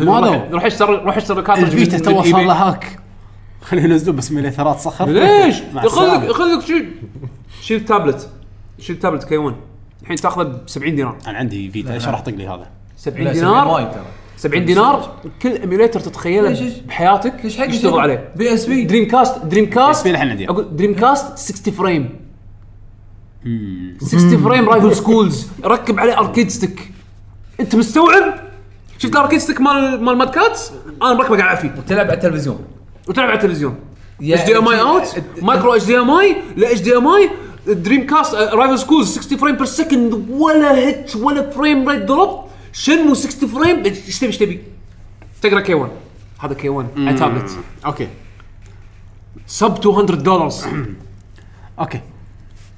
ما
روح-
ادري.
روح اشتري روح اشتري كارتج
إيه، الفيتا
من-
تو
من
صار
eBay.
له هاك خلينا ينزلون بس مليترات صخر
ليش؟
مع
يخلك
السلامة.
يخلك شيل شيل تابلت شيل تابلت كي 1 الحين تاخذه ب 70 دينار
انا عندي فيتا ايش راح اطق لي هذا؟
70
لا، سبعين
دينار
وايد ترى
70 دينار كل ايميليتر
ليش-
تتخيله
ليش-
بحياتك
ليش حق
يشتغل عليه
بي اس بي
دريم كاست دريم كاست
PSP الحين عندي.
اقول دريم كاست 60 فريم 60 فريم رايفل سكولز ركب عليه اركيد ستيك انت مستوعب؟ شفت الاركيد ستيك مال مال ماد كاتس انا مركبه قاعد فيه
تلعب على التلفزيون
وتلعب على التلفزيون
يا
اتش دي ام اي
أخي،
اوت
ات-
مايكرو اتش دي ام اي لا اتش دي ام اي دريم كاست رايفل سكولز 60 فريم بير سكند ولا هيت ولا فريم ريت دروب شنو 60 فريم ايش تبي ايش تبي؟ تقرا كي 1 هذا كي 1 على تابلت
اوكي
سب 200 دولار
اوكي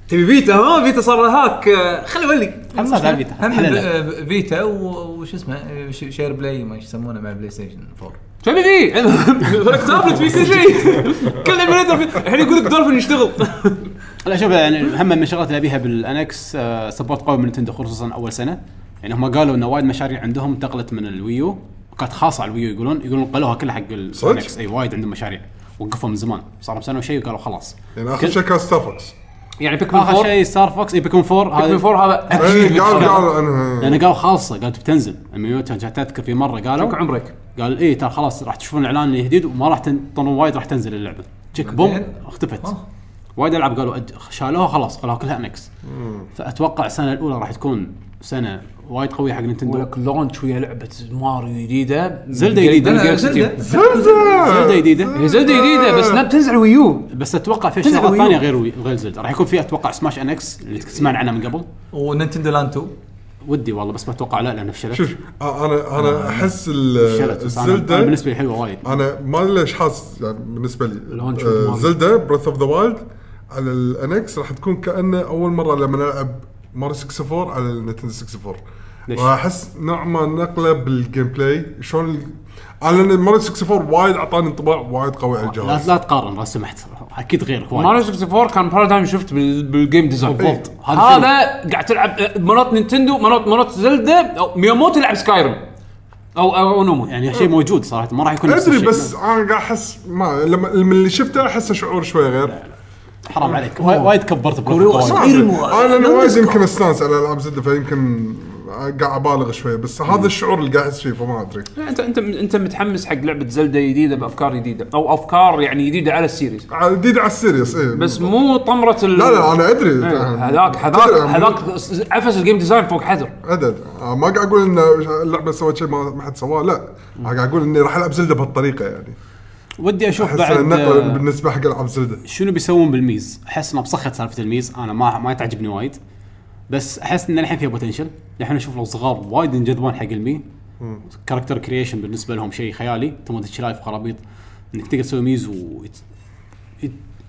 تبي فيتا ها فيتا صار له هاك آه، خلي ولي
خلصنا على الفيتا
هم
حلنا.
ب- فيتا و- وش اسمه ش- شير بلاي ما يسمونه مع بلاي ستيشن 4
تبي فيه لك تابلت في كل شيء كل ايميليتر فيه. الحين يقول لك دولفين يشتغل
لا شوف يعني هم من الشغلات اللي ابيها بالانكس آه، سبورت قوي من نتندو خصوصا اول سنه يعني هم قالوا ان وايد مشاريع عندهم انتقلت من الويو كانت خاصه على الويو يقولون يقولون قالوها كلها حق
صدق؟
الانكس اي وايد عندهم مشاريع وقفوا من زمان صار لهم سنه وشيء وقالوا خلاص
يعني اخر شيء كان ستار فوكس
يعني بيكمن
اخر
4
آه، شيء ستار فوكس اي بيكون 4
بيكمن 4 هذا
اي إيه، قال
بالشغل.
قال انا
لان قالوا خالصه قالت بتنزل الميوت تذكر في مره قالوا
لك عمرك
قال اي ترى خلاص راح تشوفون الاعلان الجديد وما راح تنطرون وايد راح تنزل اللعبه تشيك بوم
بعدين؟
اختفت
آه.
وايد العاب قالوا أد- شالوها خلاص خلوها كلها انكس فاتوقع السنه الاولى راح تكون سنه وايد قويه حق نينتندو
ولك لونش ويا لعبه ماريو جديده
زلدة
جاي-
جديدة.
من
لا، لا،
جاي-
زلدة.
زلده
زلزال
هي
جديده
زلدة جديده بس نب تنزل على ويو
بس اتوقع في
تنزل
شغلات
ويو.
ثانيه غير وي- غير زلده راح يكون في اتوقع سماش انكس اللي سمعنا عنها من قبل
ونينتندو لاند 2
ودي والله بس بتوقع لا لانه فشلت
شوف آه، انا انا احس ال-
فشلت بس أنا- أنا
الزلده
بالنسبه لي حلوه وايد
انا ما ادري ليش حاسس يعني بالنسبه لي
الهونش
آه،
والماريو.
زلدا بريث اوف ذا وايلد على الانكس راح تكون كانه اول مره لما نلعب ماريو 64 على النتندو 64
ليش؟
راح احس نوع ما نقله بالجيم بلاي شلون ال- على ان ماريو 64 وايد اعطاني انطباع وايد قوي على
لا
الجهاز
لا تقارن لو سمحت اكيد غيرك وايد
ماريو 64 كان بارادايم شفت بال- بالجيم ديزاين
بالضبط. هذا
هذا قاعد تلعب آه، مرات نينتندو مرات مرات زلدة او مياموتو يلعب سكايرم او او نومو يعني
يعني شيء موجود صراحه ما راح يكون نفس
ادري
الشيء.
بس انا قاعد احس ما لما من اللي شفته احسه شعور شوي غير
حرام عليك وايد وايد كبرت بروتوكول
انا انا وايد يمكن استانس على العاب زلده فيمكن قاعد ابالغ شوي بس هذا الشعور اللي قاعد احس فيه فما ادري
انت انت انت متحمس حق لعبه زلدة جديده بافكار جديده او افكار يعني جديده على السيريز
على- جديد على السيريس إيه. اي
بس مو طمره ال
لا لا انا ادري
إيه،
يعني
هذاك هذاك
تدري أنا
هذاك عفس الجيم ديزاين فوق حذر
عدد آه، ما قاعد اقول ان اللعبه سوت شيء ما ما حد سواه لا أنا قاعد اقول اني راح العب زلده بهالطريقه يعني
ودي اشوف
احس
بعد
النقله
آه،
بالنسبه حق العاب زلده
شنو بيسوون بالميز احس انها بصخت سالفه الميز انا ما ما تعجبني وايد بس احس ان الحين فيها بوتنشل الحين اشوف الصغار وايد ينجذبون حق المي كاركتر كرييشن بالنسبه لهم شيء خيالي انت ما شايف خرابيط انك تقدر تسوي ميز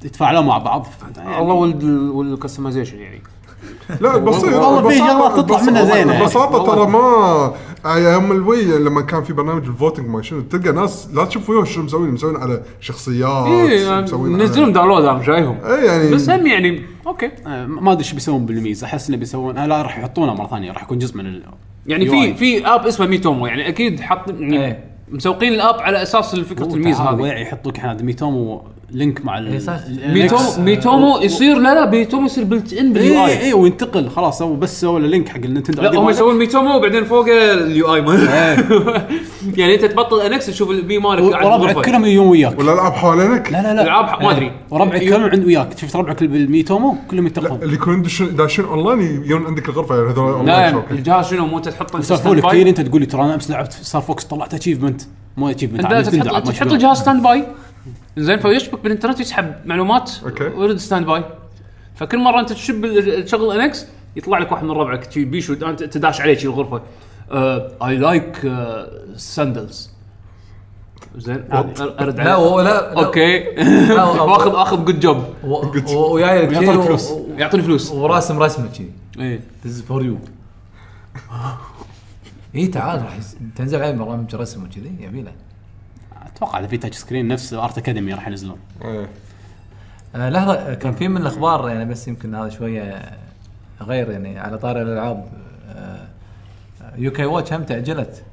ويتفاعلون مع بعض يعني
الله والد والكستمايزيشن يعني
لا بسيط
والله في
بساطة-
شغلات تطلع
بساطة-
منها زينة يعني.
ببساطه ترى ما آه، يا يوم الوي لما كان في برنامج الفوتنج ما شنو تلقى ناس لا تشوف ويوهم شنو مسوين مسوين على
اي
شخصيات مسوين على-
إيه، يعني نزلهم داونلود انا شايفهم
اي يعني
بس هم يعني اوكي
آه، ما ادري ايش بيسوون بالميز احس انه بيسوون آه، لا راح يحطونه مره ثانيه راح يكون جزء من ال
يعني في في اب اسمه ميتومو يعني اكيد حاط يعني
إيه.
مسوقين الاب على اساس فكره الميز هذه
واعي يحط لك احنا ميتومو لينك مع ال-
إيه صح.
ال-
ميتومو ميتومو يصير لا لا ميتومو يصير بلت
إيه،
ان باليو
اي
اي
اي وينتقل خلاص هو بس سوى له لينك حق النينتندو
لا
القديم
هم
مالك.
يسوون ميتومو وبعدين فوقه اليو اي يعني انت تبطل انكس تشوف البي مالك قاعد
وربعك
بالغرفه
كلهم يجون وياك
ولا العاب حوالينك
لا لا لا
العاب ح- ما ادري
وربعك كلهم عند وياك شفت ربعك اللي بالميتومو كلهم
لا
يتقون
اللي يكونون دش- داشين اونلاين يجون عندك الغرفه يعني هذول
لا
اونلاين شوكي.
نعم، الجهاز شنو مو انت تحط
سولفوا لك كثير انت تقول لي ترى انا امس لعبت ستار فوكس طلعت اتشيفمنت مو اتشيفمنت
انت تحط تحط الجهاز ستاند باي زين فيشبك بالانترنت يسحب معلومات
أوكي.
ويرد ستاند باي فكل مره انت تشب ال- تشغل انكس يطلع لك واحد من ربعك شي بيشو انت آه، تداش عليه شي الغرفه اي لايك ساندلز آه، زين
عادي.
ارد
لا
عليه
و- لا لا.
اوكي
لا، و-
واخذ اخذ جود جوب
و- و- وياي الكيل
ويعطوني
و-
فلوس
و-
يعطوني فلوس
وراسم رسمه كذي
ايه
ذيس فور يو اي تعال راح يس- تنزل عليه برامج رسم وكذي يبيله
اتوقع اذا في تاتش سكرين نفس ارت اكاديمي راح ينزلون
إيه.
آه، لحظه آه، كان في من الاخبار يعني بس يمكن هذا شويه غير يعني على طار الالعاب يو كي آه، واتش هم تاجلت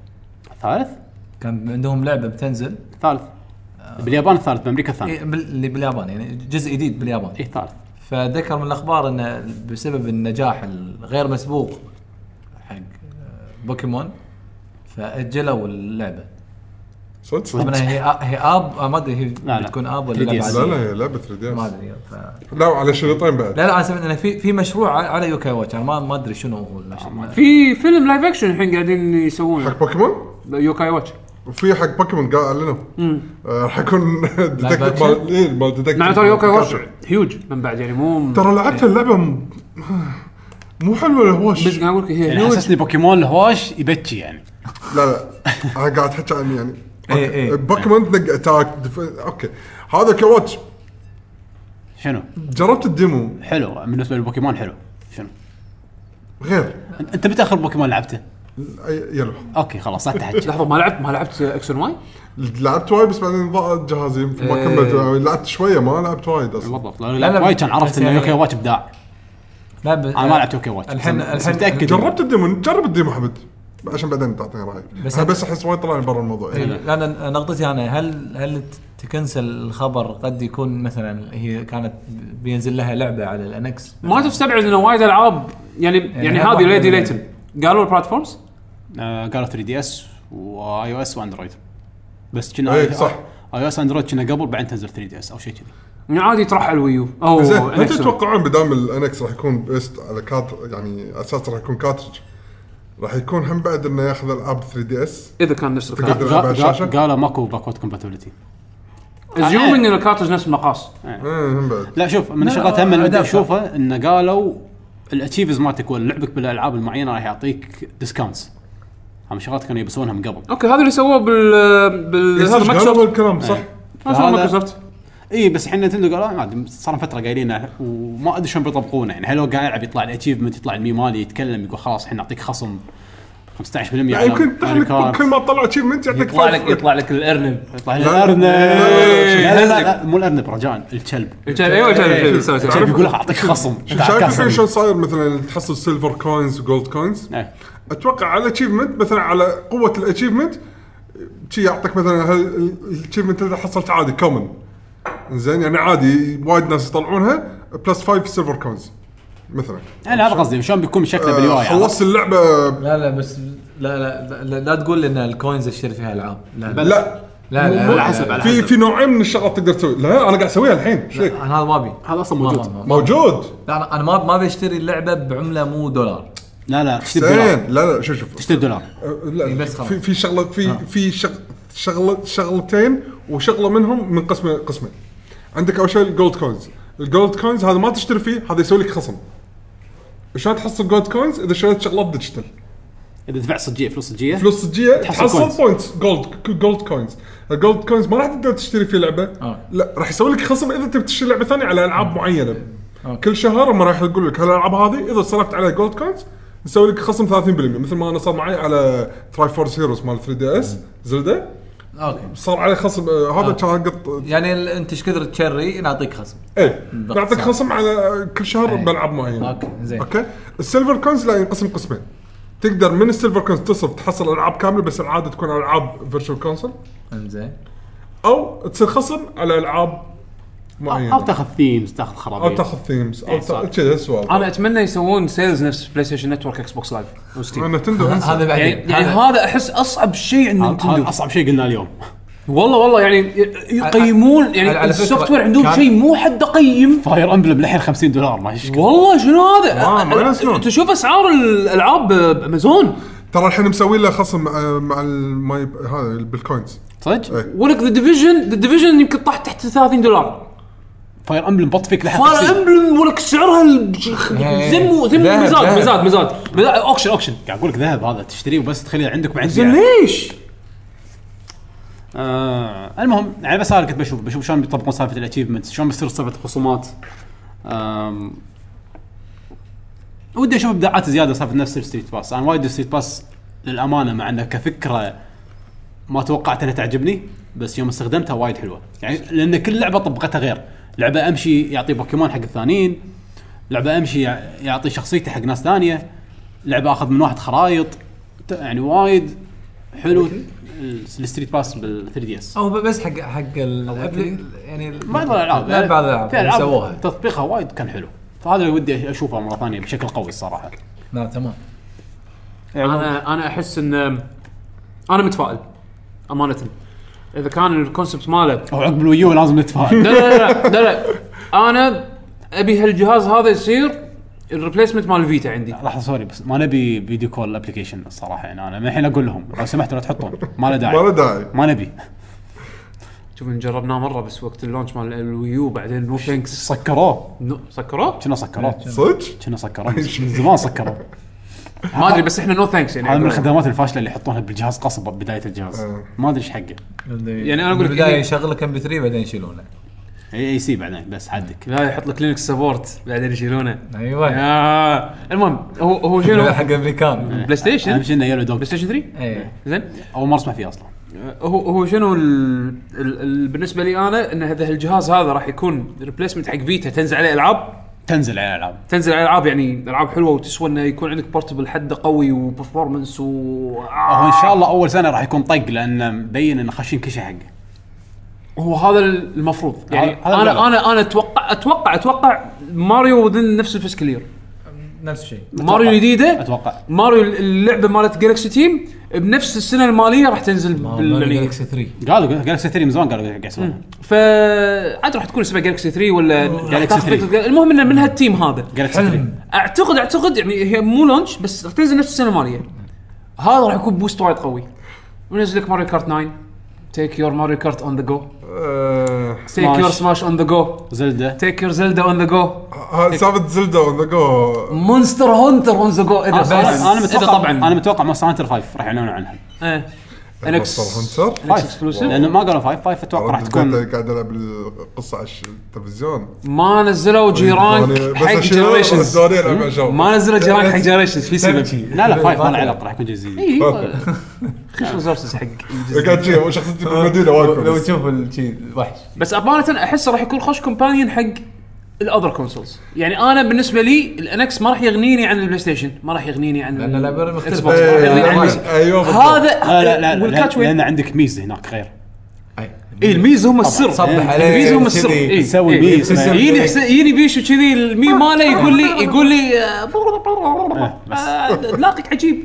ثالث
كان عندهم لعبه بتنزل
ثالث باليابان الثالث بامريكا الثاني
إيه، بال- اللي باليابان يعني جزء جديد باليابان
اي إيه، ثالث
فذكر من الاخبار انه بسبب النجاح الغير مسبوق حق آه، بوكيمون فاجلوا اللعبه
صدق صدق
طبعا هي هي اب آه، ما ادري هي
لا.
بتكون اب ولا
3DS.
لعبه
لا لا
عادية؟
هي لعبه 3 دي
ما
اس
ادري ف...
لا وعلى شريطين بعد
لا لا انا سمعت انه في في مشروع على- على يوكاي واتش انا ما ما ادري شنو هو
آه،
المشروع
في فيلم لايف اكشن الحين قاعدين يسوونه
حق بوكيمون
يوكاي واتش
وفي حق بوكيمون قال اعلنوا آه، راح يكون ديتكتيف مال إيه، مال ديتكتيف
مع نعم، ترى يوكاي واتش
كاتب.
هيوج من بعد يعني مو
ترى لعبت
إيه.
اللعبه م- مو حلوه الهواش
بس قاعد اقول لك هي
يعني
هيوج
حسسني بوكيمون الهواش يبكي يعني
لا لا انا قاعد احكي عن يعني
إيه، إيه.
بوكيمون تنق اتاك دف... اوكي هذا كواتش
شنو؟
جربت الديمو
حلو بالنسبه للبوكيمون حلو شنو؟
غير
أنت- انت متى اخر بوكيمون لعبته؟
أي- يلا
اوكي خلاص لا تحكي
لحظه ما لعبت ما لعبت اكس ان واي
لعبت وايد بس بعدين ضاع جهازي ما
إيه.
كملت لعبت شويه ما لعبت وايد اصلا
بالضبط لو لعبت
لا،
وايد كان عرفت
بس
انه
يعني-
يوكي واتش ابداع
لا ب...
انا آه، ما لعبت يوكي واتش
الحين-
بس- بس
الحين-
متاكد
جربت الديمو جرب الديمو حبيت عشان بعدين تعطيني رايك بس
بس
بس احس وايد طلعني برا الموضوع
إيه،
يعني
لا انا نقطتي انا هل هل تكنسل الخبر قد يكون مثلا هي كانت بينزل لها لعبه على الانكس
ما تستبعد انه وايد العاب يعني يعني هذه
واحد
ليدي
من-
ليتن قالوا البلاتفورمز
آه، قالوا 3 دي اس واي او اس واندرويد بس كنا
إيه، صح.
اي او اس اندرويد كنا قبل بعدين تنزل 3 دي اس او شيء كذي
يعني عادي يطرح على الويو او
إيه، زين متى
NXO.
تتوقعون بدام الانكس راح يكون بيست على كات يعني اساس راح يكون كاترج راح يكون هم بعد انه ياخذ العاب 3 دي اس
اذا كان نفس
تقدر.
الكارت
تلعب على
قا- قا-
الشاشة؟
قالوا ماكو باكورد كومباتيبلتي
ازيومينج ان الكارتج نفس المقاس
إيه، هم بعد
لا شوف من
لا،
الشغلات هم اللي بدي
أداء
اشوفه انه قالوا الاتشيفز مالتك ولا لعبك بالالعاب المعينه راح يعطيك ديسكاونتس هم شغلات كانوا يبسونها من قبل
اوكي هذا اللي سووه بال بال هذا
هذا
مايكروسوفت
الكلام صح
هذا سووه
فهذا-
مايكروسوفت
اي إيه، بس الحين نتندو قالوا ما أدري، صار لهم فتره قايلين وما ادري شلون بيطبقونه يعني هلو قاعد يلعب يطلع الاتشيفمنت يطلع المي مالي يتكلم يقول خلاص الحين نعطيك خصم 15% على
يمكن
ماري كارت.
تحلك كل ما تطلع اتشيفمنت يعطيك
يطلع لك
فاصل.
يطلع لك الارنب
يطلع لي
لا،
الارنب لا
لا،
لا لا مو الارنب رجاء الكلب
ايوه جاي- جاي- جاي-
الكلب يقول لك اعطيك خصم
شايف الحين شلون صاير مثلا تحصل سيلفر كوينز وجولد كوينز
إيه.
اتوقع على اتشيفمنت مثلا على قوه الاتشيفمنت شي يعطيك مثلا الاتشيفمنت اللي حصلت عادي كومن زين يعني عادي وايد ناس يطلعونها بلس 5 سيلفر كوينز مثلا
انا يعني هذا قصدي شلون بيكون شكله
آه،
باليو اي
خلصت اللعبه
لا لا بس لا لا لا, لا تقول لي ان الكوينز اشتري فيها العاب لا لا
لا
لا, لا,
على
لا,
حسب
لا,
على
في
حسب
في نوعين من الشغلات تقدر تسوي لا انا قاعد اسويها الحين شيك
انا هذا ما ابي
هذا اصلا
ما-
موجود
ما- ما-
موجود
لا أنا- انا ما ما ابي اشتري اللعبه بعمله مو دولار
لا لا تشتري بدولار
زين لا لا شوف شوف
تشتري دولار
لا
بس خلاص.
في في شغله في في شغ- شغله شغلتين وشغله منهم من قسم قسمين عندك اول شيء الجولد كوينز الجولد كوينز هذا ما تشتري فيه هذا يسوي لك خصم شلون تحصل جولد كوينز اذا شريت شغلات ديجيتال
اذا دفعت صجيه فلوس صجيه
فلوس صجيه
تحصل
تحصل بوينتس جولد جولد كوينز الجولد كوينز ما راح تقدر تشتري فيه لعبه
آه.
لا راح يسوي لك خصم اذا تبي تشتري لعبه ثانيه على العاب معينه
آه.
كل شهر هم راح يقول لك هالالعاب هذه اذا صرفت عليها جولد كوينز نسوي لك خصم 30% مثل ما انا صار معي على تراي فورس هيروز مال 3 دي اس زلدا
اوكي
صار عليه خصم آه، هذا كان قط
يعني ال- انت ايش كثر تشري نعطيك خصم
ايه
باختصار.
نعطيك خصم على كل شهر بالعاب معينه
اوكي إيه. زين
اوكي السيلفر كونز لا ينقسم قسمين تقدر من السيلفر كونز تصرف تحصل العاب كامله بس العاده تكون العاب فيرتشوال كونسل
زين
او تصير خصم على العاب معينه
او تاخذ ثيمز تاخذ خرابيط
او تاخذ ثيمز او
إيه، صح.
تاخذ كذا السؤال
انا اتمنى يسوون سيلز نفس بلاي ستيشن نتورك اكس بوكس لايف وستيم
نتندو انسى
هذا
يعني,
بعدين
يعني
هذا-
هذا احس اصعب شيء عند
هذا-
نينتندو
هذا اصعب شيء قلناه اليوم
والله والله يعني ي- يقيمون
على-
يعني
على فكرة
السوفت وير عندهم
كان-
شيء مو حد قيم
فاير امبلم للحين 50 دولار ما ايش
والله شنو
ما- ما
هذا
يسمعون.
انت شوف اسعار الالعاب بامازون
ترى الحين مسوي له خصم مع- مع الماي هذا بالكوينز
صدق
إيه.
ولك ذا ديفيجن ذا ديفيجن يمكن طاح تحت 30 دولار
فاير امبلم بط فيك لحد
فاير
تفصيل.
امبلم ولك سعرها ال- زم زم
ذهب،
مزاد
ذهب.
مزاد مزاد مزاد- اوكشن اوكشن
قاعد اقول لك ذهب هذا تشتريه وبس تخليه عندك بعدين
زين
تبيعه.
ليش؟
آه المهم يعني بس انا كنت بشوف بشوف شلون بيطبقون سالفه الاتشيفمنت شلون بيصير سالفه الخصومات آم، ودي اشوف ابداعات زياده سالفه نفس الستريت باس انا وايد الستريت باس للامانه مع انه كفكره ما توقعت انها تعجبني بس يوم استخدمتها وايد حلوه يعني لان كل لعبه طبقتها غير لعبه امشي يعطي بوكيمون حق الثانيين لعبه امشي يع- يعطي شخصيته حق ناس ثانيه لعبه اخذ من واحد خرايط ت- يعني وايد حلو ال- الستريت باس بال 3 دي اس
او بس حق حق ال يعني ال-
ما يضل العاب
لا بعض الالعاب
في
اللي
العاب
سووها
تطبيقها وايد كان حلو فهذا اللي ودي اشوفه مره ثانيه بشكل قوي الصراحه
لا نعم، تمام
انا انا احس ان انا متفائل امانه اذا كان الكونسبت ماله
او عقب الويو لازم نتفاعل
لا لا لا لا, لا. انا ابي هالجهاز هذا يصير الريبليسمنت مال الفيتا عندي
لحظه سوري بس ما نبي فيديو كول ابلكيشن الصراحه يعني انا من الحين اقول لهم لو سمحتوا لا تحطون ما له
ما له
داعي
داعي
ما نبي
شوف إن جربناه مره بس وقت اللونش مال الويو بعدين نو ثانكس
سكروه
سكروه
كنا سكروه
صدق؟
كنا سكروه من زمان سكروه
ما ادري بس احنا نو ثانكس يعني
هذا من الخدمات الفاشله اللي يحطونها بالجهاز قصب بدايه الجهاز
آه.
ما ادري ايش حقه
يعني أنا أقول لك
البدايه
يعني-
يشغلك ام بي 3 بعدين يشيلونه
اي اي سي بعدين بس حدك
لا يحط لك لينكس سبورت بعدين يشيلونه
ايوه
آه. المهم هو هو شنو
حق امريكان
بلاي
اهم
ستيشن
شيء انه يلو دوغ
بلاي ستيشن 3
اي
زين
اول مره اسمع فيه اصلا
هو هو شنو ال... ال... ال... بالنسبه لي انا ان هذا الجهاز هذا راح يكون ريبليسمنت حق فيتا تنزل عليه العاب
تنزل على الالعاب
تنزل عليه العاب يعني العاب حلوه وتسوى انه يكون عندك بورتبل حده قوي وبرفورمنس و آه.
هو ان شاء الله اول سنه راح يكون طق لان مبين انه خاشين كل شيء حقه
هو هذا المفروض يعني
هذا- هذا
انا
الغلط.
انا انا اتوقع اتوقع اتوقع ماريو ضمن نفس الفسكال يير
نفس الشيء
ماريو الجديده
اتوقع
ماريو اللعبه مالت جالكسي تيم بنفس السنه الماليه راح تنزل بال... يعني
جالكسي 3
قالوا جالكسي 3 من زمان قالوا قاعد يسوونها
فعاد راح تكون اسمها جالكسي 3 ولا
Galaxy
تاخذ-
3.
المهم انه من هالتيم هذا
جالكسي 3
حلم
اعتقد اعتقد يعني هي مو لونش بس راح تنزل نفس السنه الماليه هذا راح يكون بوست وايد قوي وينزل لك ماريو كارت 9 تيك يور ماريو كارت اون ذا جو
آه،
تيك
Smash.
يور سماش اون ذا جو
زلده
تيك يور زلدا اون ذا جو
ها- سالفه زلدا اون ذا جو
مونستر هونتر اون ذا جو اذا
بس انا
إذا
متوقع
طبعا
انا متوقع مونستر هانتر 5 راح يعلنون عنها
ايه انكس
مونستر هانتر؟
فايف
اكسكلوسيف
لانه ما قالوا فايف فايف اتوقع راح تكون
قاعد العب القصه على التلفزيون
ما نزلوا جيران
بس
حق
أشياء
جنريشنز
والثانية ألعب مع شباب.
ما نزلوا جيران حق جنريشنز في سبب
لا
إيه،
لا فايف ما له علاقه راح يكون جزء جديد
اي
فاهم.
خش ريسورسز حق
قاعد شي شخصيتي بالمدينه واقفه
لو
بس.
تشوف ال- شي وحش
بس امانه احسه راح يكون خوش كومبانيون حق الاذر كونسولز يعني انا بالنسبه لي الانكس ما راح يغنيني عن البلاي ستيشن ما راح يغنيني عن
لأن الألعاب
ال-
مختلفة.
Xbox، ما راح
إيه،
يغنيني عن
لأن-
البلاي ستيشن.
ايوه بالضبط.
هذا
لا لا لا
والكاتش
لأن-
وين
لان عندك ميزه هناك
إيه.
غير
إيه،
إيه،
اي الميزه هم السر
صبح عليه
الميزه هم
كذي.
السر إي،
تسوي
إي.
ميز
إي.
اسمه.
يجيني حس- يجيني بيشو كذي المي ماله يقول لي يقول لي آه،
بس.
آه، تلاقيك عجيب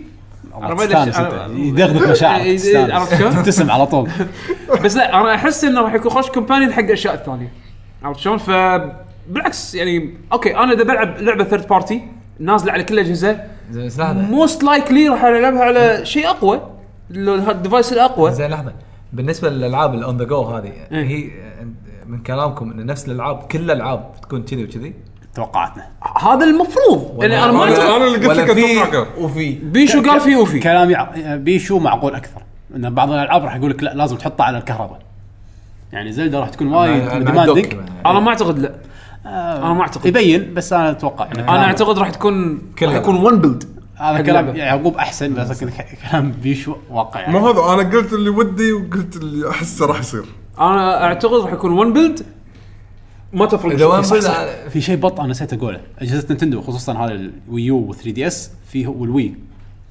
الله،
أنا ما أدري
تستانس
شو-
أنت.
أنا-
يدغدغ مشاعر
إيه، إيه،
تستانس.
عرفت شلون؟
تبتسم على طول
بس لا انا احس انه راح يكون خوش كومبانيون حق الاشياء الثانيه عرفت شلون؟ ف بالعكس يعني اوكي انا اذا بلعب لعبه ثيرد بارتي نازله على كل الاجهزه
زين بس لحظه
موست لايكلي راح العبها على شيء اقوى لو ه- الديفايس الاقوى
زين لحظه بالنسبه للالعاب الاون ذا جو هذه
إيه.
هي من كلامكم ان نفس الالعاب كل الالعاب تكون كذي وكذي
توقعاتنا
هذا المفروض يعني انا ما
ولا-
أعتقد-
أنا اللي قلت
ولا
لك
في
أتوقع كذا.
وفي
بيشو قال في وفي
كلامي ع- بيشو معقول اكثر ان بعض الالعاب راح يقول لك لا لازم تحطه على الكهرباء يعني زلده راح تكون وايد
مع- مع الدوك.
ديماندنج
يعني
انا ما اعتقد لا انا ما أعتقد.
يبين بس انا اتوقع إن كلامه-
انا اعتقد راح تكون راح
كلها.
يكون ون بيلد
هذا
حق
كلام
اللعبة.
يعقوب احسن بس لكن كلام بيشو واقع يعني.
مو هذا انا قلت اللي ودي وقلت اللي احسه راح يصير
انا اعتقد راح يكون ون بيلد ما تفرق
اذا وين
شيء.
بل-
في شيء بط انا نسيت اقوله اجهزه نينتندو خصوصا هذا الويو و3 دي اس فيه والوي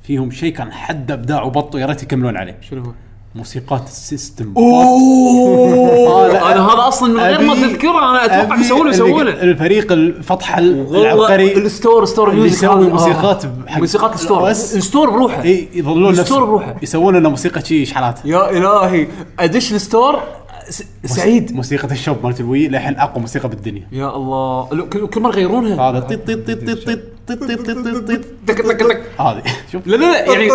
فيهم شيء كان حد ابداع وبط ويا ريت يكملون عليه
شنو هو؟
موسيقات السيستم
اوه
آه، لا.
انا هذا اصلا من غير ما
أبي-
تذكره انا اتوقع
أبي
مسوونه
اللي-
مسوونه
الفريق الفطح
والله
العبقري
الستور ستور
اللي
ميوزك
يسوي
هذا.
موسيقات
آه.
حق
موسيقات الستور
الأوس.
الستور بروحه
اي يظلون
الستور
نفسهم.
بروحه.
يسوون لنا موسيقى شي شحنات
يا الهي ادش الستور س- سعيد
موسيقى الشوب مالت الوي للحين اقوى موسيقى بالدنيا
يا الله لو- كل كل مره يغيرونها
هذا طيط طيط طيط طيط طيط طيط طيط طيط طيط طيط
تك تك تك
هذه شوف
لا لا لا يعني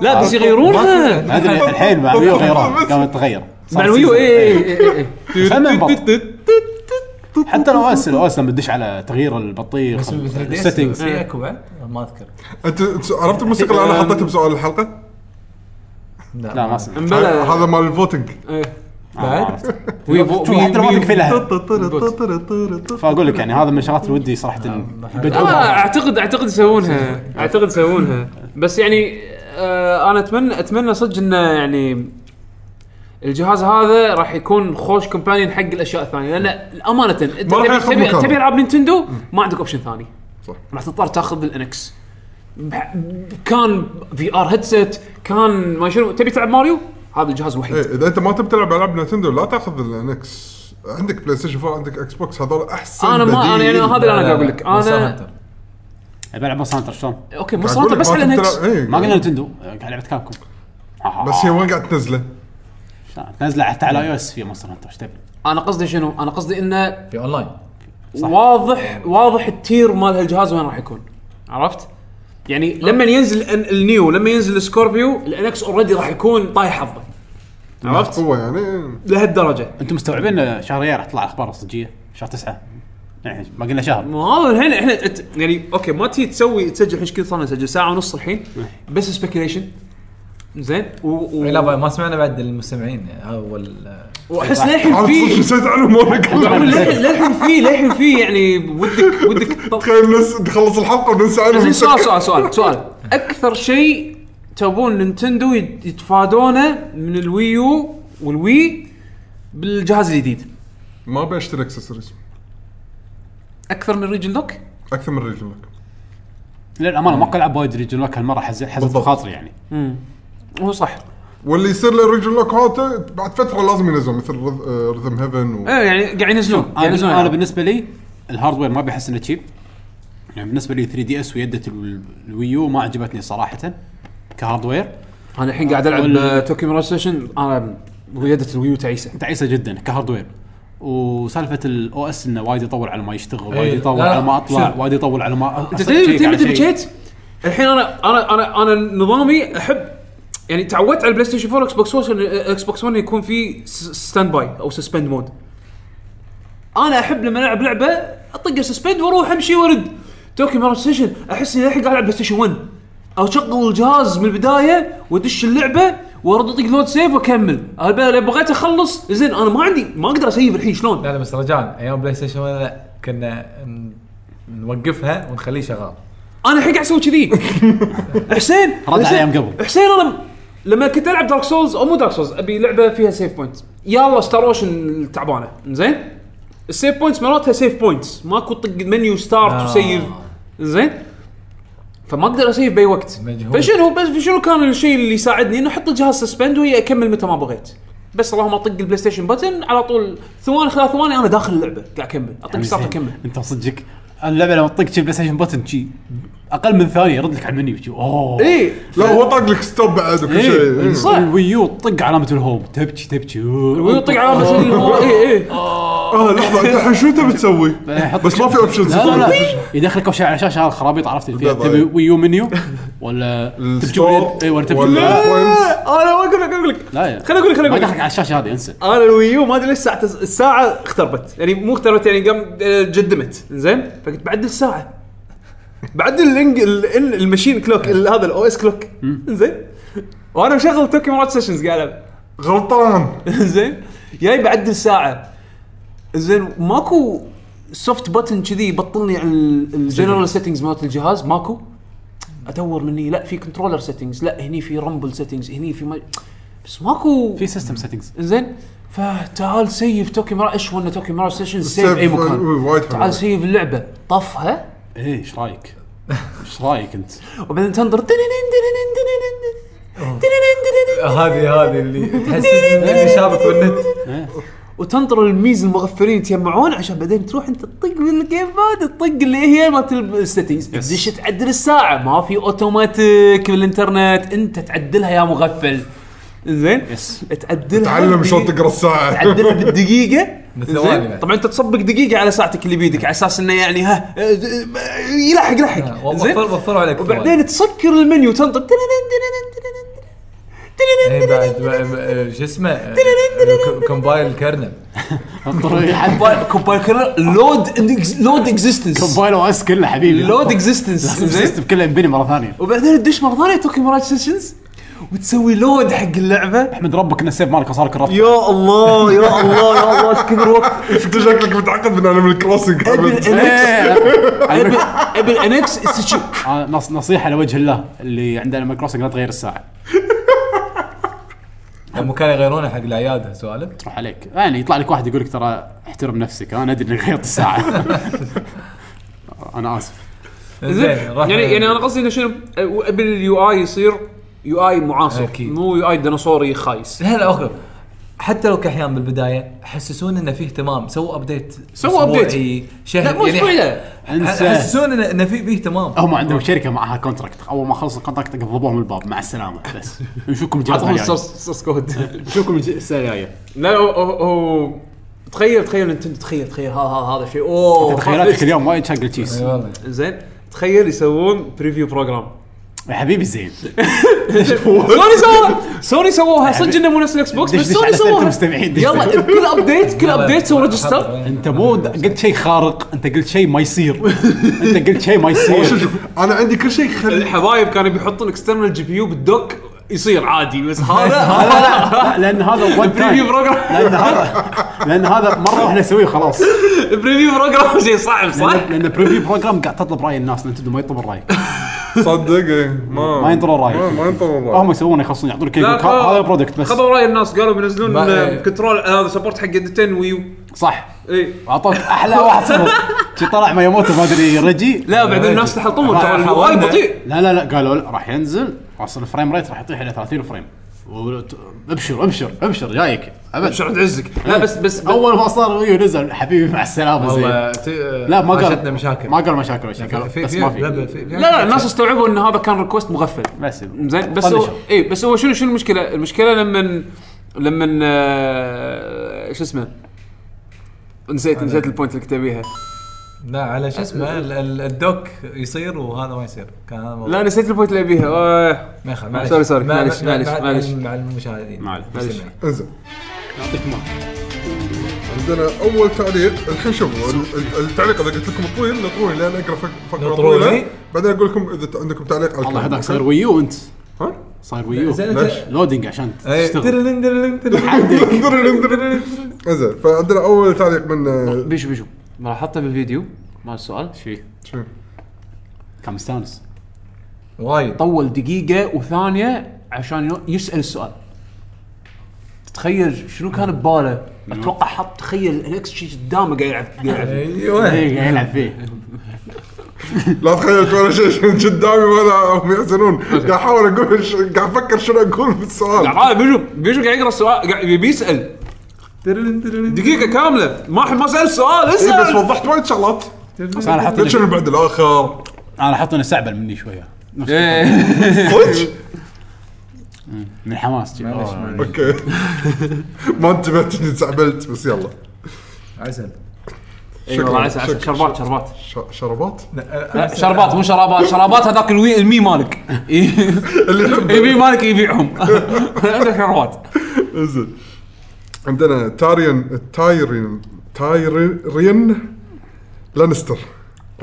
لا بس يغيرونها
ما ادري الحين مع الويو غيران قامت تتغير
مع إيه، الويو اي اي اي
فمن بط. إيه. حتى لو اس لو اس لما تدش على تغيير البطيخ
بس إيه. بال 3 دي اس
السيتنجز
في اكو بعد ما اذكر
انت عرفت الموسيقى اللي انا حطيتها بسؤال الحلقه؟
لا ما سمعت
هذا
مبلا
هذا مال الفوتنج
إيه.
بعد
وي- وي-
آه. حتى لو ما تكفي لها
طرطرطرطرطرط.
فاقول لك يعني هذا من الشغلات اللي ودي صراحه
آه
بدعوها
اعتقد اعتقد يسوونها اعتقد يسوونها بس يعني آه انا اتمنى اتمنى صدق انه يعني الجهاز هذا راح يكون خوش كومبانيون حق الاشياء الثانيه لان امانه انت
ما راح
تبي
ياخذ
تبي-
مكانه.
تبي العاب نينتندو ما عندك اوبشن ثاني
صح.
راح تضطر تاخذ الانكس كان في ار هيدسيت كان ما شنو تبي تلعب ماريو هذا الجهاز الوحيد
إيه، اذا انت ما تبي تلعب العاب نينتندو لا تاخذ الانكس عندك بلاي ستيشن 4 عندك اكس بوكس هذول احسن
انا ما انا يعني
بديل.
هذا اللي انا قاعد اقول لك
مونستر
انا
هانتر.
بلعب مصر هانتر شلون؟
اوكي
قاعد
بس
أقول لك
بس
يعني ما
على
تبي
الانكس
تلعب- إيه،
ما قلنا نتندو لعبه كابكم
بس هي وين قاعد تنزله؟
نازله حتى آه. على اي او اس في مصر هانتر ايش تبي؟
انا قصدي شنو؟ انا قصدي انه
في اونلاين
صح.
واضح واضح التير مال هالجهاز وين راح يكون عرفت؟ يعني لما ينزل ال- النيو لما ينزل سكوربيو الانكس اوريدي راح يكون طايح حظه عرفت؟
قوه يعني
لهالدرجه
انتم مستوعبين إن شهريار راح تطلع اخبار صجيه شهر تسعه يعني ما قلنا شهر
ما هذا الحين احنا أت- يعني اوكي ما تي تسوي تسجل الحين ايش كذا صار لنا نسجل ساعه ونص الحين بس سبيكيليشن زين و-
إيه، لا
و-
بقى، ما سمعنا بعد المستمعين اول آه،
واحس للحين
عاد صدق
في
نسيت عنهم وانا
للحين-
أقول.
للحين في للحين في يعني ودك ودك طب-
تخيل نس- نخلص الحلقه وننسى عنهم
زين سؤال سؤال سؤال سؤال اكثر شيء تبون نينتندو يت- يتفادونه من الويو والوي بالجهاز الجديد
ما ابي اشتري اكسسوارز
اكثر من ريجن لوك
اكثر من ريجن لك
للامانه ماكو العب وايد ريجن لوك هالمره حزت حزت
بالضبط.
خاطري يعني
هو صح
واللي يصير له ريجن لوك هذا بعد فتره لازم ينزلون مثل رذم هيفن و...
ايه يعني قاعد ينزلون قاعد ينزلون
انا, أنا
ألعاب.
بالنسبه لي الهاردوير ما بحس انه تشيب يعني بالنسبه لي 3 دي اس ويده ال- الويو ما عجبتني صراحه كهاردوير
انا الحين قاعد العب
وال-
آه، توكي ميراج ستيشن انا ويادة الويو تعيسه
تعيسه جدا كهاردوير وسالفه الاو اس انه وايد يطول على ما يشتغل وايد
إيه،
يطول
لا، لا،
على ما اطلع
شوف.
وايد يطول على ما
انت
أصير
تدري
شيك
تدري
على
تدري
شيء.
بجيت الحين انا انا انا انا نظامي احب يعني تعودت على البلاي ستيشن 4 اكس بوكس 1 اكس بوكس 1 يكون في ستاند باي او سسبند مود انا احب لما العب لعبه اطق سسبند واروح امشي وارد توكي مارت ستيشن احس اني الحين قاعد العب بلاي ستيشن 1 او اشغل الجهاز من البدايه وادش اللعبه وارد اطق لود سيف واكمل انا لو بغيت اخلص زين انا ما عندي ما اقدر اسيف الحين شلون
لا لا بس رجعان ايام بلاي ستيشن ولا لا كنا ن- نوقفها ونخليه شغال
انا الحين قاعد اسوي كذي حسين
رد على
حسين-
أيام قبل.
حسين انا لما كنت العب دارك سولز او مو دارك سولز ابي لعبه فيها سيف بوينت يلا ستار اوشن التعبانه زين السيف بوينتس مراتها سيف بوينتس ماكو طق منيو ستارت
آه.
وسيف زين فما اقدر اسيف باي وقت
مجهول.
فشنو بس شنو كان الشيء اللي يساعدني انه احط الجهاز سسبند وهي اكمل متى ما بغيت بس اللهم اطق البلاي ستيشن بتن على طول ثواني ثلاث ثواني انا داخل اللعبه قاعد اكمل اطق
يعني
ستارت
زين.
اكمل
انت صدقك اللعبه لما تطق شي بلاي ستيشن بوتن شي اقل من ثانيه يرد لك على المنيو شي اوه
اي
لا هو طاق لك ستوب بعد وكل شيء
ايه
إيه.
صح الويو طق علامه الهوم تبكي تبكي
ويطق على مثل اللي هو إيه، اي اي
اه لحظه انت الحين شو تبي تسوي؟ بس ما في اوبشنز
لا لا لا يدخلك اول شيء على شاشه الخرابيط عرفت اللي فيها
بالضبط.
تبي ويو منيو ولا تبكي
الستور
باليد اي إيه، ولا تبكي
ولا
باليد.
البوينتس.
انا آه، ما اقول لك اقول لك
لا يا
خليني اقول لك
ما
خليني اقول
يدخلك
لك
على الشاشه هذه انسى
انا الويو ما ادري ليش الساعه الساعه اختربت يعني مو اختربت يعني قام آه، جدمت زين فقلت بعدل الساعه بعدل الانج... ال- ال- المشين كلوك ال- هذا الاو اس كلوك زين وانا مشغل توكي مارت سيشنز قاعد ألعب.
غلطان
زين جاي بعدل ساعه زين ماكو سوفت بتن كذي يبطلني عن الجنرال سيتنجز مالت الجهاز ماكو ادور مني لا في كنترولر سيتنجز لا هني في رامبل سيتنجز هني في ما... بس ماكو
في سيستم سيتنجز
زين فتعال سيف توكي مرا ايش ولا توكي مرا ستيشن سيف
سيف،
اي
آه،
إيه، مكان
وايد حلو
تعال سيف اللعبه طفها
ايه ايش رايك؟ ايش رايك انت؟
وبعدين تنظر دننن دننن دننن دننن دننن
هذه هذه اللي تحس اللي شابك بالنت
إيه.
وتنطر الميز المغفلين يتجمعون عشان بعدين تروح انت تطق بالجيم باد تطق اللي هي مالت السيتنجز تدش تعدل الساعه ما في اوتوماتيك بالانترنت انت تعدلها يا مغفل زين
يس
تعدلها
تعلم
بال-
شلون تقرا الساعه
تعدلها بالدقيقه
بالثواني
زين؟
بعد.
طبعا انت تصبق دقيقه على ساعتك اللي بيدك على اساس انه يعني ها آه، يلحق يلحق آه، زين
وفر وفروا عليك
وبعدين تسكر المنيو تنطر دننن دننن دننن دننن
إيه،
دننن
بعد بعد- آه، شو اسمه آه، ك- كومبايل الكرنل
الطريق حد
كومبايل كومبايل كرر لود لود اكزيستنس
كومبايل او اس كله حبيبي
لود اكزيستنس
السيستم كله ينبني مره ثانيه
وبعدين تدش مره ثانيه توكي مراج سيشنز
وتسوي لود حق اللعبه
احمد ربك ان السيف مالك صار كرفت
يا الله يا الله يا الله ايش كثر وقت
انت شكلك متعقد من انيمال كروسنج
أبي-
حمد.
إيه.
ابي ابي الانكس استشيك
آه، نص- نصيحه لوجه الله اللي عنده انيمال كروسنج لا تغير الساعه
لما كانوا يغيرونه حق العياده سوالف
تروح عليك يعني يطلع لك واحد يقول لك ترى احترم نفسك انا ادري اني غيرت الساعه انا اسف
زين
زين إيه، راح-
يعني يعني انا قصدي انه شنو أه، ابي اليو اي يصير يو اي معاصر
أكيد.
مو يو اي ديناصوري خايس
لا لا اوكي حتى لو كاحيان بالبدايه حسسون انه فيه اهتمام سووا ابديت
سووا
أسبوعي، يعني
update.
شهر
لا مو اسبوعي لا
انسى
حسسون انه إنه في فيه اهتمام
هم عندهم شركه معها كونتراكت اول ما خلصوا الكونتراكت قضبوهم الباب مع السلامه بس نشوفكم الجهاز
يعني.
عطهم
الجاي
السورس السورس كود
نشوفكم الج- السنه الجايه
لا هو- هو هو- تخيل تخيل نتندو تخيل تخيل ها ها هذا شيء اوه
تخيلاتك
خاف.
اليوم وايد شق التشيس
والله
زين تخيل يسوون بريفيو بروجرام
يا حبيبي زين
سوني سووها سوني سووها صدق انه مو نفس الاكس بوكس
يعني دش-
بس
دش
سوني
على سيرة
سووها
المستمعين، دش-
يلا كل ابديت كل ابديت سووا ريجستر
انت مو قلت شيء خارق انت قلت شيء ما يصير انت قلت شيء ما
شوف
يصير
شوف انا عندي كل شيء خلي
إيه.
الحبايب كانوا بيحطون اكسترنال جي بي يو بالدوك يصير عادي بس هذا
لا لا لا لان آه، هذا one
بريفيو
time.
بروجرام
لان هذا لان هذا مره واحنا نسويه خلاص
بريفيو بروجرام شيء صعب صح؟
لان لأن بريفيو بروجرام قاعد تطلب راي الناس نتندو ما يطلب الراي
صدق إيه، ما
ما ينطرون رأيك.
ما- ما ينطرون رايك
هم يسوون يخلصون يعطونك كيك
لا،
يقولك
خلاص.
هذا برودكت بس
خذوا راي الناس قالوا بينزلون
ما-
آه، كنترول آه، هذا سبورت حق إيه. يدتين ويو
صح
اي
اعطوك احلى واحد صفر شي طلع مياموتو ما ادري رجي
لا بعدين الناس تحطموا ترى الواي
حاولنا.
بطيء
لا لا لا قالوا لا راح ينزل اصل الفريم ريت راح يطيح الى 30 فريم و- ت- ابشر ابشر ابشر جايك ابد
شعر عزك لا بس بس
اول ما صار ويو نزل حبيبي مع السلامه زين
والله ت-
لا ما
عاشتنا
قال
مشاكل
ما قال مشاكل ولا شيء قال
في
بس
في
ما
لا
في
ب- في-
لا لا الناس استوعبوا ان هذا كان ريكوست مغفل
بس
زين
طيب.
بس هو اي بس هو شنو شنو المشكله؟ المشكله لما لما آه، شو اسمه نسيت نسيت البوينت اللي كنت ابيها
لا على شو اسمه ال- ال- الدوك يصير وهذا ما يصير كان هذا الموضوع.
لا نسيت البوينت اللي ابيها آه.
ما يخالف
سوري- سوري،
مع-
معليش-
مع-
معليش-
مع-
معليش.
مع المشاهدين
معليش.
معلش
انزين
يعطيك ما
عندنا اول تعليق الحين شوفوا ال- ال- التعليق اذا قلت لكم طويل نطروني لان اقرا فق- فقره
نطروني.
طويله بعدين اقول لكم اذا ت- عندكم تعليق على
الله
طيب،
الكلام.
يهداك صاير ويو انت
ها؟
صاير ويو
زين
ليش؟
انت
لودينج عشان
إيه.
تشتغل
ترلن- ترلن- ترلن.
درن- درن. انزين فعندنا اول تعليق من آه،
بيشو بيشو راح احطه بالفيديو مال السؤال
شي
شو؟
كان مستانس
وايد
طول دقيقه وثانيه عشان ي- يسال السؤال تتخيل شنو كان بباله اتوقع حط تخيل الاكس شي قدامه قاعد يلعب قاعد يلعب.
ايوه
إيه.
اي قاعد يلعب فيه
لا تخيلت ولا شيء شيء قدامي ولا هم يحزنون قاعد احاول اقول ش- قاعد افكر شنو اقول بالسؤال
قاعد بيجو بيجو قاعد يقرا السؤال قاعد بيسال
ترلن- ترلن.
دقيقه كامله ما ما سال السؤال
إيه، بس
اسال
وضحت وايد شغلات
بس انا
قلت
حاط
شنو بعد الاخر
انا حاط انه استعبل مني شويه
إيه،
صدق
من الحماس جي.
معليش،
أوه.
معليش.
اوكي ما انتبهت اني زعبلت بس يلا
عسل
إيه والله عسل عسل شربات شربات
ش- شربات
لا، شربات مو شرابات شرابات هذاك الوي المي مالك
اللي
إيه،
يحبه.
المي إيه، مالك يبيعهم عندك شربات
انزين عندنا تاريان تايرين تايرين لانستر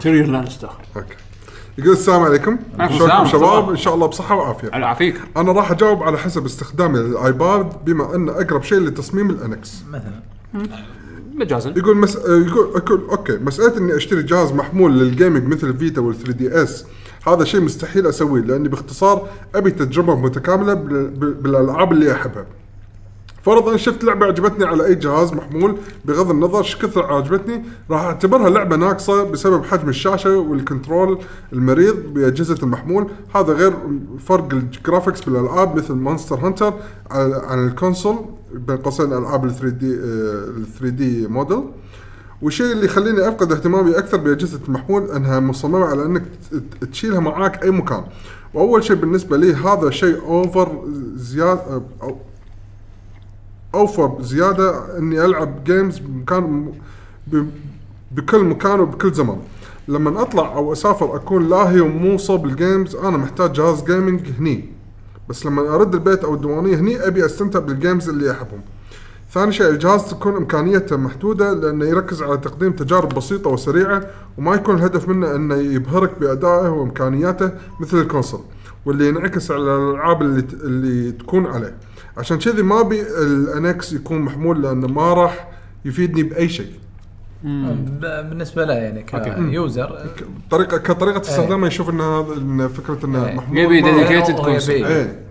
تيريون لانستر
اوكي يقول السلام عليكم
عليكم
شلونكم
السلام.
شباب ان شاء الله بصحه وعافيه
على عافيك
انا راح اجاوب على حسب استخدامي للايباد بما ان اقرب شيء لتصميم الانكس
مثلا
مجازا
يقول مس... آه، يقول أكل... اوكي مساله اني اشتري جهاز محمول للجيمنج مثل الفيتا وال3 دي اس هذا شيء مستحيل اسويه لاني باختصار ابي تجربه متكامله بال... بال- بالالعاب اللي احبها فرض ان شفت لعبه عجبتني على اي جهاز محمول بغض النظر ايش كثر عجبتني راح اعتبرها لعبه ناقصه بسبب حجم الشاشه والكنترول المريض باجهزه المحمول هذا غير فرق الجرافكس بالالعاب مثل مونستر هانتر عن الكونسول بين قوسين العاب ال 3 دي ال 3 دي موديل والشيء اللي يخليني افقد اهتمامي اكثر باجهزه المحمول انها مصممه على انك ت- تشيلها معاك اي مكان واول شيء بالنسبه لي هذا شيء اوفر زياده أو اوفى بزياده اني العب جيمز بمكان ب- بكل مكان وبكل زمان لما اطلع او اسافر اكون لاهي وموصى بالجيمز انا محتاج جهاز جيمنج هني بس لما ارد البيت او الديوانيه هني ابي استمتع بالجيمز اللي احبهم ثاني شيء الجهاز تكون امكانيته محدوده لانه يركز على تقديم تجارب بسيطه وسريعه وما يكون الهدف منه انه يبهرك بادائه وامكانياته مثل الكونسول واللي ينعكس على الالعاب اللي ت- اللي تكون عليه عشان كذي ما ابي الانكس يكون محمول لانه ما راح يفيدني باي شيء
ب- بالنسبه له يعني كيوزر
ك- طريقه كطريقه استخدامه يشوف ان هذا إن فكره انه
إيه.
محمول
يبي
ما-
dedicated
هو يبي.
concept.
إيه.
ايه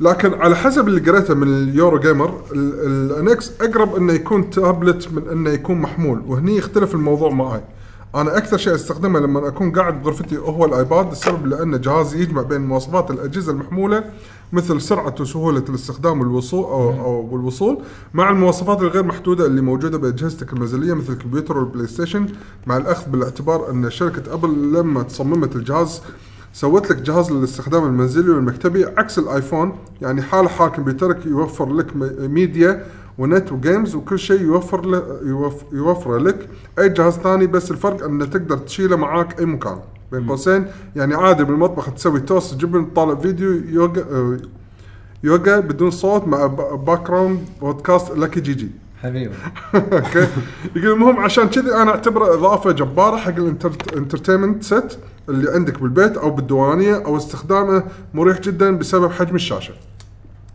لكن على حسب اللي قريته من اليورو جيمر ال- الانكس اقرب انه يكون تابلت من انه يكون محمول وهني يختلف الموضوع معي انا اكثر شيء استخدمه لما اكون قاعد بغرفتي هو الايباد السبب لان جهازي يجمع بين مواصفات الاجهزه المحموله مثل سرعه وسهوله الاستخدام والوصول او, أو والوصول مع المواصفات الغير محدوده اللي موجوده باجهزتك المنزليه مثل الكمبيوتر والبلاي ستيشن مع الاخذ بالاعتبار ان شركه ابل لما صممت الجهاز سوت لك جهاز للاستخدام المنزلي والمكتبي عكس الايفون يعني حال حال كمبيوترك يوفر لك م- ميديا ونت وجيمز وكل شيء يوفر له يوف يوفره لك اي جهاز ثاني بس الفرق انه تقدر تشيله معاك اي مكان بين قوسين يعني عادي بالمطبخ تسوي توست جبن تطالع فيديو يوغا آه، يوغا بدون صوت مع ب- باك جراوند بودكاست لك جي جي
حبيبي
اوكي يقول المهم عشان كذي انا اعتبره اضافه جباره حق الانترتينمنت سيت اللي عندك بالبيت او بالديوانيه او استخدامه مريح جدا بسبب حجم الشاشه.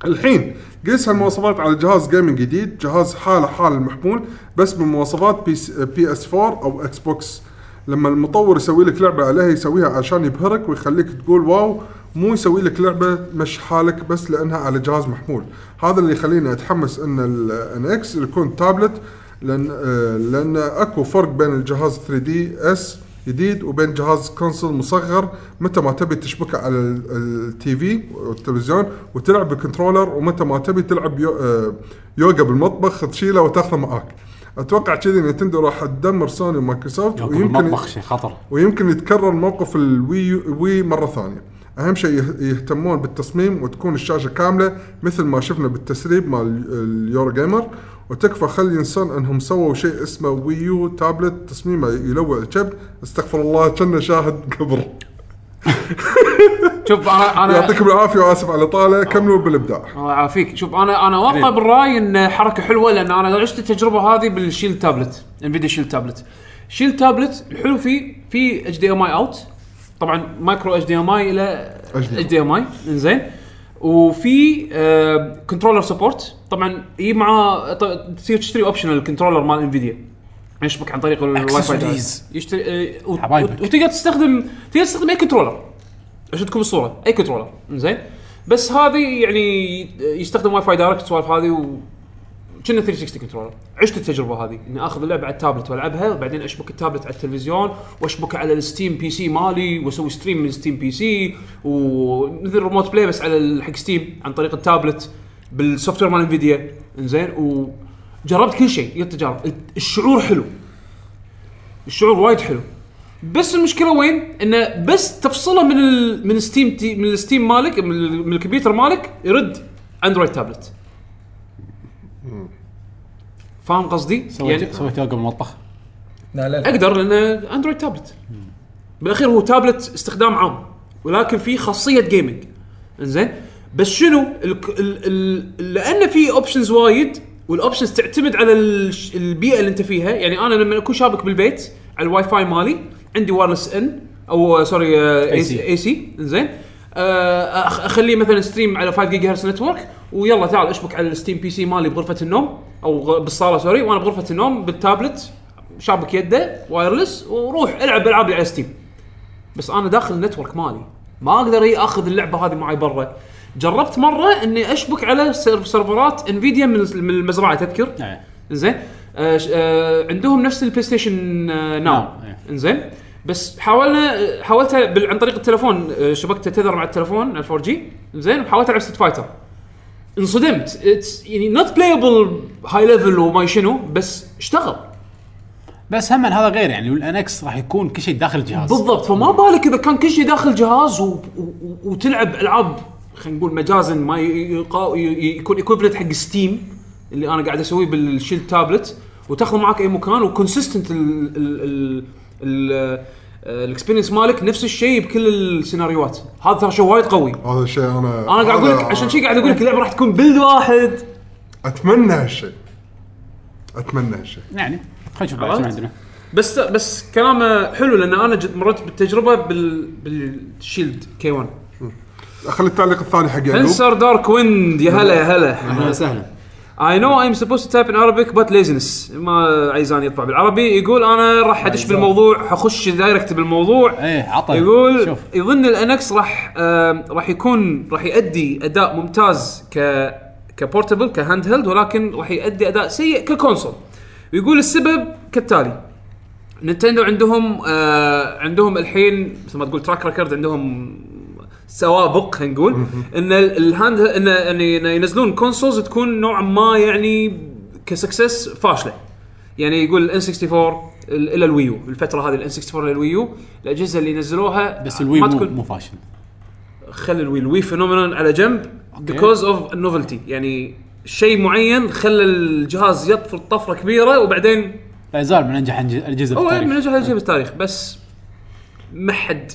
الحين قيس هالمواصفات على جهاز جيمنج جديد جهاز حاله حال المحمول بس بمواصفات بي, س- بي اس 4 او اكس بوكس لما المطور يسوي لك لعبه عليها يسويها عشان يبهرك ويخليك تقول واو مو يسوي لك لعبه مش حالك بس لانها على جهاز محمول هذا اللي يخليني اتحمس ان الان اكس يكون تابلت لان آه، لان اكو فرق بين الجهاز 3 دي اس جديد وبين جهاز كونسول مصغر متى ما تبي تشبكه على ال- التي في والتلفزيون وتلعب بكنترولر ومتى ما تبي تلعب يو- آه، يوجا بالمطبخ تشيله وتاخذه معاك اتوقع كذي نتندو راح تدمر سوني ومايكروسوفت
ياكل المطبخ شيء خطر
ويمكن يتكرر موقف الوي وي مره ثانيه اهم شيء يه- يهتمون بالتصميم وتكون الشاشه كامله مثل ما شفنا بالتسريب مال ال- اليورو جيمر وتكفى خلي انسان انهم سووا شيء اسمه ويو تابلت تصميمه يلوع الكبد استغفر الله كنا شاهد قبر
شوف انا انا
يعطيكم العافيه واسف على طاله كملوا بالابداع
الله يعافيك شوف انا انا اوافق بالراي ان حركه حلوه لان انا عشت التجربه هذه بالشيل تابلت انفيديا شيل تابلت شيل تابلت الحلو فيه في اتش دي ام اي اوت طبعا مايكرو اتش دي ام اي الى اتش دي ام اي انزين وفي آه، كنترولر سبورت طبعا يجي معاه طب- تصير تشتري اوبشنال الكنترولر مال انفيديا يشبك عن طريق الواي فاي
Accessories.
يشتري آه، وت-
حبايبك.
وتقدر تستخدم تقدر تستخدم اي كنترولر عشان تكون الصوره اي كنترولر زين بس هذه يعني يستخدم واي فاي دايركت السوالف هذه و كنا 360 كنترولر عشت التجربه هذه اني اخذ اللعبه على التابلت والعبها وبعدين اشبك التابلت على التلفزيون واشبكه على الستيم بي سي مالي واسوي ستريم من ستيم بي سي ومثل ريموت بلاي بس على ال- حق ستيم عن طريق التابلت بالسوفت وير مال انفيديا انزين وجربت كل شيء جربت تجارب الشعور حلو الشعور وايد حلو بس المشكله وين؟ انه بس تفصله من ال من ستيم تي من الستيم مالك من, ال- من الكمبيوتر مالك يرد اندرويد تابلت. فاهم قصدي؟ يعني
سويت سويت يوقف بالمطبخ
لا لا لا
اقدر لانه اندرويد تابلت. بالاخير هو تابلت استخدام عام ولكن فيه خاصيه جيمنج. انزين بس شنو؟ ال ال ال لان في اوبشنز وايد والاوبشنز تعتمد على ال- البيئه اللي انت فيها، يعني انا لما اكون شابك بالبيت على الواي فاي مالي عندي وايرلس ان او سوري اي
AC.
سي اي سي انزين آه، أخ- اخليه مثلا ستريم على 5 جيجا هرتز نتورك ويلا تعال اشبك على الستيم بي سي مالي بغرفه النوم او غ- بالصاله سوري وانا بغرفه النوم بالتابلت شابك يده وايرلس وروح العب العاب اللي على ستيم بس انا داخل النتورك مالي ما اقدر إيه اخذ اللعبه هذه معي برا جربت مره اني اشبك على سيرف- سيرفرات انفيديا من من المزرعه تذكر
إيه.
زين آه ش- آه عندهم نفس البلاي ستيشن آه ناو
نعم، إيه.
انزين بس حاولنا آه، حاولت بال- عن طريق التلفون آه، شبكته تذر مع التلفون 4 جي زين وحاولت العب ست فايتر انصدمت It's- يعني نوت بلايبل هاي ليفل وما شنو بس اشتغل
بس هم هذا غير يعني والانكس راح يكون كل شيء داخل الجهاز
بالضبط فما بالك اذا كان كل شيء داخل جهاز و... و... و- وتلعب العاب خلينا نقول مجازا ما ي... يقا... ي... ي- يكون ايكوفلنت حق ستيم اللي انا قاعد اسويه بالشيل تابلت وتاخذه معك اي مكان وكونسيستنت ال ال ال الاكسبيرينس مالك نفس الشيء بكل السيناريوهات هذا ترى شيء وايد قوي
هذا الشيء انا
انا قاعد اقول
آه.
لك عشان شيء قاعد اقول لك اللعبه راح تكون بلد واحد
اتمنى هالشيء اتمنى هالشيء
يعني خلينا نشوف بعد شنو
عرفت؟
عندنا
بس بس كلامه حلو لان انا جد مرت بالتجربه بال بالشيلد كي 1
خلي التعليق الثاني حق يعقوب
انسر دارك ويند يا هلا يا هلا
اهلا وسهلا
I know I'm supposed to type in Arabic but laziness ما عايزان يطبع بالعربي يقول انا راح ادش بالموضوع حخش دايركت بالموضوع
ايه عطى
يقول
شوف
يظن الانكس راح آم، راح يكون راح يؤدي اداء ممتاز ك كبورتبل كهاند هيلد ولكن راح يؤدي اداء سيء ككونسول ويقول السبب كالتالي نينتندو عندهم آه عندهم الحين مثل ما تقول تراك ريكورد عندهم سوابق خلينا نقول ان ال- الهاند ان ان إن ينزلون كونسولز تكون نوعا ما يعني كسكسس فاشله يعني يقول الان 64 ال- الى الويو الفتره هذه الان 64 الى الويو الاجهزه اللي نزلوها
بس الوي
ما
مو,
تكون
مو فاشل
خلي الوي الوي فينومينون على جنب بيكوز اوف نوفلتي يعني شيء معين خلى الجهاز يطفر طفره كبيره وبعدين
لا يزال من انجح الج- الاجهزه
هو إيه،
بالتاريخ
من
نعم.
نجح هالشيء بالتاريخ بس ما حد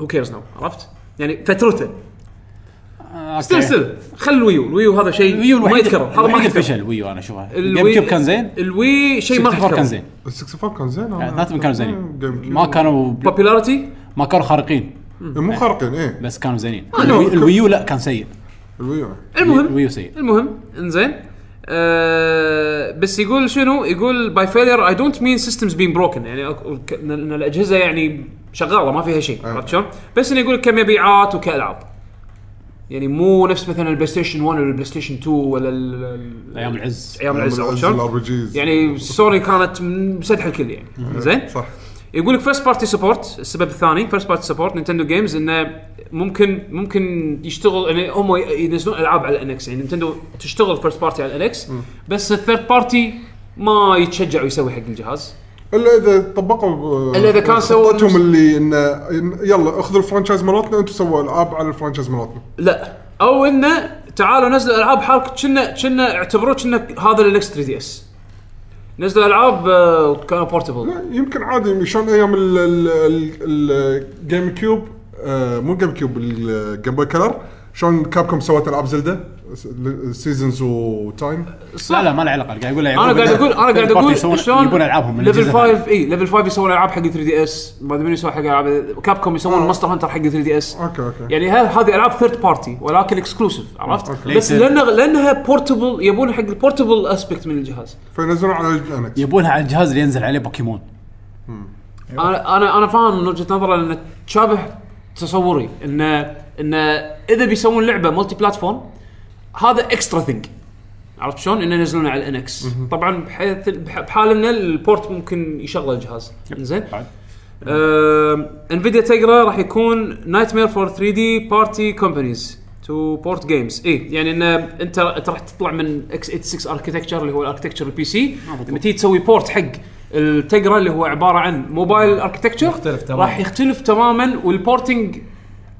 هو كيرز نو عرفت؟ يعني فترته
آه،
ستيل
أوكي.
ستيل خل الويو الويو هذا شيء
الويو
ما
الوحيد
يتكرر هذا ما
الوحيد
يتكرر
فشل ويو انا اشوفها الجيم
الوي-
كيوب كان زين
الوي شيء ما راح
64
يتكرر
كان زين
ال 64 كان زين
يعني
أنا-
ثلاثهم كانوا زينين
جيم كيوب.
ما كانوا
بوبيلاريتي
ما كانوا خارقين
مو خارقين ايه
بس كانوا زينين
آه، لا،
الوي-
ك-
الويو لا كان سيء
الويو
المهم
الويو سيء
المهم انزين آه بس يقول شنو؟ يقول باي فيلير اي دونت مين سيستمز بين بروكن يعني أك- ك- ان إن الاجهزه يعني شغاله ما فيها شيء عرفت شلون؟ بس انه يقول كمبيعات وكالعاب يعني مو نفس مثلا البلاي ستيشن 1 ولا البلاي ستيشن 2 ولا ال- ال-
ايام العز
ايام العز عرفت شلون؟
الار بي جيز
يعني سوني كانت مسدحه الكل يعني زين
صح
يقول لك فيرست بارتي سبورت السبب الثاني فيرست بارتي سبورت نينتندو جيمز انه ممكن ممكن يشتغل يعني هم ينزلون العاب على الانكس يعني نينتندو تشتغل فيرست بارتي على الانكس بس الثيرد بارتي ما يتشجع ويسوي حق الجهاز
الا اذا طبقوا
إلا إذا كان سووا
خطتهم
نفس-
اللي انه إن- يلا اخذوا الفرانشايز مالتنا انتم سووا العاب على الفرانشايز مالتنا
لا او انه تعالوا نزلوا العاب حالك كنا كنا اعتبروه كنا هذا الانكس 3 دي اس نزلوا العاب آه، كانوا بورتبل
لا، يمكن عادي شلون ايام ال- ال- ال- الجيم كيوب آه، مو الجيم كيوب الجيم بوي كلر شلون كابكم سوت العاب زلده سيزونز وتايم
لا لا ما له علاقه قاعد يقول له
انا
يعقوب
قاعد
إنه
اقول انا قاعد
البارتي يسوون-
اقول شلون
يبون العابهم من
ليفل
الأجهزة
5 اي ليفل 5 يسوون العاب حق 3 دي اس ما ادري يسوون حق العاب كاب كوم يسوون
آه.
ماستر هانتر حق 3 دي اس
اوكي اوكي
يعني ه- هذه العاب ثيرد بارتي ولكن اكسكلوسيف عرفت
أوكي.
بس
ليتر.
لان لانها بورتبل يبون حق البورتبل اسبكت من الجهاز
فينزلون على الانكس
يبونها على الجهاز اللي ينزل عليه بوكيمون
انا انا انا فاهم من وجهه نظره لان تشابه تصوري ان ان اذا بيسوون لعبه مالتي بلاتفورم هذا اكسترا ثينج عرفت شلون؟ انه ينزلون على الانكس طبعا بحيث بح- بحال ان البورت ممكن يشغل الجهاز زين
طيب.
بعد.
انفيديا تيجرا راح يكون نايت مير فور 3 دي بارتي كومبانيز تو بورت جيمز اي يعني ان انت انت راح تطلع من اكس 86 اركتكتشر اللي هو الاركتكتشر البي سي لما تيجي تسوي بورت حق التجرا اللي هو عباره عن موبايل اركتكتشر
مختلف تماماً.
راح يختلف تماما والبورتنج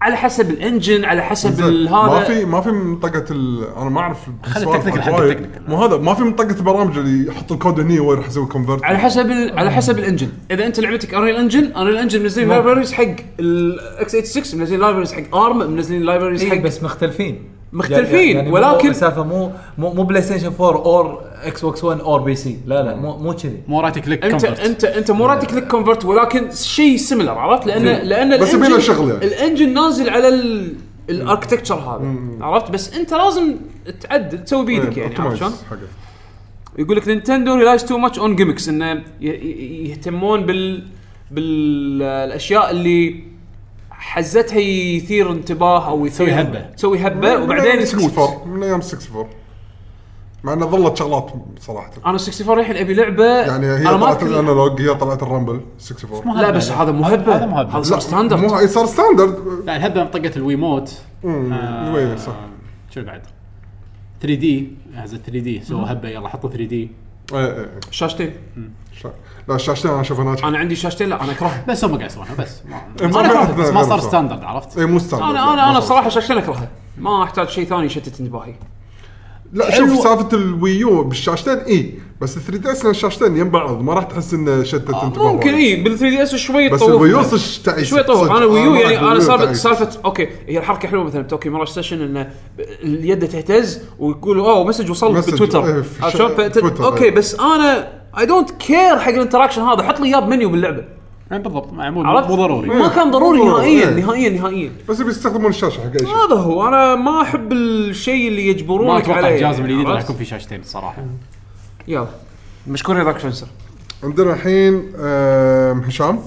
على حسب الانجن على حسب
زين،
ال-
ما
هذا
في ما في منطقه ال... انا ما اعرف السوالف
التكنيكال حق
وايد.
التكنيكال.
مو هذا ما في منطقه البرامج اللي يحط الكود هني ويروح يسوي كونفرت
على حسب ال- على حسب الانجن اذا انت لعبتك انريل انجن انريل انجن منزلين لايبرز حق الاكس 86 منزلين لايبرز حق ارم منزلين لايبرز حق
إيه بس مختلفين
مختلفين،
يعني
ولكن-
السالفه مو مو مو بلاي ستيشن 4 اور اكس بوكس 1 اور بي سي لا لا مو مو كذي
مو رايت كليك
انت انت انت مو راتك لك كونفرت ولكن شيء سيميلر عرفت لان لان
بس
الانجن-
يبيله شغل يعني.
الانجن نازل على ال- الاركتكتشر هذا عرفت بس انت لازم تعدل تسوي بيدك
إيه،
يعني عرفت شلون؟ يقول لك نينتندو ريلايز تو ماتش اون جيمكس انه ي- ي- يهتمون بال بالاشياء اللي حزتها يثير انتباه او يثير
تسوي هبة.
تسوي هبه وبعدين يسكت
64 من ايام 64 مع انه ظلت شغلات صراحه
انا 64 الحين ابي لعبه
يعني هي
انا ما
طلعت
أذكر-
الانالوج هي طلعت الرامبل 64
لا بس هذا مو هبه
يعني. هذا مو هبة.
هذا صار
لا،
ستاندرد
مو هاي صار ستاندرد
لا الهبه منطقه الويموت
أمم،
آه،
إيه، صح
شو بعد 3 دي هذا 3 دي سووا هبه يلا حطوا 3 دي
إيه، إيه، إيه.
شاشتين
شا- لا الشاشتين انا اشوفها ناجحه
انا عندي شاشتين لا انا اكرهها
بس هم قاعد يسوونها بس ما-
إيه،
ما
في
أنا
أحد
بس ما
غيره
صار
صح.
ستاندرد عرفت
اي إيه، مو ستاندرد
انا انا انا
ما صار.
بصراحه شاشتين اكرهها ما احتاج شيء ثاني يشتت انتباهي
لا
حلوة.
شوف سالفه الويو بالشاشتين اي بس ال 3 دي اس الشاشتين يم بعض ما راح تحس انه شتت انتباه
آه، ممكن
وايد.
اي بال 3 دي اس شوي
بس
طوف
الويو
منه.
صج تعيس
شوي طوف
صج.
انا ويو
ما
يعني
أحب
انا
الويو
سالفه
تعيس.
سالفه اوكي هي الحركه حلوه مثلا بتوكي مراش سيشن انه اليد تهتز ويقول اوه مسج وصل
مسج،
بتويتر
إيه، في
عرفت شلون؟
شا-
فت-
تويتر،
اوكي
إيه.
بس انا اي دونت كير حق الانتراكشن هذا حط لي اياه بمنيو باللعبه
يعني بالضبط يعني مو
عرفت؟
مو
إيه.
ضروري
ما كان ضروري
مو
نهائيا
ضروري.
نهائيا نهائيا
بس يبي يستخدمون الشاشه حق اي
آه.
شيء
هذا هو انا ما احب الشيء اللي يجبرونك
ما اتوقع
عليه.
الجهاز الجديد راح
عرفت؟
يكون فيه شاشتين الصراحه
يلا
مشكور يا دارك فنسر
عندنا الحين آم، هشام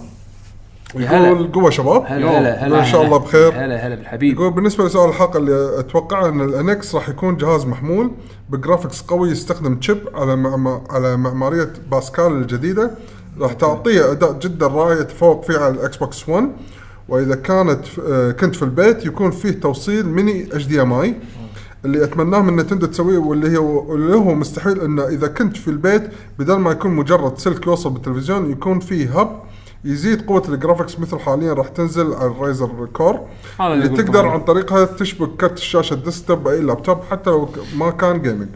يقول قوة شباب
هلا هلا هلا
إن شاء الله بخير.
هلا هلا بالحبيب
يقول بالنسبة لسؤال الحلقة اللي اتوقعه ان الانكس راح يكون جهاز محمول بجرافكس قوي يستخدم تشيب على معم- على معمارية باسكال الجديدة راح تعطيه اداء جدا رائع يتفوق فيه على الاكس بوكس 1 واذا كانت آه، كنت في البيت يكون فيه توصيل ميني اتش دي ام اي اللي اتمناه من نتندو تسويه واللي هو اللي هو مستحيل انه اذا كنت في البيت بدل ما يكون مجرد سلك يوصل بالتلفزيون يكون فيه هب يزيد قوة الجرافكس مثل حاليا راح تنزل على الريزر كور
هذا
اللي
اللي قلت
تقدر
عنه.
عن طريقها تشبك كرت الشاشة الديسكتوب بأي لابتوب حتى لو ك- ما كان جيمنج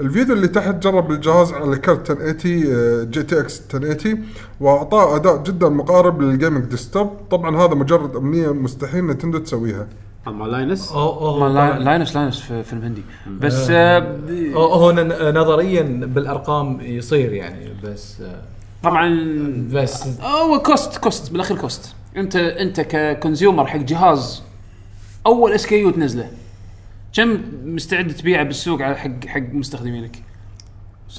الفيديو اللي تحت جرب الجهاز على كرت 1080 آه، جي تي اكس 1080 واعطاه اداء جدا مقارب للجيمنج ديسكتوب طبعا هذا مجرد امنيه مستحيل نتندو تسويها
اما لاينس
اوه
والله
اوه
لاينس لاينس في فيلم هندي بس آه،
هو ن- نظريا بالارقام يصير يعني بس
طبعا
بس
هو كوست كوست بالاخير كوست انت انت ككونسيومر حق جهاز اول اس كي يو تنزله كم مستعد تبيعه بالسوق على حق حق مستخدمينك؟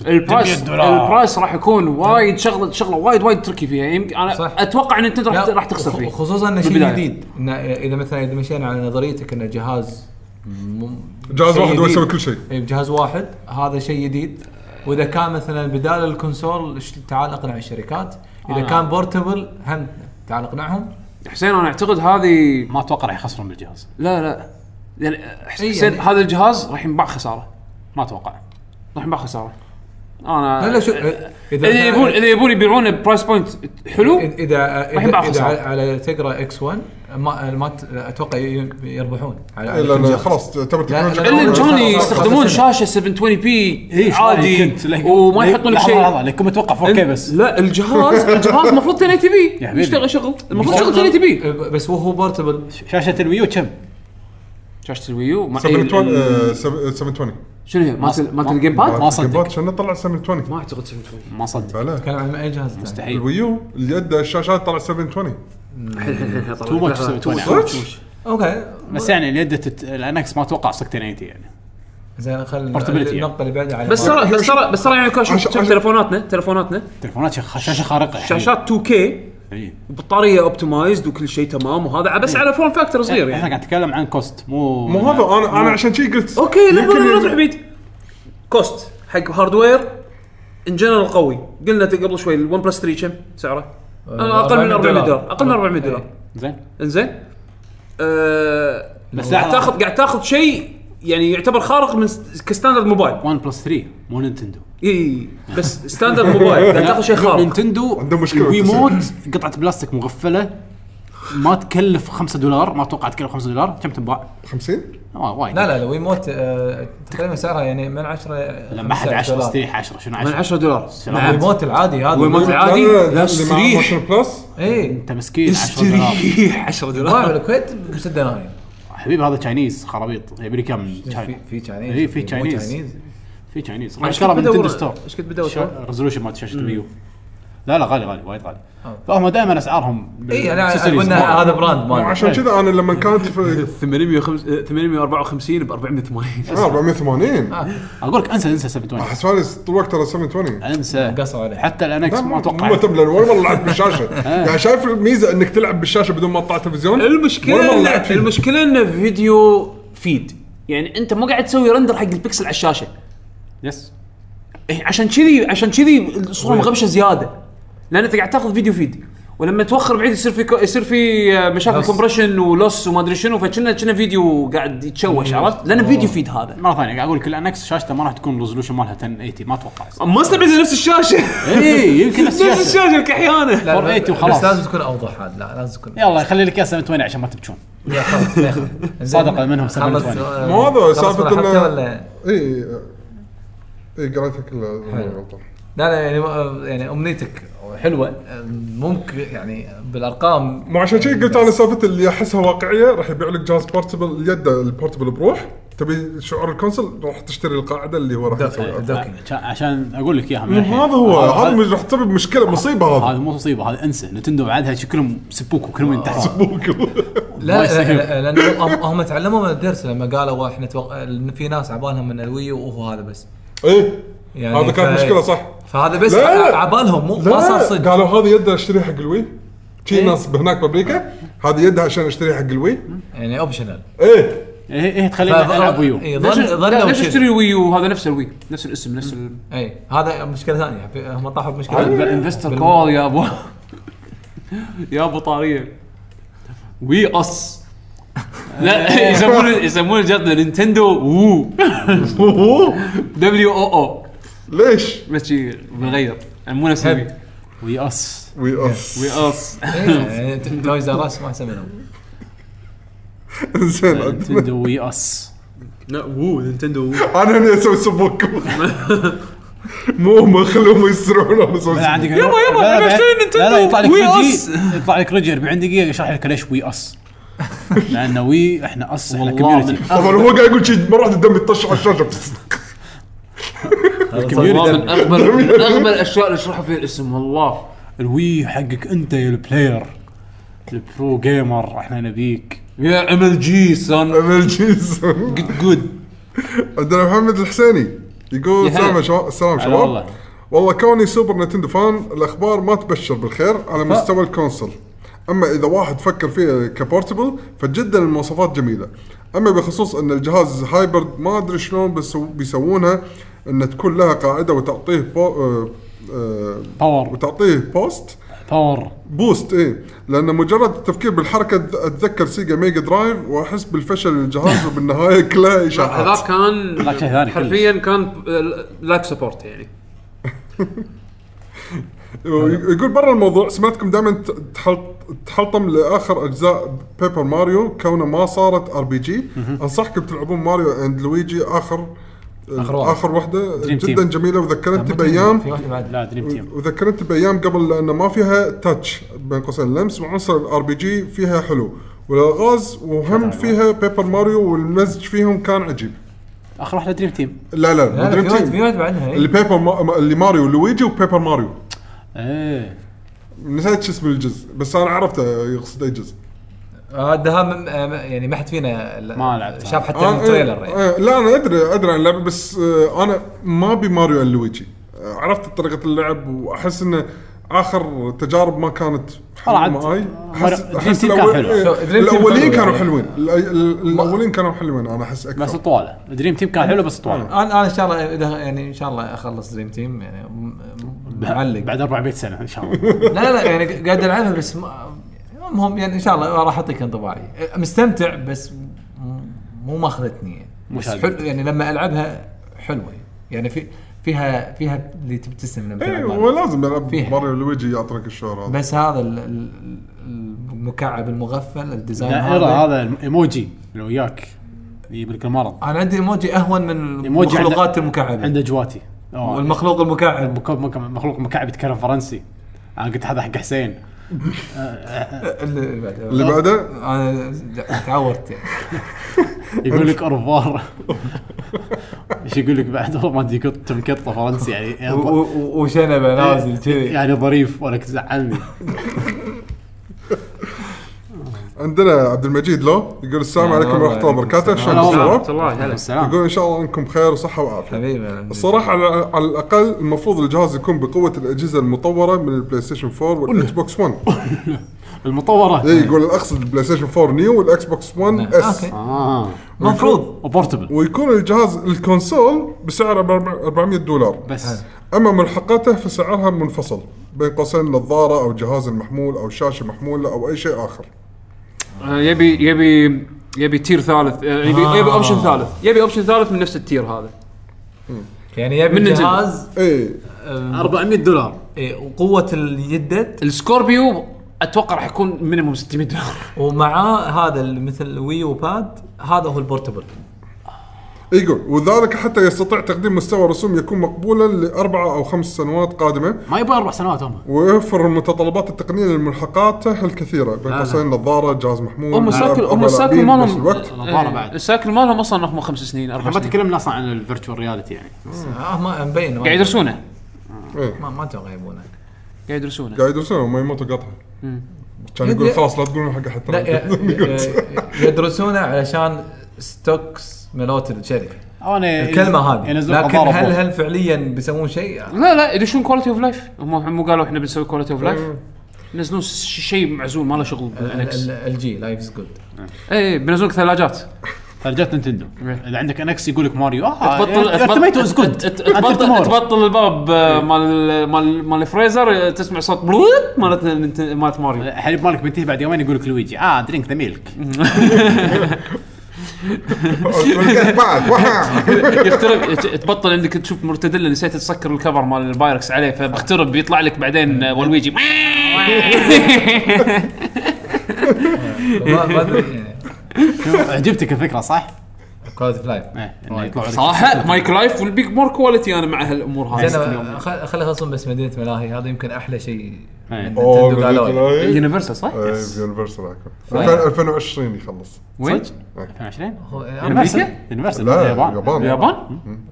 البرايس
دولار.
البرايس راح يكون وايد شغله شغله وايد وايد تركي فيها يمكن انا
نعم. صح.
صح. اتوقع ان انت راح
لا،
راح تخسر
وخ-
فيه
خصوصا انه شيء
بالبداية.
جديد انه اذا مثلا اذا مشينا على نظريتك انه جهاز م-
جهاز
شيء
واحد هو
جديد.
يسوي كل شيء
اي إيه، بجهاز واحد هذا شيء جديد واذا كان مثلا بدال الكونسول ش- تعال اقنع الشركات اذا
آه.
كان بورتبل هم تعال اقنعهم
حسين انا اعتقد هذه
ما اتوقع راح يخسرون بالجهاز
لا لا يعني حس-
إي
حسين
يعني.
هذا الجهاز راح ينباع خساره
ما اتوقع
راح ينباع خساره انا
لا لا شو
اذا يبون اذا يبون يبيعونه ببرايس بوينت حلو
إذا- اذا
راح ينباع
اذا, إذا
خسارة.
على- على تقرا اكس 1 ما ما ت- اتوقع ي- يربحون على على يعني كل
لان
جهاز.
خلاص تعتبر
لا،
تكنولوجيا
لا،
الا
لا،
ان
لا،
جوني
لا، لا،
يستخدمون
لا،
شاشة 720 بي
إيه، عادي
عادي وما يحطون لك شيء
لكم متوقع 4K بس
لا الجهاز الجهاز المفروض 1080
يا
بي
حبيبي.
يشتغل شغل
إيه.
المفروض شغل 1080 بي
ب- إيه، بس وهو بورتبل
شاشه الويو كم؟
شاشة الويو ما إيه،
720 آه، 720
شنو هي مالت مالت
ما-
الجيم باد
ما صدق.
جيبات شنو طلع 720
ما اعتقد 720
ما صدق
بلا
كان عن اي جهاز مستحيل
مستحيل
الويو اللي ادى الشاشات طلع 720
تو ماتش 720
صدق؟
اوكي
بس يعني اللي ادت الانكس ما اتوقع 680 يعني
زين خلينا
Portability.
النقطه اللي بعدها على
بس ترى بس ترى بس ترى يعني كان شوف
عش-
شوف
عش-
تليفوناتنا تليفوناتنا
تليفونات شخ- شاشه خارقه يعني. إيه.
شاشات 2 كي
إي.
وبطاريه اوبتمايزد وكل شيء تمام وهذا
إيه.
بس على فورم فاكتور صغير
احنا
يعني
قاعد نتكلم عن كوست مو
مو هذا انا انا عشان شي قلت
اوكي لا
يمكن
لا
ي-
نروح بعيد كوست حق هاردوير ان جنرال قوي قلنا قبل شوي الون بلس 3 كم سعره؟
آه،
اقل من
400
400 دولار آه.
دولار.
اقل من 400
إيه.
دولار
زين
انزين آه
بس
قاعد
لحظة.
تاخذ قاعد تاخذ شيء يعني يعتبر خارق من س- كستاندرد موبايل
ون بلس 3 مو نينتندو
اي بس ستاندرد موبايل قاعد تاخذ شيء
آه.
خارق
نينتندو
عندهم مشكلة
الويموت قطعه بلاستيك مغفله ما تكلف 5 دولار ما اتوقع تكلف 5 دولار كم تنباع؟
50
وا- وايد
لا لا لا ويموت آه، تقريبا سعرها يعني من 10
لما احد 10 استريح 10 شنو
من
10
10 دولار
نعم.
الويموت العادي هذا إيه.
ويموت العادي
لا،
لا
اللي مع
استريح
موشن بلس
اي
انت مسكين 10 دولار
استريح 10 دولار
باع بالكويت ب 6 دنانير
حبيبي هذا تشاينيز خرابيط يبي لي كم
في في تشاينيز
إيه، في
مو
تشاينيز.
تشاينيز.
في تشاينيز راح
ايش
يشترى
كنت
بالنتندو
بدور
ستور
ايش كنت بدور شو؟
الريزولوشن مالت شاشه الويو لا لا غالي غالي وايد غالي
آه. إيه،
فهم دائما اسعارهم
اي انا
بالaccessories
اقول إن
مرة.
هذا براند
مو
مال
عشان كذا انا لما كانت في
آه، 854 ب 480
آه، 480
اقول لك انسى انسى 720
احس فارس طول الوقت ترى 720
انسى
قصوا عليه
حتى الانكس آه، ما اتوقع
مو تبلن ولا مره لعبت بالشاشه يعني شايف الميزه انك تلعب بالشاشه بدون ما تطلع تلفزيون ولا
المشكله
مرة لعبت
إن-
فيه.
المشكله انه فيديو فيد يعني انت مو قاعد تسوي رندر حق البكسل على الشاشه
يس
إيه، عشان كذي عشان كذي الصوره مغبشه زياده لان انت قاعد تاخذ فيديو فيد ولما توخر بعيد يصير في كو... يصير في آه، مشاكل
لص.
كومبريشن ولوس وما ادري شنو فكنا كنا فيديو قاعد يتشوش عرفت؟ لان فيديو فيد هذا
مره ثانيه قاعد اقول لك الانكس شاشته ما راح تكون ريزولوشن مالها 1080 ما اتوقع
ما استبعد نفس الشاشه
اي يمكن
إيه. نفس
الشاشة.
الشاشه الكحيانه
480 وخلاص.
بس لازم تكون اوضح عاد لا لازم تكون
يلا يخلي لك اياها 720 عشان ما تبكون
لا، خلاص، لا، خلاص. زين.
صادقة منهم
خلص،
720.
آه،
مو هذا
خلص
سالفة
ولا حتى
إنه-
ولا-
اي اي إيه، قريتها كلها غلطان
لا لا يعني آه، يعني امنيتك حلوه آه، ممكن يعني بالارقام
مو عشان شي قلت انا سالفه اللي احسها واقعيه راح يبيع لك جهاز بورتبل يده البورتبل بروح تبي شعور الكونسل راح تشتري القاعده اللي هو راح يسويها
دوكينج
عشان- عشان اقول لك اياها من
مو
الحين.
إيه، هذا هو
هذا-
هذا راح تسبب مشكله مصيبه
هذا
هذا
مو مصيبه هذا انسى نتندو بعدها شكلهم سبوكو كلهم من تحت
لا لا- لا- لان هم- هم تعلموا من الدرس لما قالوا احنا توق... إن في ناس عبالهم من الوي وهو هذا بس
ايه
يعني
هذا كانت
ف-
مشكله صح
فهذا بس
لا، لا.
ع- عبالهم مو ما صار
لا
صدق
قالوا هذه يده اشتري حق الوي في
إيه.
ناس هناك بامريكا هذه يدها عشان اشتري حق الوي
يعني اوبشنال
ايه
ايه ايه تخليني العب ويو
إيه.
ليش- لا، ليش
ظل
اشتري وي يو هذا نفس الوي نفس الاسم
Mm.
نفس ال-
اي إيه، هذا مشكله ثانيه في- هم طاحوا بمشكله
انفستر كول يا ابو يا ابو طاريه وي اس لا يسمون يسمون جاتنا نينتندو وو دبليو او او
ليش؟
بس شي بنغير يعني مو نفس الوي
وي اس
وي اس
وي اس
يعني ت- تويز ار اس ما يسمونه
زين
إيه،
عندنا-
نتندو وي اس
لا وو نينتندو وو
انا هني اسوي سبوك مو هم خلوهم يسرعون انا اسوي
لا عندك
سبوك.
يلا
يلا، أنا أشتري نينتندو
يطلع لك
وي
رجي
أس.
يطلع لك رجي 40 دقيقه يشرح لك ليش وي اس لان وي احنا اس احنا
والله من
كوميونتي
طبعا هو قاعد يقول شيء مره واحده الدم يطش على الشاشه
والله
الكوميونتي
من اغبر من اغبر الاشياء اللي شرحوا فيها الاسم والله
الوي حقك انت يا البلاير البرو جيمر احنا نبيك
يا ام ال جي سون
أنا الجيز.
جود
عندنا محمد الحسيني يقول
يا هلا.
السلام يا شباب السلام
هلا
شباب
والله.
والله كوني سوبر نتندو فان الاخبار ما تبشر بالخير على مستوى الكونسل اما اذا واحد فكر فيه كبورتبل فجدا المواصفات جميله اما بخصوص ان الجهاز هايبرد ما ادري شلون بيسو- بيسوونها ان تكون لها قاعده وتعطيه بو آه آه
باور
وتعطيه بوست
باور
بوست ايه لان مجرد التفكير بالحركه اتذكر سيجا ميجا درايف واحس بالفشل الجهاز وبالنهايه كلها اشاعات
هذا كان
هذاك شيء ثاني
حرفيا كان لايك سبورت يعني
يقول برا الموضوع سمعتكم دائما تحلطم لاخر اجزاء بيبر ماريو كونه ما صارت ار بي جي انصحكم تلعبون ماريو اند لويجي اخر
آخر واحد.
اخر واحده
Dream
جدا
Team.
جميله وذكرتني
في
بايام
واحده بعد
لا دريم تيم
وذكرتني بايام قبل لان ما فيها تاتش بين قوسين لمس وعنصر الار بي جي فيها حلو والالغاز وهم فيها بيبر ماريو والمزج فيهم كان عجيب
اخر واحده دريم تيم
لا لا,
لا
لا
لا، في
دريم
واحد- في
تيم
واحد بعدها إيه.
اللي
إي.
بيبر ما... اللي ماريو لويجي وبيبر ماريو
ايه
نسيت شو اسم الجزء بس انا عرفته يقصد اي جزء
هذا هم- آه، يعني ما حد فينا ل-
ما لعبتها.
شاف حتى
آه،
التريلر
آه،
يعني
آه، لا انا ادري ادري عن اللعبه بس آه، انا ما ابي ماريو اند لويجي آه، عرفت طريقه اللعب واحس انه اخر تجارب ما كانت حلوه
طلعت.
معاي
ماريو-
أحس-
دريم
أحس
تيم كان
الأول-
حلو.
إيه،
So, دريم تيم
الاولين
حلو
كانوا
يعني.
حلوين ال- ال- الاولين كانوا حلوين انا احس اكثر
بس طواله دريم تيم كان حلو بس طواله
انا انا ان شاء الله اذا يعني ان شاء الله اخلص دريم تيم يعني م- م- آه، معلق
بعد 400 سنه ان شاء الله
لا لا يعني قاعد العبها بس ما- المهم يعني ان شاء الله راح اعطيك انطباعي مستمتع بس م- مو ماخذتني يعني
مو
بس
شادة.
حلو يعني لما العبها حلوه يعني في فيها فيها اللي تبتسم لما
اي
تلعب
هو
ماريو.
لازم العب
فيها.
إيه، ماريو لويجي يعطيك الشعور هذا
بس هذا ال- ال- المكعب المغفل الديزاين
دائرة
هذا
هذا الايموجي اللي وياك يجيب لك المرض
انا عندي ايموجي اهون من
إيموجي عند-
المخلوقات المكعبه
عنده جواتي أوه.
والمخلوق المكعب
مك- مك- مخلوق مكعب يتكلم فرنسي انا قلت هذا حق حسين
اللي بعده.
اللي بعده
انا تعورت يعني.
يقول لك اورفار ايش يقول لك بعد والله ما ادري قط مقطه فرنسي يعني
و- و- وشنبه نازل كذي
يعني ظريف ولا تزعلني
عندنا عبد المجيد لو يقول السلام
هلا
عليكم
آه، والله
ورحمه الله
عليكم
وبركاته
السلام.
شلون الشباب؟
والله هلا
السلام
يقول ان شاء الله انكم بخير وصحه وعافيه
حبيبي أنا-
الصراحة على, على الأقل المفروض الجهاز يكون بقوة الأجهزة المطورة من البلاي ستيشن 4 والإكس بوكس 1
المطوره
إيه، يقول أقصد البلاي ستيشن 4 نيو والإكس بوكس 1
نعم.
اس
اوكي
اه
المفروض
وبورتبل
ويكون الجهاز الكونسول بسعره ب 400 دولار
بس
أما ملحقاته فسعرها منفصل بين قوسين نظارة أو جهاز محمول أو شاشة محمولة أو أي شيء آخر
آه، يبي يبي يبي تير ثالث آه، يبي يبي اوبشن ثالث يبي اوبشن ثالث من نفس التير هذا
يعني يبي
من نتندو.
جهاز
إيه
400 دولار
إيه، وقوة اليدة
السكوربيو اتوقع راح يكون مينيموم 600 دولار
ومعاه هذا ال- مثل ويو باد هذا هو البورتبل
يقول وذلك حتى يستطيع تقديم مستوى رسوم يكون مقبولا لاربعه او خمس سنوات قادمه
ما يبغى اربع سنوات هم
ويوفر المتطلبات التقنيه لملحقاته الكثيره بين
لا.
قوسين نظاره جهاز محمول
هم
ملعب،
السايكل هم
أربع
السايكل
لاعبين بنفس
مالهم
الوقت
الأخبار
إيه،
بعد.
السايكل مالهم اصلا هم خمس سنين اربع
ما
سنين
تكلمنا اصلا عن الفيرتشوال رياليتي يعني
آه ما مبين ما-
قاعد يدرسونه
إيه.
ما ما اتوقع يبونه
قاعد يدرسونه
قاعد يدرسونه ما يموتوا قطعه كان
يد-
يقول خلاص لا تقولون حق حتى
لا ي- يدرسونه علشان ستوكس ملوت الشركه
انا
الكلمه هذه
ينزلون
لكن
قضارب
هل
فوق.
هل فعليا بيسوون شيء؟
لا لا يدشون كواليتي اوف لايف هم مو قالوا احنا بنسوي كواليتي اوف
آه.
لايف ينزلون س- شيء معزول ما له شغل بالانكس
الجي لايف از جود
اي بينزلون لك ثلاجات
ثلاجات نينتندو
إيه.
اذا عندك انكس يقول لك ماريو اه
تبطل
التميتو از جود
ت- ت- تبطل تبطل الباب آه، مال مال مال الفريزر آه، تسمع صوت بلوت مالت نينت- مالت ماريو
الحليب مالك بينتهي بعد يومين يقول لك لويجي اه درينك ذا ميلك
بعد وها.
يخترب ت- تبطل عندك تشوف مرتدله نسيت تسكر الكفر مال البايركس عليه فبخترب بيطلع لك بعدين آه، والويجي
يعني
عجبتك الفكره صح؟
كواليتي اوف لايف
إيه، إنه يطلع لك-
صراحه مايك لايف والبيج مور كواليتي انا مع هالامور هاي
زين
اليوم
أنا خل- خلي اخلصهم بس مدينه ملاهي هذا يمكن احلى شيء
إيه.
نتندو
اوه
قالوا لي.
بديت
يونيفرسال صح؟
إيه. طيب، يونيفرسال عكو. 2020 يخلص
وين؟
صدق؟ 2020
هو- أنا
يونيفرسال يونيفرسال
لا،
اليابان
يابان.
اليابان؟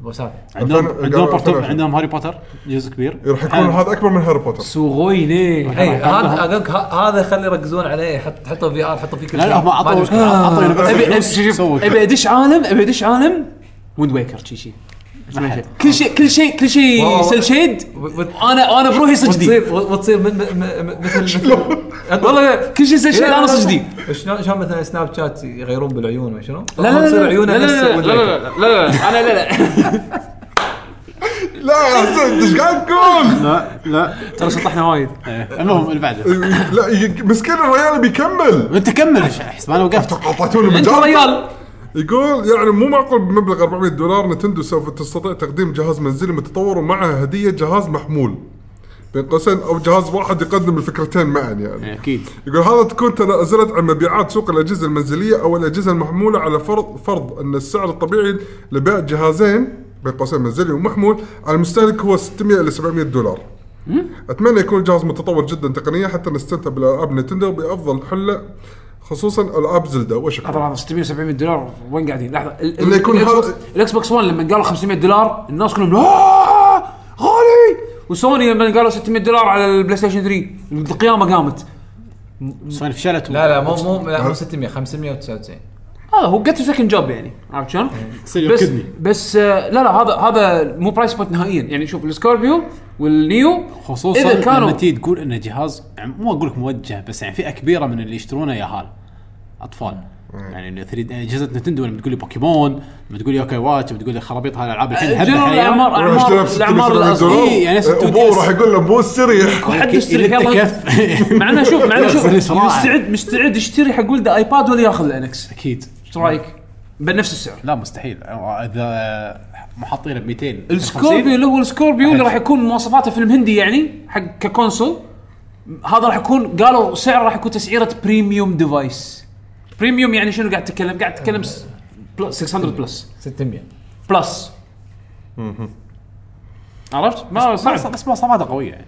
بوساكا.
عندهم
ألفين-
عندهم
قالوا
بورتو
2020.
عندهم هاري بوتر جزء كبير
راح يكون هذا اكبر من هاري بوتر
سوغوي ليه؟
اي إيه، هذا اقول لك ه- هذا خلي يركزون عليه حط حطه في ار حطه في كل
لا لا هم
ما عندي
اعطوا
مشكلة.
اعطوا
ابي
يونيفرسال
أبي-
فلوس،
شوف-
سووا كذا.
ابي ادش عالم ابي ادش عالم ويند ويكر شي شي كل شيء كل شيء كل شيء
واو.
سيل شيد
و- و-
انا انا بروحي صجدي
وتصير وتصير من م- م- مثل مثل-
والله كل شيء سيل شيد انا صجدي
شلون شلون مثلا سناب شات يغيرون بالعيون ما شنو؟
لا لا
تصير
لا لا
عيونه
لا
نفس
لا لا
Wind
لا
Waker.
لا لا لا انا لا لا
لا يا حسين ايش قاعد تقول؟
لا لا
ترى شطحنا وايد
إيه. المهم اللي بعده
لا ي- مسكين الرجال بيكمل
انت كمل احسب انا وقفت
قطعتوني
انت
مجال
ريال
يقول يعني مو معقول بمبلغ 400 دولار نتندو سوف تستطيع تقديم جهاز منزلي متطور ومعه هديه جهاز محمول بين قوسين او جهاز واحد يقدم الفكرتين معا يعني
اكيد
يقول هذا تكون تنازلت عن مبيعات سوق الاجهزه المنزليه او الاجهزه المحموله على فرض فرض ان السعر الطبيعي لبيع جهازين بين قوسين منزلي ومحمول على المستهلك هو 600 الى 700 دولار. اتمنى يكون الجهاز متطور جدا تقنيا حتى نستمتع بالالعاب نتندو بافضل حله خصوصا العاب زلدا وشكرا.
لحظه 600 700 دولار وين قاعدين لحظه ال-
إلا يكون
ال-
هذا-
الإكس بوكس- الاكس بوكس 1 لما قالوا 500 دولار الناس كلهم آه، غالي وسوني لما قالوا 600 دولار على البلاي ستيشن 3 القيامه قامت
سوني فشلت و-
لا لا مو مو لا مو 600 599
هذا آه، هو جت سكند جوب يعني عرفت شلون؟
يصير
بس
يوكدني.
بس آه، لا لا هذا هذا مو برايس بوت نهائيا يعني شوف السكوربيو والنيو
خصوصا
اذا
لما
كانوا
تيجي تقول انه جهاز يعني مو اقول لك موجه بس يعني فئه كبيره من اللي يشترونه ياهال اطفال يعني اللي ثريد اجهزه نتندو لما تقول لي بوكيمون لما تقول لي اوكي واتش لما تقول لي خرابيط هالالعاب الحين هبة
آه، أه، جنرال
حاليا.
الاعمار
راح
اعمار
اشتريها ب 600
الاعمار
700
الاصغر
دولار
إيه، يعني ستة
ابوه
وتسعة.
راح يقول له ابوه استريح
حد
إلى-
يشتري
إلى
يلا.
التكف.
معنا شوف معنا شوف
يصير صراع.
مستعد مستعد يشتري حق ولده ايباد ولا ياخذ الانكس
اكيد
ايش رايك؟ بنفس السعر
لا مستحيل اذا محطينه ب 200
السكوربيو اللي هو السكوربيو اللي راح يكون مواصفاته فيلم هندي يعني حق ككونسول هذا راح يكون قالوا سعره راح يكون تسعيره بريميوم ديفايس بريميوم يعني شنو قاعد تتكلم؟ قاعد تتكلم س- بل- 600 بلس
600
بلس عرفت؟ ما
بس
صعب
بس مواصفاته قويه يعني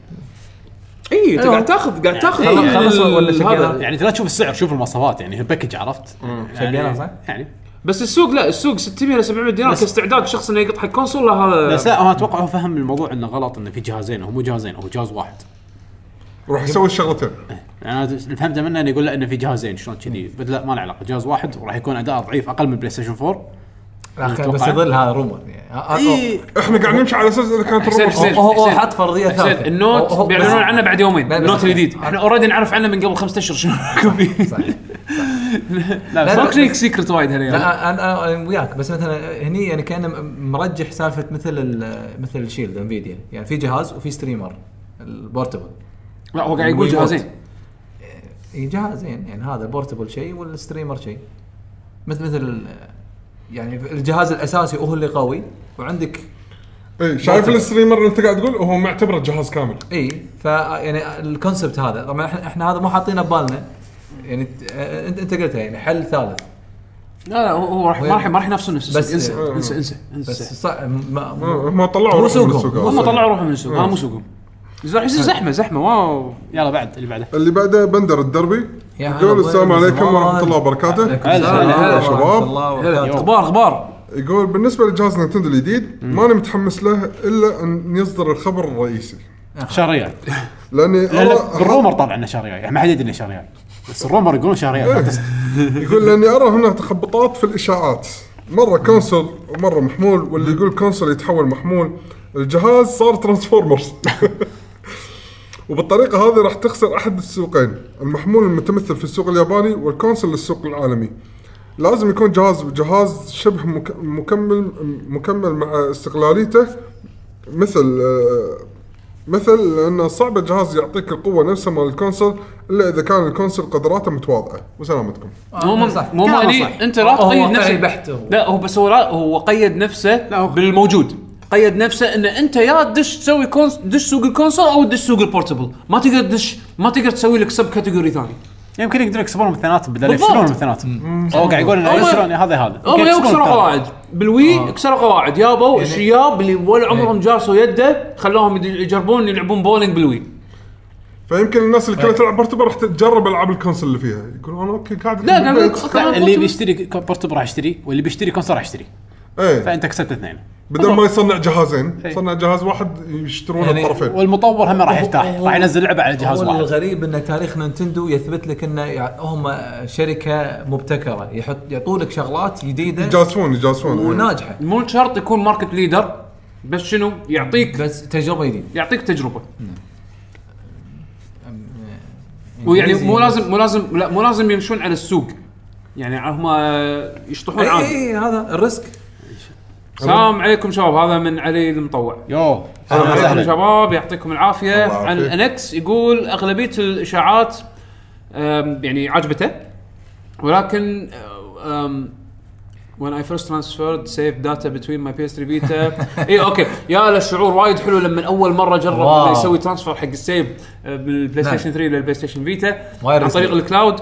اي انت
أيوه.
قاعد تاخذ قاعد تاخذ
يعني
ال-
خلص ولا
ال-
شقيرة؟
هذا.
يعني انت لا تشوف السعر شوف المواصفات يعني هي باكج عرفت؟
شقينا صح؟
يعني
بس السوق لا السوق 600 الى 700 دينار كاستعداد شخص انه يقط حق كونسول لا
بس
هذا
لا انا اتوقع هو فهم الموضوع انه غلط انه في جهازين هو مو جهازين هو جهاز واحد
راح يسوي الشغلتين
انا اللي فهمته يعني منه انه يقول لا انه في جهازين شلون كذي بس لا ما له علاقه جهاز واحد وراح يكون اداء ضعيف اقل من بلاي ستيشن 4
أخي،
أتوقع.
بس يظل هذا رومر يعني ه-
إيه.
احنا قاعد نمشي على اساس اذا كانت
حسين،
الروبوت
حسين.
هو- هو هو حط فرضيه
زين،
ثالثه هو- هو-
النوت بيعلنون
بس-
عنه بعد يومين
لا، بس-
النوت الجديد
آه.
احنا اوريدي نعرف عنه من قبل خمسة اشهر شنو راكم فيه
صح.
لا
لا،
بس
صار
لا.
شيء سيكرت وايد هاليوم
لا انا انا وياك بس مثلا هني يعني كان م- مرجح سالفه مثل ال- مثل الشيلد انفيديا يعني في جهاز وفي ستريمر البورتبل
لا هو قاعد يقول
ويموت.
جهازين
اي جهازين يعني هذا البورتبل شيء والستريمر شيء مثل مثل ال- يعني الجهاز الاساسي هو اللي قوي وعندك
إيه، شايف الستريمر اللي انت قاعد تقول هو معتبره جهاز كامل
اي ف يعني الكونسبت هذا طبعا احنا, احنا هذا مو حاطينه ببالنا يعني ت- آه، انت انت قلتها يعني حل ثالث
لا لا هو- هو راح ما راح ما راح ينافسون نفس
بس-
السوق انسى
آه.
انسى انسى انسى
بس صح ما
آه،
ما-
هم طلعوا روحهم
مو
من
سوقهم.
السوق
هم
أصلاً.
هم طلعوا روحهم من السوق انا مو سوقهم بس راح يصير زحمه زحمه واو
يلا بعد اللي بعده
اللي بعده بندر الدربي
يا هلا
يقول
وين
السلام عليكم
زمان.
ورحمه الله وبركاته
عليكم
هلا،
السلام
هلا،
ورحمة
شباب.
الله
هلا،
وبركاته.
اخبار اخبار
يقول بالنسبه لجهاز نينتندو الجديد ما انا متحمس له الا ان يصدر الخبر الرئيسي
آه.
شهريان
لاني
لان
أرى-
الرومر طلع انه شهر يعني ما حد يدري انه شهر يعني. بس الرومر يقولون شهر يعني.
يقول لاني ارى هنا تخبطات في الاشاعات مره كونسول ومره محمول واللي يقول كونسول يتحول محمول الجهاز صار ترانسفورمرز وبالطريقه هذه راح تخسر احد السوقين المحمول المتمثل في السوق الياباني والكونسول للسوق العالمي لازم يكون جهاز جهاز شبه مك- مكمل مكمل مع استقلاليته مثل آه، مثل لانه صعب الجهاز يعطيك القوه نفسها مال الكونسول الا اذا كان الكونسول قدراته متواضعه وسلامتكم
مو مو
صح.
مو
كلامه
مالي
صح.
انت لا
آه. هو
تقيد
واقعي
نفسك
بحت هو.
لا هو بس هو لا- هو قيد نفسه بالموجود قيد نفسه ان انت يا تدش تسوي كونس دش سوق الكونسول او دش سوق البورتبل ما تقدر تدش ما تقدر تسوي لك سب كاتيجوري ثاني
يمكن يقدرون يكسبون الثنات بدل
بالضبط.
يفشلون الثنات هو قاعد يقول انه
هم-
يسرون هذا هذا
هم
يمكن يكسبون
كسروا
الثنات.
قواعد بالوي
آه.
كسروا قواعد يابوا
يعني
الشياب اللي
إيه.
ولا عمرهم جاسوا يده خلوهم يد- يجربون يلعبون بولينج بالوي
فيمكن الناس اللي كلها تلعب بورتبل راح تجرب العاب الكونسول اللي فيها يقولون انا اوكي قاعد
لا، قاعد-
بالبيت.
قاعد-
لا اللي بيشتري ك- بورتبل راح يشتري واللي بيشتري كونسول راح يشتري
ايه
فانت كسبت اثنين
بدل ما يصنع جهازين
إيه.
صنع جهاز واحد يشترون
يعني
الطرفين
والمطور هم راح يرتاح
هو-
راح ينزل لعبه على جهاز
هو
واحد
الغريب ان تاريخ نينتندو يثبت لك انه يع- هم شركه مبتكره يحط يعطونك شغلات جديده
يجاسون يجاسون إيه.
وناجحه
مو شرط يكون ماركت ليدر بس شنو يعطيك
بس تجربه جديده
يعطيك تجربه ويعني يعني مو لازم مو لازم لا مو لازم يمشون على السوق يعني هم يشطحون
اي
عادي
اي إيه، هذا الريسك
السلام عليكم شباب هذا من علي المطوع
يو
السلام
اهلا
عليكم
وسهلا
شباب يعطيكم العافيه
الله
عن
يعافيك.
انكس يقول اغلبيه الاشاعات أم، يعني عجبته ولكن أم، when I first transferred save data between my PS3 Vita اي اوكي إيه، يا للشعور وايد حلو لما اول مره جرب
واو.
إنه يسوي ترانسفير حق السيف أه، من البلاي
نعم.
ستيشن 3 للبلاي ستيشن فيتا
وايرلس
عن طريق
لينك.
الكلاود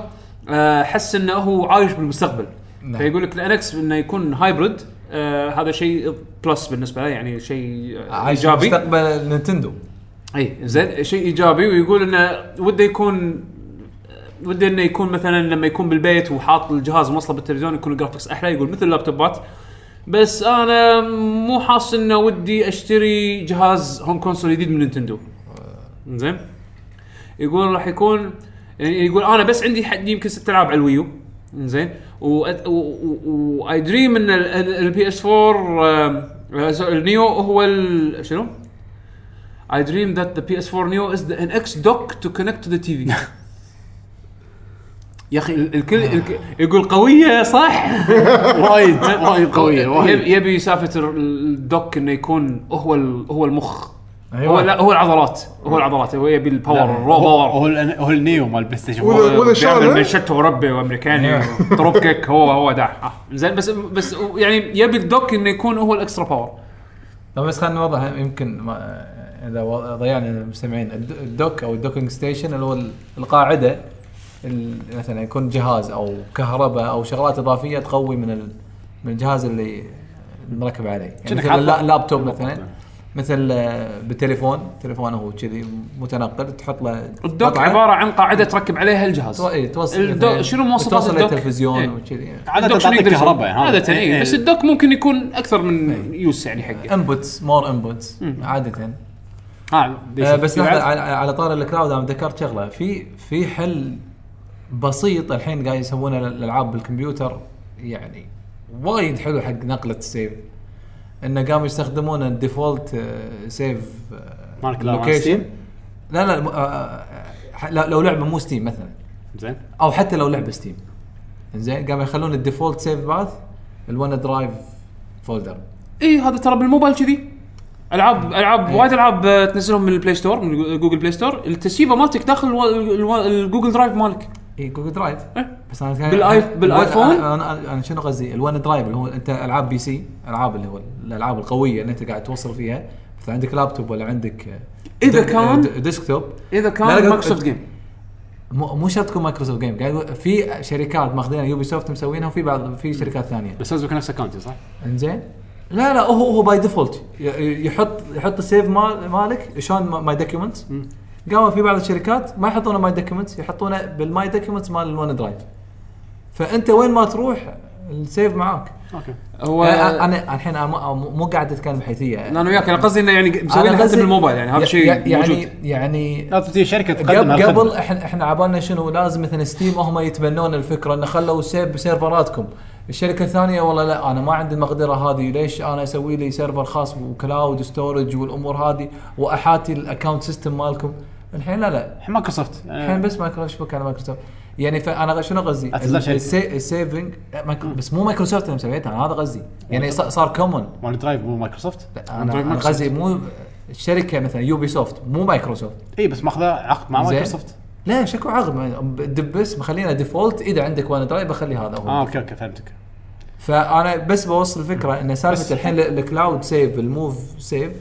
أه، حس انه هو عايش بالمستقبل
نعم.
فيقول لك الانكس انه يكون هايبرد آه هذا شيء بلس بالنسبه له يعني شيء آه،
عايش
ايجابي
مستقبل نينتندو
اي إيه، زين شيء ايجابي ويقول انه وده يكون وده انه يكون مثلا لما يكون بالبيت وحاط الجهاز موصله بالتلفزيون يكون الجرافكس احلى يقول مثل اللابتوبات بس انا مو حاس انه ودي اشتري جهاز هوم كونسول جديد من نينتندو زين يقول راح يكون يعني يقول انا بس عندي حد يمكن ست العاب على الويو زين واي دريم ان البي اس 4 النيو هو ال- شنو؟ I dream that the PS4 Neo is the NX dock to connect to the TV. يا اخي ال- الكل
آه.
الك- يقول قويه صح؟
وايد وايد قويه وايد
يب- يبي سالفه ال- الدوك انه يكون هو ال- هو المخ
أيوة.
هو لا هو العضلات هو العضلات هو يبي الباور الرو
هو
باور
هو ال- هو النيو مال بلاي ستيشن
ولا-
فور.
ولا
بيعمل
شاله.
مشت اوروبي وامريكاني
أيوة.
دروب كيك هو هو داع آه، زين بس بس يعني يبي الدوك انه يكون هو الاكسترا باور
طب بس خلينا نوضح يمكن ما اذا و- ضيعنا المستمعين الد- الدوك او الدوكينج ستيشن اللي هو ال- القاعده ال- مثلا يكون جهاز او كهرباء او شغلات اضافيه تقوي من ال- من الجهاز اللي مركب عليه يعني
شنك
مثل
حاطه-
اللا- اللابتوب مثلا
اللابتوب.
مثل آه، بالتليفون تليفون هو كذي متنقل تحط له
الدوك
قطعة،
عباره عن قاعده تركب عليها الجهاز
تو- إيه، توصل
الدو-
مثلاً-
شنو مواصفات
توصل
الدوك؟
التلفزيون
إيه.
وكذي
عاده
الدوك شنو
تعطيك
يقدر يسوي؟
كهرباء يعني.
عادة
إيه،
اي بس الدوك ممكن يكون اكثر من يوس يعني حقه
انبوتس مور انبوتس عاده
إيه.
آه،
آه، بس
في
لحظة،
بعد؟
على, على طار الكلاود انا ذكرت شغله في في حل بسيط الحين قاعد يسوونه الالعاب بالكمبيوتر يعني وايد حلو حق نقله السيف انه قاموا يستخدمون الديفولت آه، سيف آه،
مال كلاود، مال
لوكيشن.
ستيم؟
لا لا آه، آه، لا- لو لعبه مو ستيم مثلا
زين
او حتى لو لعبه ستيم زين قاموا يخلون الديفولت سيف باث الون درايف فولدر
اي إيه، هذا ترى بالموبايل كذي العاب العاب وايد العاب آه، تنزلهم من البلاي ستور من جوجل بلاي ستور التسييبه مالتك داخل الو- الو- الجوجل درايف مالك
اي جوجل درايف
إيه.
بس انا كان
بالآي- بالآيفون؟
انا انا أنا شنو قصدي الوان درايف اللي هو انت العاب بي سي العاب اللي هو الالعاب القويه اللي انت قاعد توصل فيها مثلا عندك لابتوب ولا عندك
إذا
دك-
كان-
د- ديسكتوب
اذا
لا،
كان
لا،
مايكروسوفت جيم
مو مو شرط تكون مايكروسوفت جيم قاعد أقول في شركات ماخذينها يوبي سوفت مسوينها وفي بعض في شركات ثانيه
بس لازم يكون نفس اكونتي صح؟
انزين لا لا هو هو باي ديفولت يحط يحط السيف مال مالك شلون ماي دوكيومنتس قاموا في بعض الشركات ما يحطونه ماي دوكيومنتس يحطونه بالماي دوكيومنتس مال الون درايف فانت وين ما تروح السيف معاك
اوكي
هو
انا أنا الحين أنا مو- مو قاعد اتكلم بحيثيه
انا وياك انا قصدي انه يعني مسوينها حتى بالموبايل يعني هذا شيء
يعني
موجود
يعني
لازم تجي شركه تقدم
قبل,
هالخدمة.
قبل احنا احنا عبالنا شنو لازم مثلا ستيم هم يتبنون الفكره انه خلوا السيف بسيرفراتكم الشركه الثانيه والله لا انا ما عندي المقدره هذه ليش انا اسوي لي سيرفر خاص وكلاود ستورج والامور هذه واحاتي الاكونت سيستم مالكم الحين لا لا
الحين مايكروسوفت يعني
الحين بس مايكرو شبك على مايكروسوفت يعني فانا غ- شنو قصدي؟
أتذكر شيء.
السي- السيفنج مايكرو- بس مو مايكروسوفت اللي مسويتها انا هذا قصدي يعني ص- صار كومن
مال درايف مو مايكروسوفت
انا أنا قصدي مو الشركه مثلا يوبي سوفت مو مايكروسوفت
اي إيه، بس ماخذه عقد مع
زين.
مايكروسوفت
لا شكو عقد ما- دب- بس مخلينا ديفولت اذا عندك وانا درايف بخلي هذا هو
اه اوكي اوكي فهمتك
فانا بس بوصل الفكره ان
بس-
سالفه الحين ال- الكلاود سيف الموف سيف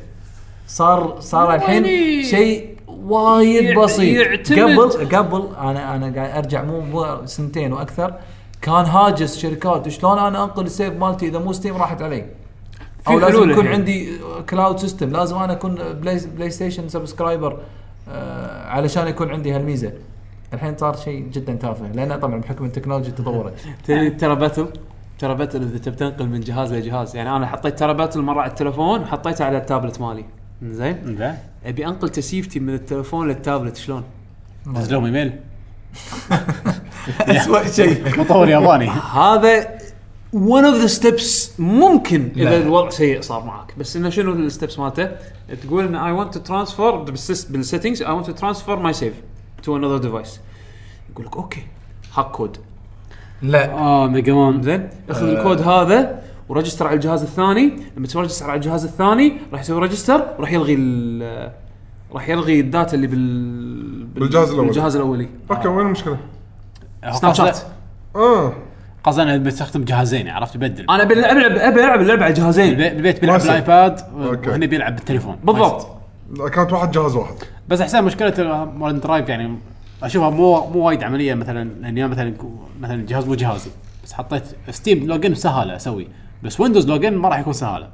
صار صار الحين
يعني-
شيء وايد
يع-
بسيط
يعتمد-
قبل قبل انا انا قاعد ارجع مو- مو سنتين واكثر كان هاجس شركات شلون انا انقل السيف مالتي اذا مو ستيم راحت علي
في
او لازم
حلول
يكون
الحين.
عندي كلاود سيستم لازم انا اكون بلاي, بلاي ستيشن سبسكرايبر آه علشان يكون عندي هالميزه الحين صار شيء جدا تافه لان طبعا بحكم التكنولوجيا تطورت
تدري ترى باتل ترى باتل اذا تبي تنقل من جهاز لجهاز يعني انا حطيت ترى باتل مره على التلفون وحطيته على التابلت مالي زين
زين
ابي انقل تسيفتي من التلفون للتابلت شلون؟
دز لهم ايميل
اسوء شيء
مطور ياباني
هذا ون اوف ذا ستبس ممكن اذا
لا.
الوضع سيء صار معك بس انه شنو الستبس مالته؟ تقول ان اي ونت تو ترانسفير بالسيتنجز اي ونت تو ترانسفير ماي سيف تو انذر ديفايس يقول لك اوكي هاك كود
لا
اه ميجا مان
زين
آه.
اخذ الكود هذا ورجستر على الجهاز الثاني لما ترجستر على الجهاز الثاني راح يسوي ريجستر وراح يلغي ال- راح يلغي الداتا اللي بال
بالجهاز الأولي.
بالجهاز الاولي
اوكي وين المشكله؟
سناب شات
اه
قصدي انا بستخدم جهازين يعني عرفت يبدل
انا ابي العب ابي العب اللعبه على
إيه.
جهازين
البي- البيت بيلعب
ما يصير.
بالايباد
أوكي.
وهنا بيلعب بالتليفون ما يصير.
بالضبط
كانت واحد جهاز واحد
بس احسن مشكله مال درايف يعني اشوفها مو مو وايد يعني عمليه مثلا لاني أنا مثلا مثلا الجهاز مو جهازي بس حطيت ستيم لوجن سهاله اسوي بس ويندوز لوجن ما راح يكون سهاله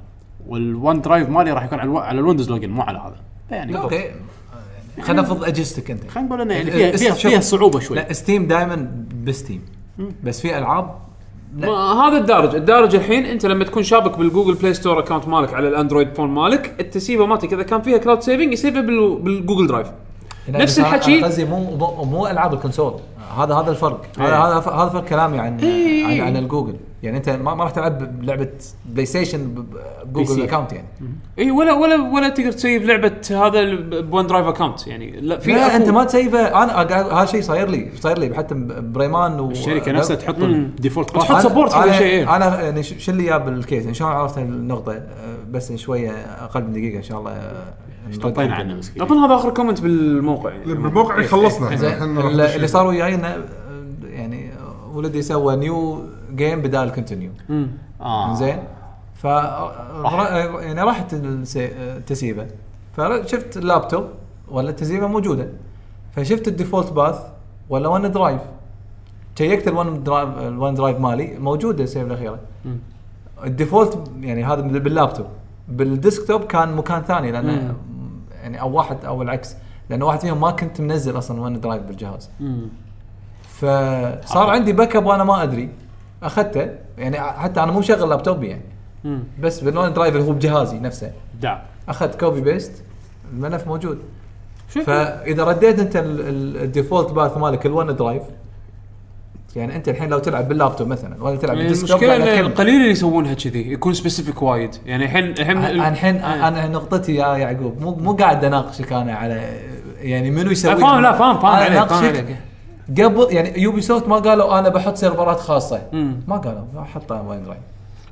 والون درايف مالي راح يكون على, الو... على الويندوز لوجن مو على هذا فيعني
اوكي خلينا نفرض اجهزتك انت
خلينا نقول انه يعني
ال-
فيها
ال-
فيها,
شوف.
فيها صعوبه شوي
لا ستيم دائما بستيم بس في العاب
ما هذا الدارج الدارج الحين انت لما تكون شابك بالجوجل بلاي ستور اكونت مالك على الاندرويد فون مالك التسيبه مالتك اذا كان فيها كلاود سيفنج يسيبها بال- بالجوجل درايف
لا،
نفس
بس أنا-
الحكي-
أنا قصدي مو مو- مو العاب الكونسول هذا هذا
إيه.
الفرق هذا هذا ف- هذا فرق كلامي عن عن, عن الجوجل يعني انت ما, ما راح تلعب بلعبه بلاي ستيشن ب- ب- جوجل
سي.
اكونت يعني
اي إيه، ولا ولا ولا تقدر تسيب لعبه هذا ال- بون درايف اكونت يعني لا في
لا
أكو-
انت ما تسيفه انا قاعد- هذا شيء صاير لي صاير لي حتى بريمان و
الشركه نفسها تحط الديفولت
وتحط
باث.
أنا-
سبورت
أنا-
هذا شيء، إيه.
انا يعني ش- شو اللي جاب الكيس ان شاء الله عرفت النقطه أه، بس شويه اقل من دقيقه ان شاء الله أه،
طينا عنه مسكين
اظن هذا اخر كومنت بالموقع يعني
بالموقع خلصنا احنا
زين
الحين راح
اللي
نشوف.
اللي صار وياي انه أه، يعني ولدي سوى نيو جيم بدال كونتينيو
اه
زين ف را- يعني راحت الس- التسييبه فشفت اللابتوب ولا التسييبه موجوده فشفت الديفولت باث ولا ون درايف شيكت الون درايف الون درايف مالي موجوده السيف الاخيره الديفولت يعني هذا بال- باللابتوب بالديسكتوب كان مكان ثاني لان يعني او واحد او العكس لان واحد فيهم ما كنت منزل اصلا ون درايف بالجهاز فصار عندي باك اب وانا ما ادري اخذته يعني حتى انا مو مشغل لابتوبي يعني بس بالون درايف اللي هو بجهازي نفسه
دع
اخذت كوبي بيست الملف موجود
شوف
فاذا رديت انت ال- ال- الديفولت باث مالك الون درايف يعني انت الحين لو تلعب باللابتوب مثلا ولا تلعب بالديسكتوب
المشكله
لا، لا،
إن
كمل.
القليل اللي يسوونها كذي يكون سبيسيفيك وايد يعني الحين الحين
انا الحين
إيه.
انا نقطتي يا يعقوب مو مو قاعد اناقشك انا على يعني منو يسوي
لا، فاهم، لا، فاهم، فاهم
أنا
عليك، فاهم
أناقشك
عليك.
قبل يعني يوبي سوفت ما قالوا انا بحط سيرفرات خاصه
مم.
ما قالوا حطها وين درايف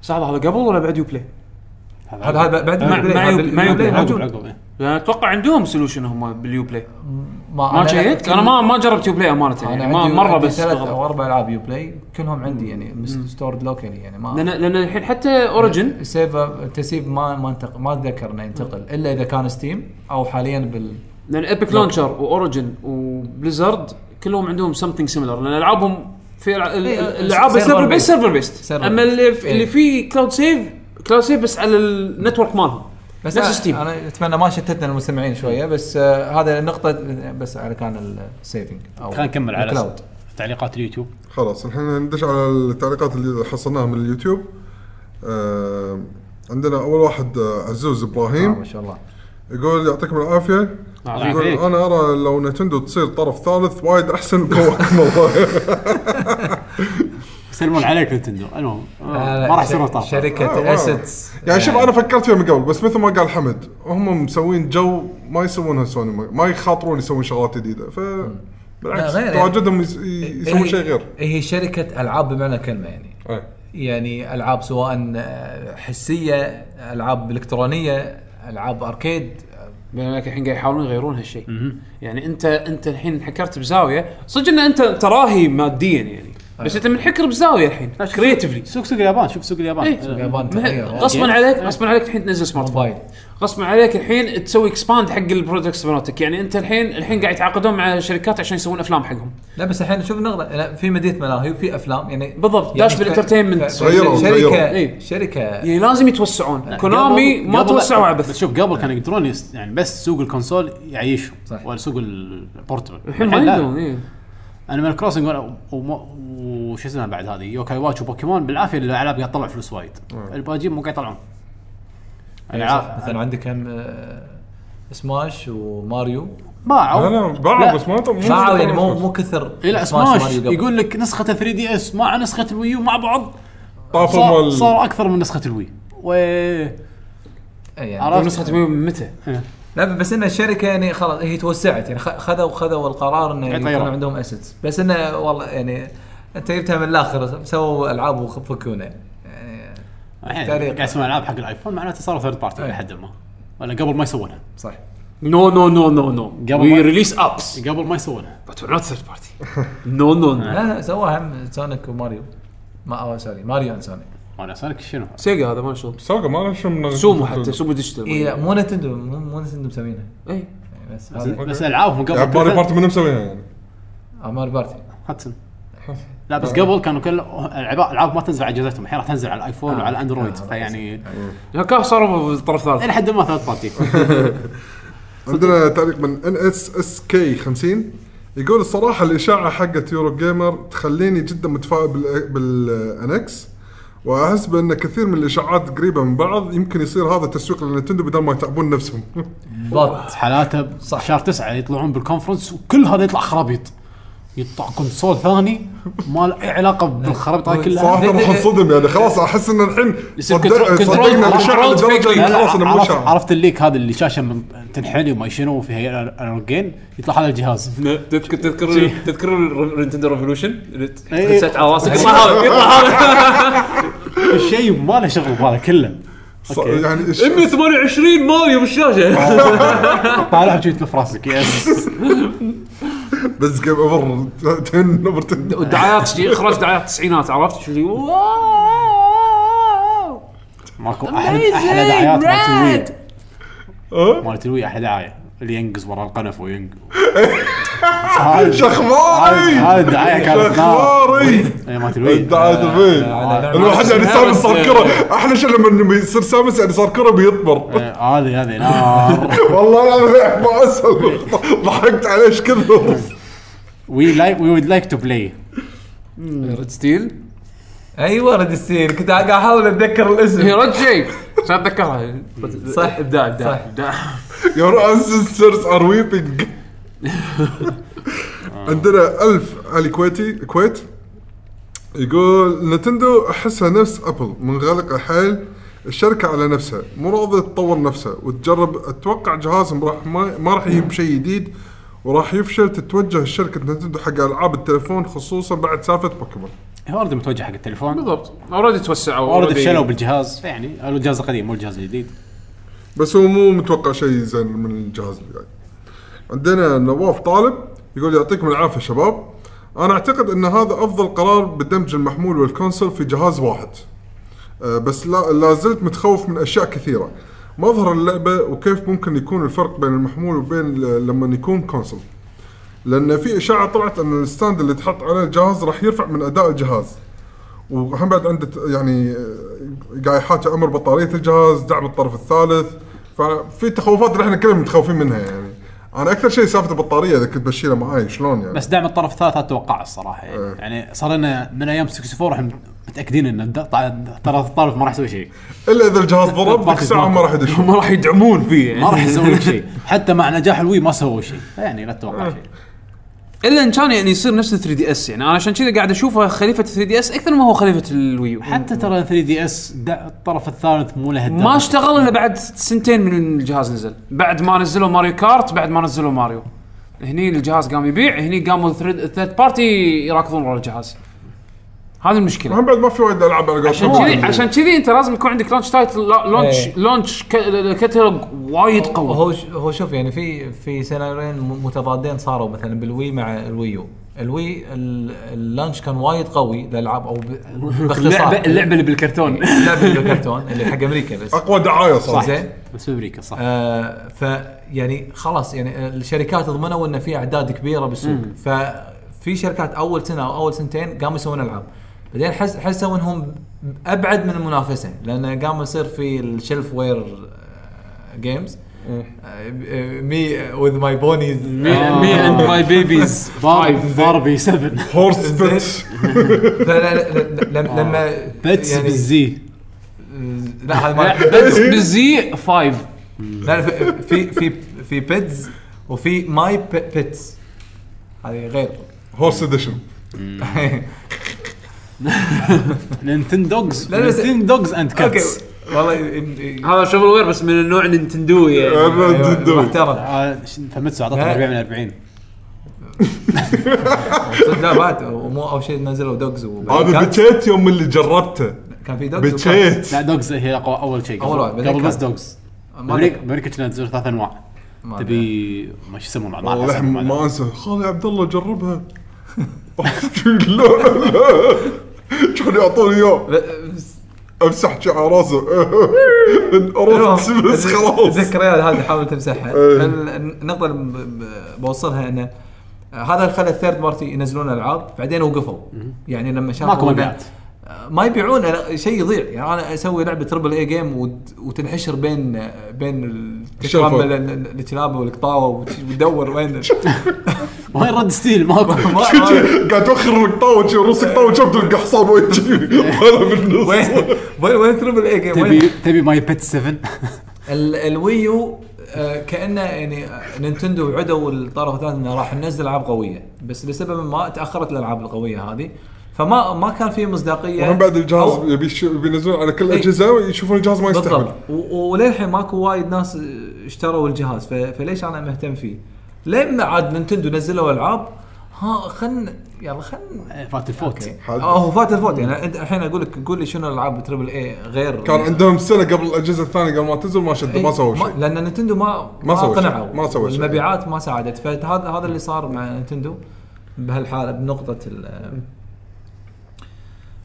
لحظه هذا قبل ولا بعد يو بلاي؟
هذا هذا بعد
مع-
يوبي بلاي،
مع
هذا
يوبي- مع يوبي بلاي.
البلاي
عقب
موجود.
عقب إيه.
لأن اتوقع عندهم سولوشن هم باليو بلاي ما
أنا-
شيكت انا ما ما جربت يو بلاي امانه يعني
انا
ما
عندي-
مره
عندي
بس
ثلاث
استغربت.
او اربع العاب يو بلاي كلهم عندي يعني ستورد لوكالي يعني
لان
ما
لان الحين حتى اوريجن
سيف التسيب ما ما انتقل ما اتذكر انه ينتقل الا اذا كان ستيم او حاليا بال
لان ايبك لونشر واوريجن وبليزرد كلهم عندهم سمثينج سيميلر لان العابهم في الع- ال-
إيه،
الالعاب
سيرفر
السيرفر بيس
بيس.
سيرفر بيست
سيرفر
اما
بيس.
اللي في- اللي
إيه.
فيه كلاود سيف كلاود سيف بس على النتورك مالهم
بس
نفس
أنا-
Steam.
انا اتمنى ما شتتنا المستمعين شويه بس آه هذا النقطه بس على كان السيفنج او
خلينا نكمل على
الكلاود
تعليقات اليوتيوب
خلاص الحين ندش على التعليقات اللي حصلناها من اليوتيوب آه عندنا اول واحد آه، عزوز
آه،
ابراهيم
ما شاء الله آه،
يقول يعطيكم العافيه
عافيك.
يقول انا ارى لو نتندو تصير طرف ثالث وايد احسن قواكم الله
يسلمون عليك نتندو المهم
آه،
آه، ما راح يصيرون طاقه
آه،
شركه
آه.
اسيتس
يعني شوف
آه،
انا فكرت فيها من قبل بس مثل ما قال حمد هم مسوين جو ما يسوونها سوني ما- ما يخاطرون يسوون شغلات جديده ف بالعكس
لا، غير يعني.
تواجدهم يس- ي- يسوون شيء غير
هي شركه العاب بمعنى الكلمه يعني
إيه.
يعني العاب سواء آه، حسيه العاب الكترونيه العاب اركيد
بينما الحين قاعد يحاولون يغيرون هالشيء يعني انت انت الحين انحكرت بزاويه صدق ان انت تراهي ماديا يعني
أيوه.
بس انت منحكر بزاويه الحين كريتفلي
سوق سوق اليابان شوف سوق اليابان
إيه.
آه.
اليابان تغير
غصبا عليك غصبا عليك الحين تنزل سمارت فون
موبايل.
غصبا عليك الحين تسوي اكسباند حق البرودكتس مالتك يعني انت الحين الحين قاعد يتعاقدون مع شركات عشان يسوون افلام حقهم
لا بس الحين شوف نغلق لا، في مدينه ملاهي وفي افلام يعني
بالضبط، داش
ف-
بالإنترتينمنت.
ف-
غيروا،
شركه
غيروا.
إيه؟ شركه
يعني لازم يتوسعون كونامي
قبل-
ما
قبل-
توسعوا
بس
عبث
شوف قبل كانوا يقدرون يست- يعني بس سوق الكونسول يعيشهم
صح.
ولا سوق البورتبل
الحين ما
لا.
يقدرون إيه.
انيمال كروسنج ولا- وما- وش اسمها بعد هذه يوكاي واتش وبوكيمون بالعافيه الالعاب قاعد تطلع فلوس وايد
آه.
الباجين مو قاعد يطلعون
إيه،
العاب
مثلا عندك هم آه، سماش وماريو
لا
باعوا
لا باعوا بس ما طب
باعوا يعني مو مو كثر
إيه لا
سماش
سماش
وماريو قبل.
يقول لك نسخه 3 دي اس مع نسخه الويو مع بعض
طافوا
صار,
مال
صار اكثر من نسخه الوي و
إيه يعني
عرفت؟
نسخه ميو من متى؟
لا بس ان الشركه يعني خلاص هي توسعت يعني خ- خذوا خذوا القرار انه
يغيرون.
يكون عندهم اسيتس بس انه والله يعني انت جبتها من الاخر سووا العاب وفكونا يعني
الحين
تعليق.
قاعد يسوون العاب حق الايفون معناته صاروا ثيرد بارتي
إيه.
لحد ما ولا قبل ما يسوونها
صح
نو نو نو نو نو
قبل ما-
وي ريليس ابس
قبل ما يسوونها
بس نوت ثيرد بارتي نو نو نو
لا لا سووا هم سونيك وماريو ما أو سوري ماريو اند سونيك
انا اسالك شنو
سيجا هذا ما شغل
سوقه ما له شغل من
سومو حتى سومو ديجيتال
إيه.
اي لا مو نتندو مو مو نتندو مسوينها
اي
يعني بس
بس,
هذا
بس العابهم قبل
يعني
كل
باري
ثيرد-
بارتي منو مسويها يعني
آه، ماريو بارتي
هاتسون لا
آه.
بس قبل كانوا كل العاب العاب ما تنزل على اجهزتهم الحين راح تنزل على الايفون وعلى الاندرويد
آه،
فيعني
هكا صاروا الطرف الثالث
الى حد ما ثيرد بارتي
عندنا تعليق من ان اس اس كي 50 يقول الصراحه الاشاعه حقت يورو جيمر تخليني جدا متفائل بال- بالانكس واحس بان كثير من الاشاعات قريبه من بعض يمكن يصير هذا تسويق لنتندو بدل ما يتعبون نفسهم
بالضبط
حالاته
صح.
شهر تسعة يطلعون بالكونفرنس وكل هذا يطلع خرابيط يطلع كونسول ثاني ما له اي علاقه بالخرابيط هاي كلها
صراحه راح انصدم يعني خلاص احس ان الحين
يصير
صدق-
كنترول- كنترول-
صدقنا الاشاعه
كنترول
لدرجه
فيك
إن
لا لا
خلاص انه مو
عرفت,
اشاعه
عرفت الليك هذا اللي شاشه من- تنحلي وما شنو وفيها الارجين يطلع هذا الجهاز
تذكر تذكر تذكر نينتندو ريفولوشن اللي
إيه.
تحسيت على راسك يطلع هذا يطلع هذا
الشيء إيه، ما له شغل بهذا كله
ص-
أوكي.
يعني إيش-
128 ماريو بالشاشه
طالع جيت في راسك يس
بس جيم اوفر 10 اوفر 10
والدعايات شي- اخراج دعايات التسعينات عرفت شو شي، واو.
ماكو احلى احلى دعايات مالت الوي مالت الوي احلى دعايه اللي ينقز ورا القنف وينقز
شخماري
هذا الدعايه كانت نار
شخماري
إيه، مالت الوي
الدعاية الفيل الواحد يعني سامس صار كره احلى شيء لما يصير سامس يعني صار كره بيطبر
إيه، هذه هذه نار
والله العظيم ما اسهل ضحكت عليه ايش كثر
وي لايك وي وود لايك تو بلاي
ريد ستيل
ايوه ريد ستيل كنت قاعد احاول اتذكر
هي
الاسم
رد شيء عشان اتذكرها
صح.
ابداع
صح.
ابداع ابداع
يور انسسترز ار ويبنج عندنا ألف علي كويتي كويت يقول نتندو احسها نفس ابل منغلقه حيل الشركه على نفسها مو راضيه تطور نفسها وتجرب اتوقع جهازهم راح ما, ما راح يجيب شيء جديد وراح يفشل تتوجه شركه نتندو حق العاب التليفون خصوصا بعد سالفه بوكيمون
هو اوريدي متوجه حق التليفون
بالضبط اوريدي توسعوا
اوريدي فشلوا بالجهاز يعني الجهاز القديم مو الجهاز الجديد
بس هو مو متوقع شيء زين من الجهاز اللي جاي. عندنا نواف طالب يقول يعطيكم العافيه شباب. انا اعتقد ان هذا افضل قرار بدمج المحمول والكونسول في جهاز واحد. أه، بس لا لا زلت متخوف من اشياء كثيره. مظهر اللعبه وكيف ممكن يكون الفرق بين المحمول وبين ل- لما يكون كونسول. لان في اشاعه طلعت ان الستاند اللي تحط عليه الجهاز راح يرفع من اداء الجهاز وهم بعد عنده ت- يعني آه، قاعد يحاكي امر بطاريه الجهاز دعم الطرف الثالث ففي تخوفات اللي احنا كلنا متخوفين منها يعني انا اكثر شيء سالفه البطاريه اذا كنت بشيلها معاي شلون يعني
بس دعم الطرف الثالث اتوقع الصراحه يعني, يعني صار لنا من ايام 64 احنا متاكدين ان الد- طع- الطرف الثالث ما راح يسوي شيء
الا اذا الجهاز ضرب ذيك الساعه ما راح يدش
ما راح يدعمون فيه يعني.
ما راح يسوي لك شيء حتى مع نجاح الوي ما سووا شيء يعني لا تتوقع شيء
الا ان كان يعني يصير نفس 3 دي اس يعني انا عشان كذا قاعد اشوفه خليفه 3 دي اس اكثر ما هو خليفه الويو
حتى ترى 3 دي اس الطرف الثالث مو له
ما اشتغل الا بعد سنتين من الجهاز نزل بعد ما نزلوا ماريو كارت بعد ما نزلوا ماريو هني الجهاز قام يبيع هني قاموا الثريد- الثيرد بارتي يراكضون ورا الجهاز هذه المشكله
هم بعد ما في وايد العاب على
عشان
قولتهم.
كذي عشان كذي انت لازم يكون عندك لونش تايتل لونش
إيه.
لونش ك- كتالوج وايد قوي
هو ش- هو شوف يعني في في سيناريوين م- متضادين صاروا مثلا بالوي مع الويو الوي ال- اللانش كان وايد قوي للالعاب او ب- باختصار
اللي بالكرتون
اللعبه اللي بالكرتون اللي حق امريكا بس
اقوى دعايه صار
زين
بس في امريكا صح
آه فيعني خلاص يعني الشركات ضمنوا ان في اعداد كبيره بالسوق ففي شركات اول سنه او اول سنتين قاموا يسوون العاب بعدين حس حسوا انهم ابعد من المنافسه لان قام يصير في الشلف وير جيمز آه، مي وذ ماي بونيز
آه.
مي اند ماي بيبيز
ضارب ضاربي 7
هورس بيت
لما
بتس
يعني-
بالزي
لا هذا ما
بس بالزي فايف
لا لا، في في في بيتز وفي ماي بيتز هذه غير
هورس اديشن
نينتندوجز
لا، لا، بس-
نينتندوجز اند
اوكي
كاتس
والله إن- إن-
هذا شوفل وير بس من النوع نينتندو يعني
محترم
Uh, فمتسو اعطاك 40 من 40
صدق لا بعد مو اول شيء نزلوا دوجز
هذا بكيت يوم اللي جربته
كان في دوجز
بكيت
لا دوجز هي أقوى اول شيء
أول واحد،
قبل
بعدين
قبل بس
كان-
دوجز
ما
بامريكا
أدري.
بامريكا كنا تزور ثلاث انواع
ما أدري.
تبي ما شو يسمونه
نعم،
ما أدري
والله
اسمه، ما أدري.
ما انسى خالي عبد الله جربها لا لا كانوا يعطوني اياه
ب- بس-
امسح على راسه راسه بس خلاص
الذكريات هذه حاول تمسحها
إيه.
ال- النقطه اللي ب- ب- بوصلها انه هذا اللي خلى الثيرد بارتي ينزلون العاب بعدين وقفوا يعني لما شافوا
ماكو
إنه- آه،
مبيعات.
ما يبيعون أنا- شيء يضيع يعني انا اسوي لعبه تربل اي جيم وت- وتنحشر بين بين ال-
الشرفة.
الكلاب- ال- ال- الكلاب والقطاوه وت- وتدور وين
وين رد ستيل ماكو
قاعد توخر القطاوه شي، روس القطاوه شبت القحصان وين شي، وأنا بالنص
إيه. وين وين وين تربل اي جيم
تبي تبي ماي بيت 7
ال- الويو آه، كانه يعني آه، نينتندو عدوا الطرف الثالث انه راح ننزل العاب قويه بس لسبب ما تاخرت الالعاب القويه هذه فما ما كان في مصداقيه
وهم بعد الجهاز
أو-
يبي يش- بينزلون على كل
إيه.
الاجهزه ويشوفون الجهاز ما
بالضبط
يستحمل
و- وللحين ماكو وايد ناس آه، اشتروا الجهاز ف- فليش انا مهتم فيه؟ لما عاد نينتندو نزلوا العاب ها خلنا يلا خلنا
فات الفوت
حد.
هو فات الفوت يعني انت الحين اقول لك قول لي شنو العاب تربل اي غير
كان عندهم سنه قبل الاجهزه الثانيه قبل ما تنزل ما
إيه،
شدوا ما سووا شيء
لان نينتندو ما
ما سووا شيء.
قنعوا
ما سووا شيء.
المبيعات ما ساعدت فهذا هذا اللي صار مع نينتندو بهالحاله بنقطه ال-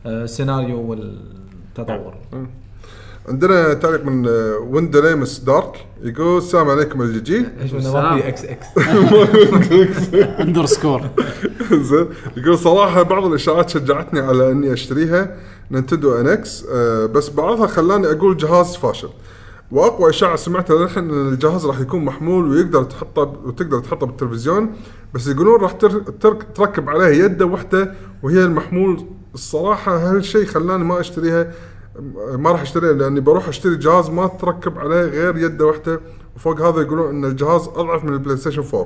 آه، السيناريو والتطور
إيه.
عندنا تعليق من آه، وندليمس دارك يقول السلام عليكم الجي جي
ايش إنه ما في اكس اكس
اندر سكور
زين يقول صراحه بعض الاشاعات شجعتني على اني اشتريها نينتندو ان اكس بس بعضها خلاني اقول جهاز فاشل واقوى اشاعه سمعتها للحين ان الجهاز راح يكون محمول ويقدر تحطه ب- وتقدر تحطه بالتلفزيون بس يقولون راح تر- ترك تركب عليه يده واحده وهي المحمول الصراحه هالشيء خلاني ما اشتريها م- ما راح اشتريها لاني بروح اشتري جهاز ما تركب عليه غير يده واحده وفوق هذا يقولون ان الجهاز اضعف من البلاي ستيشن 4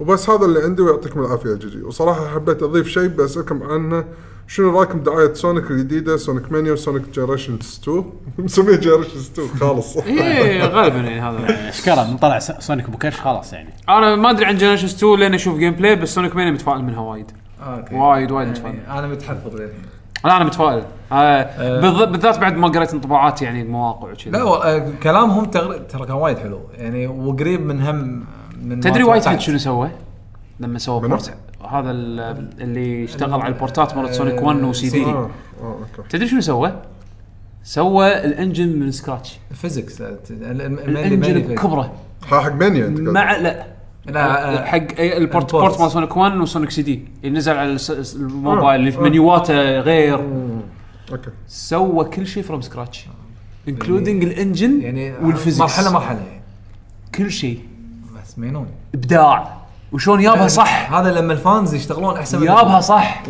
وبس هذا اللي عندي ويعطيكم العافيه جي جي وصراحه حبيت اضيف شيء بسالكم عنه شنو رايكم دعايه سونيك الجديده سونيك مانيا وسونيك جنريشنز 2 مسميه جنريشنز 2 خالص
إيه.
ايه غالبا يعني هذا
اشكره من طلع س- سونيك بوكيش خلاص يعني
انا ما ادري عن جنريشنز 2 لين اشوف جيم بلاي بس سونيك ماني متفائل منها وايد وايد وايد متفائل
انا يعني متحفظ يعني. للحين
لا انا متفائل آه بالض- بالذات بعد ما قريت انطباعات يعني المواقع وكذا
لا و- كلامهم تغر- ترى كان وايد حلو يعني وقريب من هم من ما
تدري وايت
توقعت.
هيد شنو سوى؟ لما سوى
منو؟
بورت هذا ال- اللي اشتغل على البورتات مالت سونيك 1 وسي دي
آه.
تدري شنو سوى؟ سوى الانجن من سكراتش
فيزكس آه، ت- ال- ال- الميلي-
الانجن
ميلي فيزكس.
بكبره
ها حق مانيا انت قاعد.
مع لا
لا
آه، حق
حق
أي- البورت
آه، البورت.
بورت مال سونيك 1 وسونيك سي دي اللي نزل على الس- الس- الموبايل اللي في منيواته غير
اوكي
سوى كل شيء فروم سكراتش انكلودنج الانجن
يعني
والفيزيكس
مرحله مرحله يعني
كل شيء
بس مينون
ابداع وشلون يابها صح
هذا لما الفانز يشتغلون احسن من-
يابها صح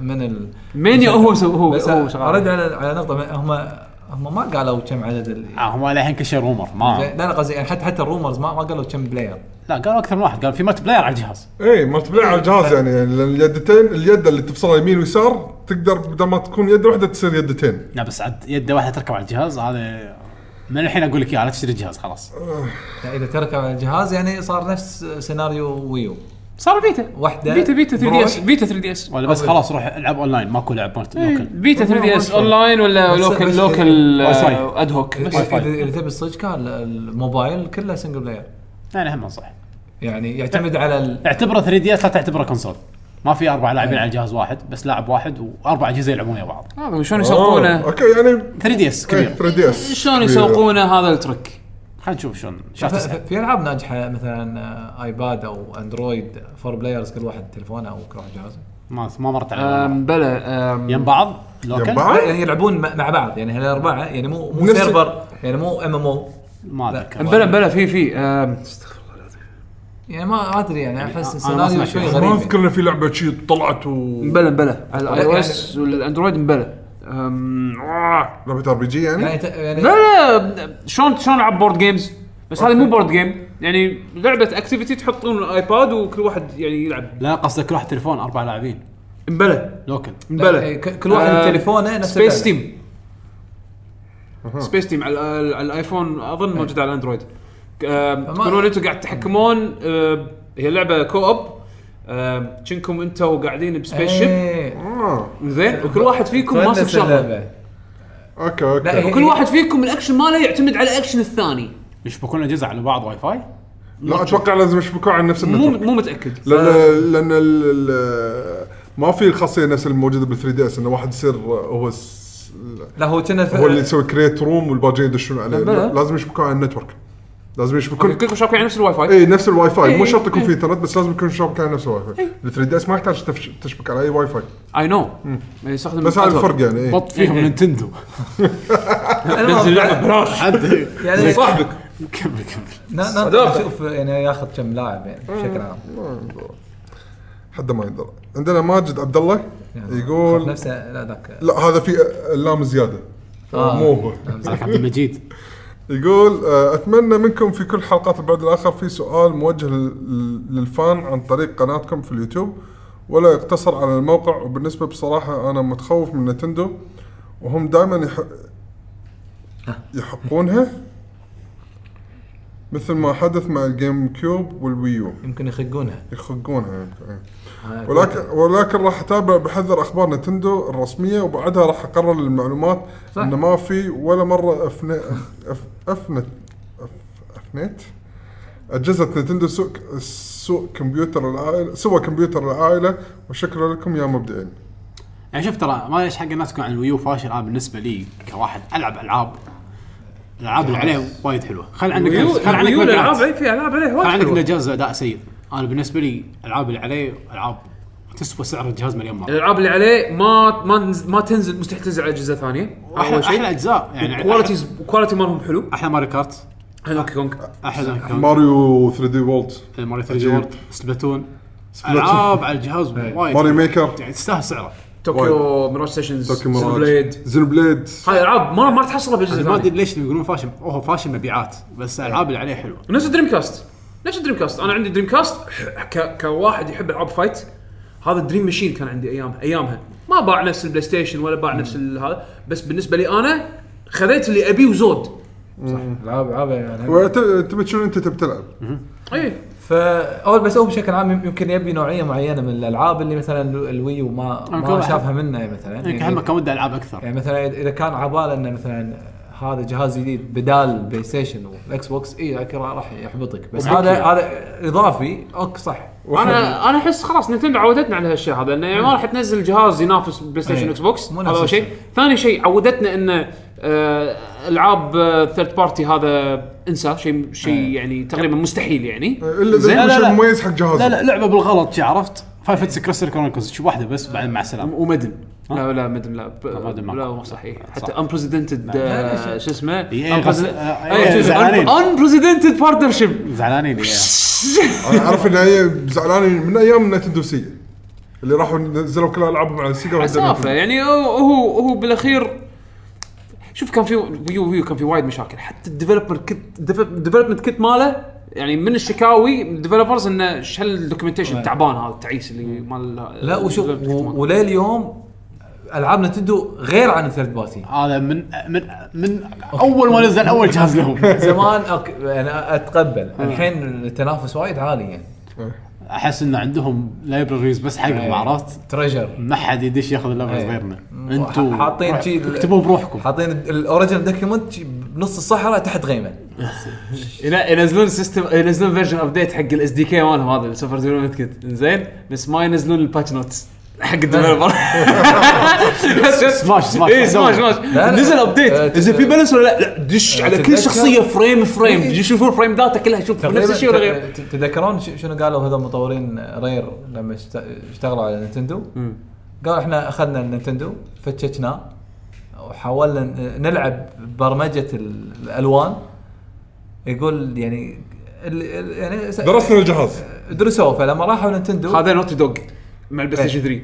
من ال
مانيا هو سو هو
بس آه.
هو شغال
ارد على على نقطه ما- هم هم ما قالوا كم عدد ال...
آه هم للحين كل شيء رومر
زين،
ما
لا لا قصدي يعني حتى حتى الرومرز ما, ما قالوا كم بلاير
لا قالوا اكثر من واحد قالوا في مالتي بلاير على الجهاز
اي مالتي بلاير إيه، على الجهاز يعني يعني لأن اليدتين اليد اللي تفصلها يمين ويسار تقدر بدل ما تكون يد واحده تصير يدتين
لا بس عاد يده واحده تركب على الجهاز هذا من الحين اقول لك يا لا تشتري الجهاز خلاص
يعني اذا تركب على الجهاز يعني صار نفس سيناريو ويو
صار بيتا
واحده
بيتا بيتا 3 دي اس
بروح.
بيتا 3 دي اس
ولا بس خلاص روح العب اونلاين ماكو لعب مالتي لوكل
بيتا 3 دي اس اون لاين ولا
بس-
لوكل
بس-
لوكل
واي فاي.
آه، اد هوك
إذا-
بس.
واي فاي.
اذا إذا تبي الصدق كان ال- الموبايل كله سنجل بلاير
يعني هم صح
يعني يعتمد على ال...
اعتبره 3 دي اس لا تعتبره كونسول ما في اربع لاعبين على جهاز واحد بس لاعب واحد واربع اجهزه يلعبون ويا بعض
هذا وشلون
أوه،
يسوقونه إيه،
اوكي يعني
3 دي اس كبير
3 دي اس
شلون يسوقونه هذا الترك
خلينا نشوف شلون
ف-
شاف تسعة.
ف- في العاب ناجحه مثلا آه، ايباد او اندرويد فور بلايرز كل واحد تلفونه او كل واحد جهازه
ما ما مرت علي
أم، بلا أم،
يم بعض لوكل
يم بعض؟
يعني يلعبون مع مع بعض يعني هالاربعه يعني مو مو
نفس-
سيرفر يعني مو ام ام او
ما
لا.
اذكر
بلا بلا في في أم،
يعني ما ادري يعني احس
أنا ما
السيناريو
أسمع
شوي
شيء.
غريب
ما
يعني.
اذكر إن في لعبه شي طلعت و
بلا بلا على الاي
لا،
او
يعني-
اس والاندرويد بلا أم، آه.
لعبه ار بي جي يعني
يعني ت- يعني
لا لا شلون شلون العب بورد جيمز بس هذه مو بورد جيم يعني لعبه اكتيفيتي تحطون الايباد وكل واحد يعني يلعب
لا قصدك روح تليفون اربع لاعبين
مبلا
لوكل
مبلا
إيه، ك- كل واحد بتليفونه نفس
سبيس
اللعبة.
تيم سبيس تيم على ال- على الايفون اظن موجود على الاندرويد آم، تكونون انتم قاعد تحكمون آم، هي لعبه كو اب آم، شنكم انتم قاعدين بسبيس شيب
إيه.
اه
زين وكل واحد فيكم
تونس
ماسك شغله
اللعبة.
اوكي اوكي
لا، إيه. هي-
وكل واحد فيكم الاكشن ماله يعتمد على الاكشن الثاني
يشبكون الاجهزه على بعض واي فاي
لا اتوقع لازم يشبكون على نفس
مو
النتورك
مو متاكد
لان لان ال- ال- ما في الخاصيه نفس الموجوده بال 3 دي اس انه واحد يصير هو الس-
لا هو كنا
هو اللي يسوي كريت روم والباجين يدشون عليه
لا، لا.
لازم يشبكون على النتورك لازم يشبكون
كلكم شابكين على نفس الواي فاي
اي نفس الواي فاي مو
إيه،
شرط يكون في انترنت بس لازم يكون شبكه على نفس الواي فاي ال 3 دي اس ما يحتاج تفش- تشبك على اي واي فاي
اي نو يستخدم
بس هذا
الأزرق.
الفرق يعني إيه.
بط فيهم
إيه.
نينتندو
نزل لعبه
عاد
يعني صاحبك
كمل كمل
نادر اشوف يعني ياخذ كم لاعب يعني بشكل عام
حد ما يقدر عندنا ماجد عبد الله
يعني
يقول
نفسه لا ذاك
لا هذا في اللام زياده
آه.
مو هو
هذاك عبد المجيد
يقول آه، اتمنى منكم في كل حلقات البعد الاخر في سؤال موجه لل- للفان عن طريق قناتكم في اليوتيوب ولا يقتصر على الموقع وبالنسبه بصراحه انا متخوف من نتندو وهم دائما يح... يحقونها مثل ما حدث مع الجيم كيوب والويو
يمكن يخقونها
يخقونها يعني. ولكن ولكن راح اتابع بحذر اخبار نتندو الرسميه وبعدها راح اقرر المعلومات
صح.
ان ما في ولا مره افنى أف افنت أف افنيت اجهزه نتندو سوق سوق كمبيوتر العائله سوى كمبيوتر العائله وشكرا لكم يا مبدعين
يعني شوف ترى ما ليش حق الناس تكون عن الويو فاشل انا بالنسبه لي كواحد العب العاب الالعاب اللي عليه وايد حلوه خل عندك
ويو-
خل عندك
ويو الالعاب
مبيعات.
عيب في العاب عليه
كان
وايد
عندك
حلوة.
الجهاز اداء سيء انا بالنسبه لي العاب اللي عليه العاب تسوى سعر الجهاز مليون مره
الالعاب اللي عليه ما ما نز- ما تنزل مستحيل تنزل على اجهزه ثانيه
احلى احلى اجزاء يعني
كواليتيز كواليتي مالهم حلو
أحلى- احلى ماري كارت
دونكي كونج
احلى دونكي كونغ،
ماريو 3 دي وولد
ماري 3 دي
عجيب.
وورد سبلاتون العاب على الجهاز وايد
ماري ميكر
يعني تستاهل سعره
طوكيو ميراج سيشنز
توكي ميراج.
بليد
زينو بليد
هاي العاب ما ما راح تحصلها باجهزه
ما ادري
ثانيه
ليش يقولون فاشل اوه فاشل مبيعات بس الالعاب اللي عليه حلوه
نفس الدريم كاست نفس الدريم كاست انا عندي دريم كاست ك... كواحد يحب العاب فايت هذا دريم ماشين كان عندي ايامها ايامها ما باع نفس البلاي ستيشن ولا باع نفس ال- هذا بس بالنسبه لي انا خذيت اللي ابيه وزود
العاب العاب يعني
وأنت- تبي شنو انت تبي تلعب
اي
فاول بس هو بشكل عام يم- يمكن يبي نوعيه معينه من الالعاب اللي مثلا الويو ما
يمكن
ما
واحد-
شافها منه مثلا
يعني كان
يعني,
كان وده العاب اكثر
يعني مثلا اذا كان عباله انه مثلا هذا جهاز جديد بدال بلاي ستيشن والاكس بوكس اي أكيد راح يحبطك بس
أكيد.
هذا هذا اضافي اوك صح
انا انا احس خلاص نتندو عودتنا على هالشيء هذا انه يعني ما راح تنزل جهاز ينافس بلاي ستيشن
إيه.
اكس بوكس
مو
هذا
نفس
اول شيء
الشيء.
ثاني شيء عودتنا انه آه، العاب ثيرد بارتي هذا انسى شيء
إيه.
شيء يعني تقريبا مستحيل يعني
الا
زين.
اذا يكون
لا، لا.
شيء مميز حق جهازك
لا لا لعبه بالغلط شي عرفت فايف اتس كريستال كرونيكلز شي واحده بس بعدين مع السلامه
ومدن
ها؟
لا لا مدن لا ب-
لا، مدن ما
لا
قلت.
مو صحيح
صح.
حتى unprecedented
لا،
آه،
شيء.
شو اسمه أيوة،
إيه، غص- آه، إيه، زعلانين.
unprecedented partnership
زعلانين إيه.
انا اعرف ان هي زعلانه من ايام نتندو سيجا اللي راحوا نزلوا كل العابهم على السيجا وعندنا
مسافه
نتندو.
يعني هو هو هو بالاخير شوف كان في ويو ويو كان في وايد مشاكل حتى الديفلوبر كت الديفلوبمنت كت ماله يعني من الشكاوي الديفلوبرز انه شل الدوكيومنتيشن التعبان هذا التعيس اللي مال
لا وشوف
development kit ماله.
و- وليه اليوم العاب نتندو غير عن الثيرد بارتي
هذا من من من اول ما نزل اول جهاز لهم
زمان اوكي انا اتقبل الحين التنافس وايد عالي يعني
آه.
احس ان عندهم لايبرريز بس حقهم عرفت
تريجر
ما حد يدش ياخذ اللعبه
إيه.
غيرنا
م-
انتوا
حاطين
روح-
شي-
اكتبوا بروحكم
حاطين الاوريجنال دوكيومنت بنص الصحراء تحت غيمه
لا ينزلون سيستم ينزلون فيرجن ابديت حق الاس دي كي مالهم هذا السوفت ديفلوبمنت كيت زين بس ما ينزلون الباتش نوتس حق الديفلوبر
سماش- سماش.
اي إيه، سماش سماش
لا.
نزل ابديت
آه،
اذا في بالانس ولا لا لا دش
آه،
على كل
تتذكر-
شخصيه فريم
إيه.
فريم يشوفون فريم داتا كلها شوف نفس الشيء ولا غير
ت- تتذكرون ش- شنو قالوا هذول مطورين رير لما اشت- اشتغلوا على نينتندو قالوا احنا اخذنا النينتندو فتشناه وحاولنا ن- نلعب برمجه ال- الالوان يقول يعني ال- ال- يعني س-
درسنا الجهاز
درسوه فلما راحوا نينتندو
هذا نوتي دوغ مع
إيه.
البلاي ستيشن 3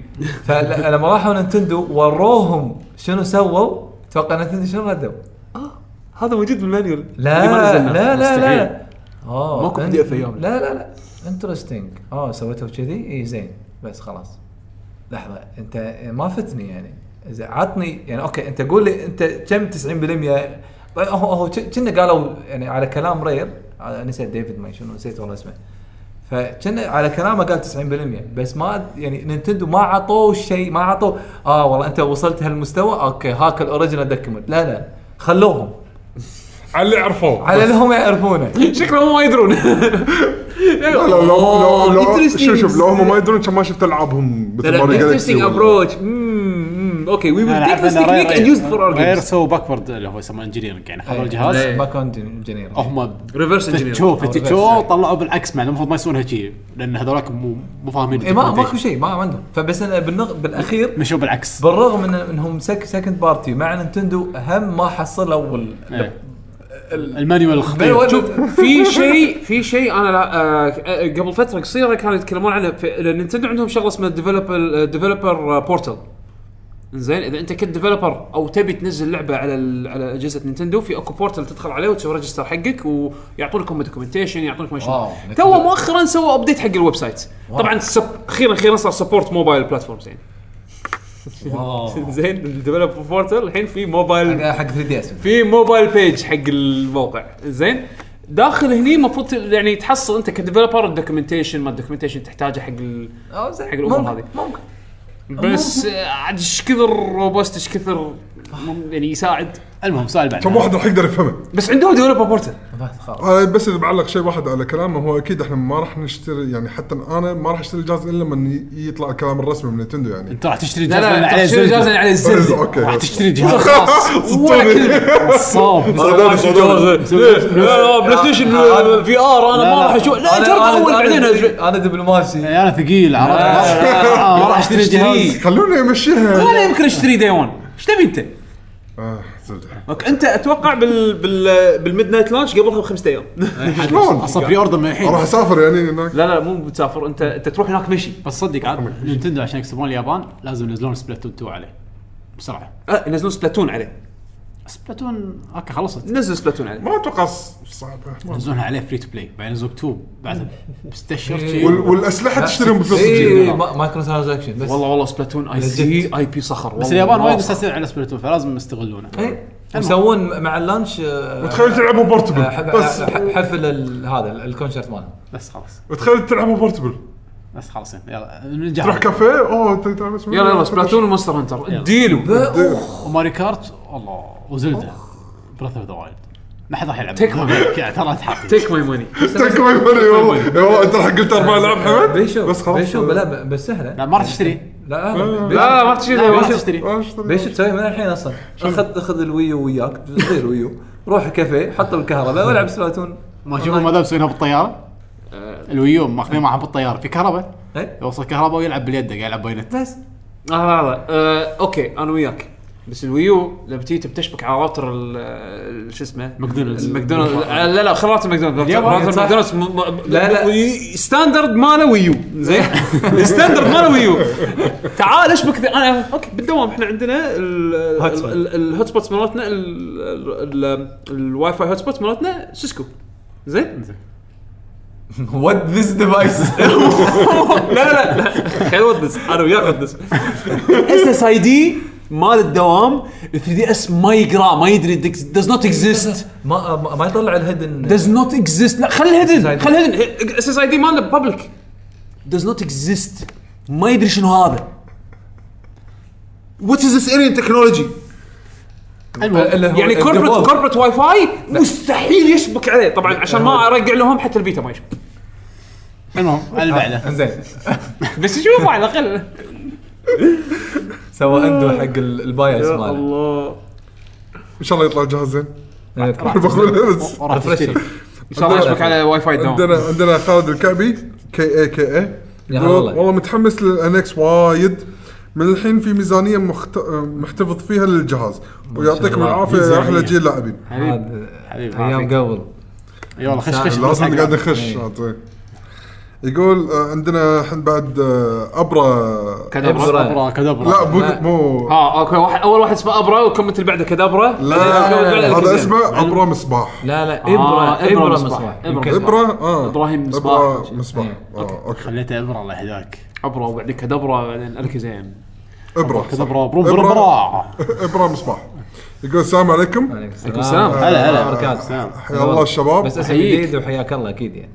فلما راحوا نينتندو وروهم شنو سووا اتوقع نينتندو شنو ردوا؟
هذا موجود بالمانيول
لا
اللي إيه، ما نزلناه.
لا لا
مستحيل.
لا اه
ماكو
إن-
PDF أيام.
لا لا لا انترستنج اه سويته كذي اي زين بس خلاص لحظه انت ما فتني يعني اذا عطني يعني اوكي انت قول لي انت كم 90% طيب هو هو ك- كنا قالوا يعني على كلام رير على- نسيت ديفيد ما شنو نسيت والله اسمه فكنا على كلامه قال 90% بس ما يعني نينتندو ما عطوه شيء ما عطوه اه والله انت وصلت هالمستوى اوكي هاك الاوريجنال دوكيمنت لا لا خلوهم
على اللي عرفوه
على انهم يعرفونه
شكله ما يدرون
لا لا لو لو لو
interesting.
شوف شوف لو هم ما يدرون كان ما شفت العابهم مثل ماري جالكسي
انترستنج
ولا-
ابروتش اوكي وي ويل تيك ذيس تكنيك اند يوز فور اور
غير
جيمز
سووا باكورد اللي هو يسمونه انجينيرنج يعني
إيه.
خذوا الجهاز
ما كان انجينير
هم
ريفرس انجينير
فتشوه فتشوه طلعوا بالعكس مع إنه المفروض ما يسوونها شيء لان هذولاك مو مو فاهمين
اي إيه، ما
الdocumentation.
ماكو شيء ما ما عندهم فبس انا بالنغ... بالاخير
مشوا بالعكس
بالرغم من انهم سك... سكند بارتي مع نينتندو هم ما حصلوا ال...
إيه. المانيوال الخطير
بل-
شوف في شيء في شيء انا لا آه آه، قبل فتره قصيره كانوا يتكلمون عنه في نينتندو عندهم شغله اسمها ديفلوبر ديفلوبر بورتال آه، زين اذا انت كنت ديفلوبر او تبي تنزل لعبه على ال- على اجهزه نينتندو في اكو بورتال تدخل عليه وتسوي ريجستر حقك ويعطونكم دوكيومنتيشن يعطونك ما شنو
واو.
تو مؤخرا سووا ابديت حق الويب سايت طبعا سب اخيرا اخيرا صار سبورت موبايل بلاتفورمز يعني زين الديفلوبر بورتال الحين في موبايل
حق- حق 3 دي اس
في موبايل بيج حق الموقع زين داخل هني المفروض يعني تحصل انت كديفلوبر الدوكيومنتيشن ما الدوكيومنتيشن تحتاجه حق ال... حق الامور هذه
ممكن
بس آه، عاد ايش كثر روبوست ايش كثر مم- يعني يساعد
المهم سؤال بعد
كم واحد راح يقدر يفهمه
بس عندهم ديفلوبر بورتل
بس خلاص
آه، بس اذا بعلق شيء واحد على كلامه هو اكيد احنا ما راح نشتري يعني حتى انا ما راح اشتري الجهاز الا لما ي- يطلع الكلام الرسمي من نتندو يعني
انت راح تشتري
لا
جهاز
لا
لأن عليه
تحصيل جهاز
زلدة
على الزلدة
اوكي
راح تشتري جهاز
خلاص ولا
طيب،
كلمه
صاب
صدقني، صدقني.
بلاي ستيشن في ار انا
لا،
ما
لا.
راح اشوف لا
أنا-
جرب
أنا-
اول
أنا-
بعدين أدري.
انا دبلوماسي
انا ثقيل عرفت آه، ما راح اشتري جهاز
خلونا يمشيها
ولا يمكن اشتري دي 1 ايش تبي انت؟
آه، زلدة.
اوكي انت اتوقع بال بال بالميد نايت لانش قبلها بخمسة ايام
شلون؟
اصلا بري اوردر من الحين
راح اسافر يعني هناك
لا لا مو بتسافر انت انت تروح هناك مشي
بس صدق عاد نينتندو عشان يكسبون اليابان لازم ينزلون سبلاتون 2 عليه بسرعه
آه ينزلون سبلاتون عليه
سبلاتون اوكي خلصت
نزل سبلاتون عليه
ما اتوقع ص- صعبه ما-
ينزلونها عليه فري تو بلاي بعدين ينزلون 2 بعدها بستشهر شي.
وال- والاسلحه تشتريهم بفلوس
اي
الجيب.
مايكرو ترانزاكشن إيه، بس
والله والله سبلاتون اي سي اي بي صخر والله
بس اليابان
والله.
وايد مستعسين على سبلاتون فلازم يستغلونه
إيه. يسوون مع اللانش آه،
وتخيل تلعبوا
آه،
بورتبل
حف-
بس
آه، حفل ال- هذا ال- الكونشرت ماله
بس خلاص
وتخيل تلعبوا بورتبل
بس خلاص يلا
تروح
نرجع
كافيه اوه ت- تعال اسمع.
يلا يلا سبلاتون ومونستر هانتر ديلو
ب-
وماري كارت الله وزلدة بريث اوف ذا وايلد ما حد راح يلعب ترى تحط
تيك ماي ماني
تك ماي ماني والله إي والله انت راح قلت اربع العاب حمد
بيشو
بس خلاص آه.
بيشو بلا ب- بس سهله
نعم.
لا ما راح تشتري
لا آه،
لا لا ما تشيل
لا ما راح
ما
تشتري
آه، اشتري.
بيشو تسوي من الحين اصلا خذ خذ الويو وياك غير ويو روح كافيه حط الكهرباء والعب سبلاتون
ما شوفوا ماذا مسوينها بالطياره
آه.
الويو ماخذين معهم بالطياره في كهرباء
إيه؟
يوصل كهرباء ويلعب باليد قاعد يلعب باينت
بس
آه لحظة آه اوكي انا وياك بس الويو لما تيجي بتشبك على راوتر ال- ال- شو اسمه
ماكدونالدز.
الماكدونالدز آه، لا لا خلاص الماكدونالدز
اليابان.
راوتر
صح.
الماكدونالدز م- م-
لا، لا.
وي- ستاندرد ماله ويو زين الستاندرد ماله ويو تعال اشبك ذا- انا اوكي بالدوام احنا عندنا
Hotspot.
الهوت سبوتس مالتنا ال- ال- ال- الواي فاي هوت سبوتس مالتنا سيسكو زين
وات ذيس ديفايس
لا لا لا خليني اودس انا وياك اودس اس اس اي دي مال الدوام 3 دي اس ما يقرا ما يدري دز نوت اكزيست
ما ما- ما يطلع الهيدن
دز نوت اكزيست لا خلي هيدن
SSID.
خلي هيدن اس اس اي دي مالنا بابليك دز نوت اكزيست ما يدري شنو هذا وات از ذس ارين تكنولوجي
آه،
يعني كوربريت كوربريت واي فاي مستحيل يشبك عليه طبعا عشان ما ارجع لهم حتى الفيتا ما يشبك
المهم اللي بعده
انزين
بس يشوفوا على الاقل
سوى اندو حق ال- البايرز
يا
ماله
الله
ان شاء الله يطلع جهاز زين
إيه.
بقول بس
وراح تشتري
ان شاء الله يشبك على واي فاي الدوام
عندنا عندنا خالد الكعبي كي اي كي اي
يا
يقول
والله.
والله متحمس للانكس وايد من الحين في ميزانيه مخت... محتفظ فيها للجهاز ويعطيكم
الله.
العافيه يا
ميزانية.
احلى جيل لاعبين
حبيبي
هذا
حبيبي
ايام قبل
اي والله خش خش
لازم
بس حق-
قاعد نخش يقول آه، عندنا الحين بعد آه، ابرا
كدبرة
كدبرا
أبرا.
كدبرا
لا مو
لا.
مو
اه اوكي واحد اول واحد اسمه ابرا والكومنت اللي بعده كدبرا
لا
لا، لا، لا.
هذا اسمه ابرا مصباح
لا لا
آه،
ابره
إبرة
ابره
مصباح.
مصباح
إبرة
يمكن.
مصباح.
ابرا اه
إبراهيم مصباح.
ابرا مصباح آه، اوكي
خليته ابرا الله يهداك
ابرا وبعدين كدبرا وبعدين الكزام
ابرا
كدبرا بروم بروم برا
ابرا مصباح يقول السلام عليكم
عليكم
السلام.
هلا هلا
بركات.
سلام.
حيا الله الشباب
بس اسم
أحييك.
جديد وحياك الله اكيد يعني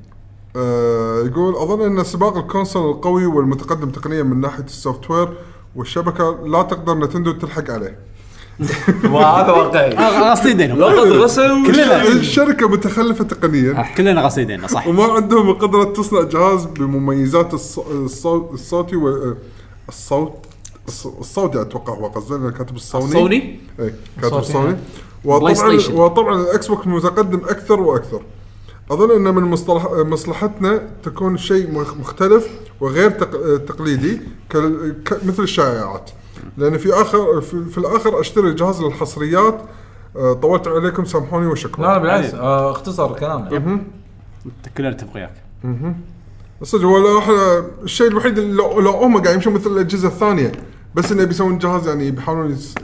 آه، يقول اظن ان سباق الكونسول القوي والمتقدم تقنيا من ناحيه السوفت وير والشبكه لا تقدر نتندو تلحق عليه.
هذا واقعي
انا غصت يدينا
لقد غسل
آه، كلنا
الشركه متخلفه تقنيا
كلنا غصت يدينا صح
وما عندهم القدره تصنع جهاز بمميزات الص- الصو- الصوتي وال- الصوت الص- الصوتي اتوقع هو قصده لأنه كاتب الصوني
صوني
اي إيه، كاتب
الصوتي،
سوني
نعم.
بلاي
وطبعا
ستيشن.
وطبعا الاكس بوكس متقدم اكثر واكثر اظن ان من مصطلح مصلحتنا تكون شيء مخ- مختلف وغير تق- تقليدي كال- ك- مثل الشائعات لان في اخر في, في الاخر اشتري جهاز للحصريات آه، طولت عليكم سامحوني
لا
وشكرا
بالعكس آه، اختصر الكلام
كلنا نتفق وياك
صدق ولا أحلى- الشيء الوحيد اللي لو, لو هم قاعد يمشون مثل الاجهزه الثانيه بس انه بيسوون جهاز يعني بيحاولون يس...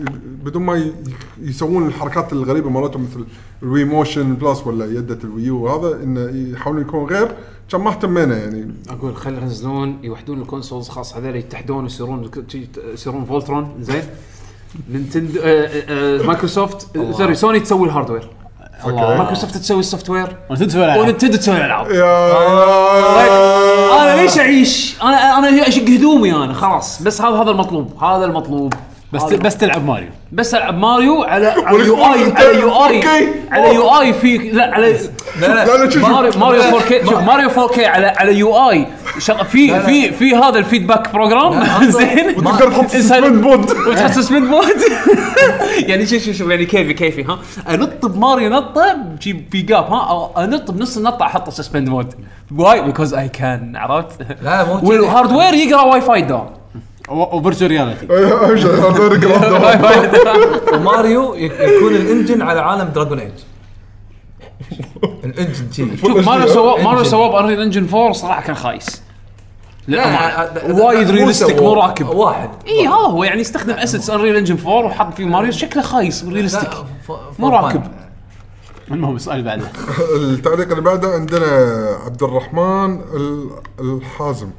بدون ما ي... يسوون الحركات الغريبه مالتهم مثل الوي موشن بلس ولا يدة الويو وهذا انه يحاولون يكون غير كان ما اهتمينا يعني
اقول خلي ينزلون يوحدون الكونسولز خاص هذول يتحدون يصيرون يصيرون فولترون زين نينتندو آه، آه، آه، مايكروسوفت آه، سوري سوني تسوي الهاردوير مايكروسوفت تسوي السوفت وير
ونتسوى
ونتندو تسوي الالعاب
يا
انا ليش اعيش؟ انا انا اشق هدومي انا خلاص بس هذا هذا المطلوب هذا المطلوب
بس
هذا
بس تلعب ماريو
بس العب ماريو على على يو اي على يو اي
أوكي.
على يو اي في لا على
لا لا شوف
ماريو
شوف.
ماريو 4 كي شوف ماريو 4 كي على على يو اي في
لا.
في في هذا الفيدباك بروجرام
لا،
زين
وتقدر تحط سسبند بود
وتحط سسبند بود يعني شوف شوف شوف يعني كيفي كيفي ها انط بماريو نطه شي في جاب ها أو انط بنص النطه احط سسبند مود واي بيكوز اي كان عرفت؟
لا مو كذي.
والهاردوير يقرا واي فاي دوم
وفيرتشوال رياليتي
أهم شيء، هذول الجراف ده.
وماريو يك- يكون الانجن على عالم دراجون ايج الانجن كذي
شوف ماريو سواه ماريو
Engine.
سواه بانريل انجن 4 صراحه كان خايس لا
آه، لا، لا،
وايد
مو
ريالستيك مو
سووه.
راكب
واحد
اي ها هو يعني استخدم اسيتس انريل انجن 4 وحط فيه ماريو شكله خايس ريالستيك
لا، ف- ف-
مو راكب.
المهم السؤال اللي بعده
التعليق اللي بعده عندنا عبد الرحمن ال- الحازم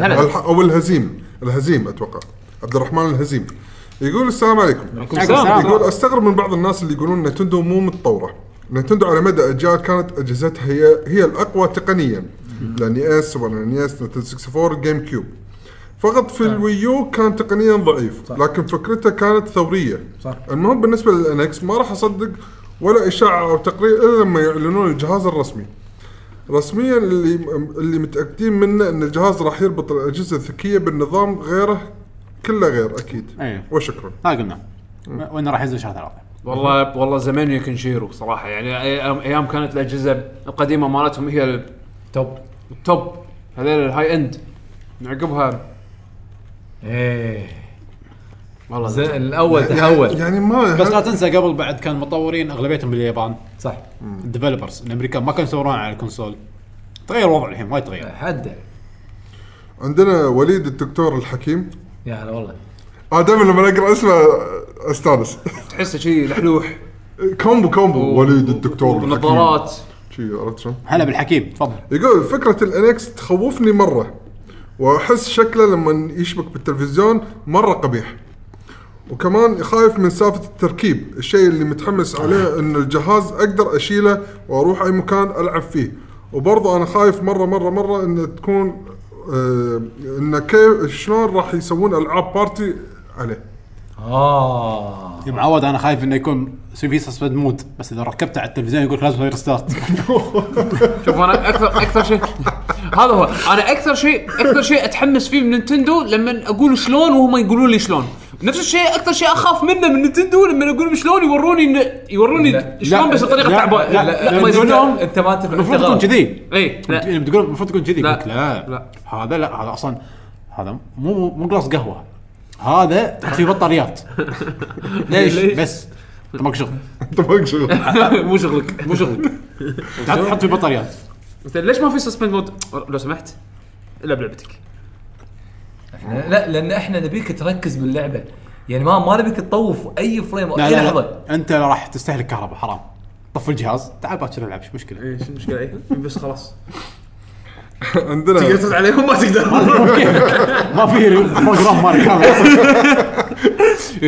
هلا
الح- او الهزيم الهزيم اتوقع عبد الرحمن الهزيم يقول السلام عليكم يقول استغرب من بعض الناس اللي يقولون نتندو مو متطوره نتندو على مدى اجيال كانت اجهزتها هي هي الاقوى تقنيا لاني اس سوبر نيس نتندو 64 جيم كيوب فقط في الويو كان تقنيا ضعيف لكن فكرته كانت ثوريه
صح.
المهم بالنسبه للانكس ما راح اصدق ولا اشاعه او تقرير الا لما يعلنون الجهاز الرسمي. رسميا اللي اللي متاكدين منه ان الجهاز راح يربط الاجهزه الذكيه بالنظام غيره كله غير اكيد.
أيه.
وشكرا.
هذا قلنا وانه راح ينزل شهر ثلاثه
والله والله زمان كنشيرو صراحه يعني أي- ايام كانت الاجهزه القديمه مالتهم هي ال-
توب
التوب هذول الهاي اند من عقبها
ايه
والله
زين، الاول تحول
يعني ما
بس لا تنسى قبل بعد كان مطورين اغلبيتهم باليابان
صح
الديفلوبرز الامريكان ما كانوا يسوون على الكونسول تغير الوضع الحين وايد تغير
حده
عندنا وليد الدكتور الحكيم
يا هلا والله
انا دائما لما اقرا اسمه استانس
تحسه شي لحلوح
كومبو كومبو وليد الدكتور الحكيم.
ونظارات
شي عرفت شلون؟
هلا بالحكيم تفضل
يقول فكرة الانكس تخوفني مرة واحس شكله لما يشبك بالتلفزيون مرة قبيح وكمان خايف من سالفة التركيب الشيء اللي متحمس عليه ان الجهاز اقدر اشيله واروح اي مكان العب فيه وبرضه انا خايف مرة مرة مرة ان تكون آه ان كيف شلون راح يسوون العاب بارتي عليه
اه
يا معود انا خايف انه يكون يصير في سسبند مود بس اذا ركبته على التلفزيون يقول لك لازم ريستارت
شوف انا اكثر اكثر شيء هذا هو انا اكثر شيء اكثر شيء اتحمس فيه من نينتندو لما اقول شلون وهم يقولون لي شلون نفس الشيء اكثر شيء اخاف منه من نينتندو لما اقول شلون يوروني إن- يوروني
لا.
شلون بس بطريقه
لا.
تعبان
لا.
لا
لا.
ما
يقول
يصير.
لهم-
انت ما تفهم
المفروض
أنت
تكون
غلط.
كذي
اي لا
لما تقول المفروض تكون كذي
لا.
يقول لك لا
لا.
هذا لا هذا اصلا هذا مو مو قلاص قهوه هذا تحط فيه بطاريات ليش
ليش؟
بس أنت ماك شغل
طبق شغل
مو شغلك مو شغلك
تحط تحط فيه بطاريات
مثلا ليش ما في سسبند مود لو سمحت الا بلعبتك
إحنا- لا لان احنا نبيك تركز باللعبه يعني ما ما نبيك تطوف اي فريم او
لا
اي
لا,
لحظه
لا. انت راح تستهلك كهرباء حرام طفي الجهاز تعال باكر العب ايش مشكله
ايش المشكله اي إيه، بس خلاص
عندنا
تقدر عليهم ما تقدر
ما في بروجرام مال كامل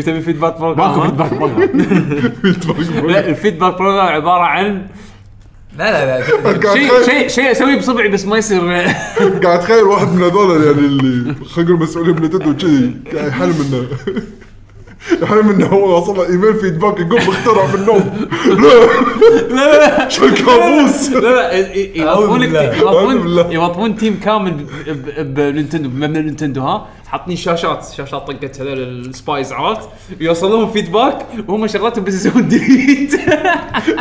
تبي فيدباك
ماكو
بروجرام
فيدباك بروجرام
لا الفيدباك بروجرام عباره عن
لا لا لا
قاعد
شيء
أتخيل-
شيء شيء اسويه بصبعي بس ما يصير
قاعد اتخيل واحد من هذول يعني اللي خلينا نقول مسؤولين من تدو كذي قاعد يحلم انه يحلم انه هو وصل له ايميل فيدباك يقوم مخترع من النوم لا شو الكابوس
لا لا ي- ي- يوظفونك
بالله.
أعوذ بالله.
يوظفون يوظفون تيم كامل ب- ب- بنينتندو بمبنى نينتندو ها حاطين شاشات شاشات طقت هذول السبايز عرفت يوصل لهم فيدباك وهم شغلتهم بس يسوون ديليت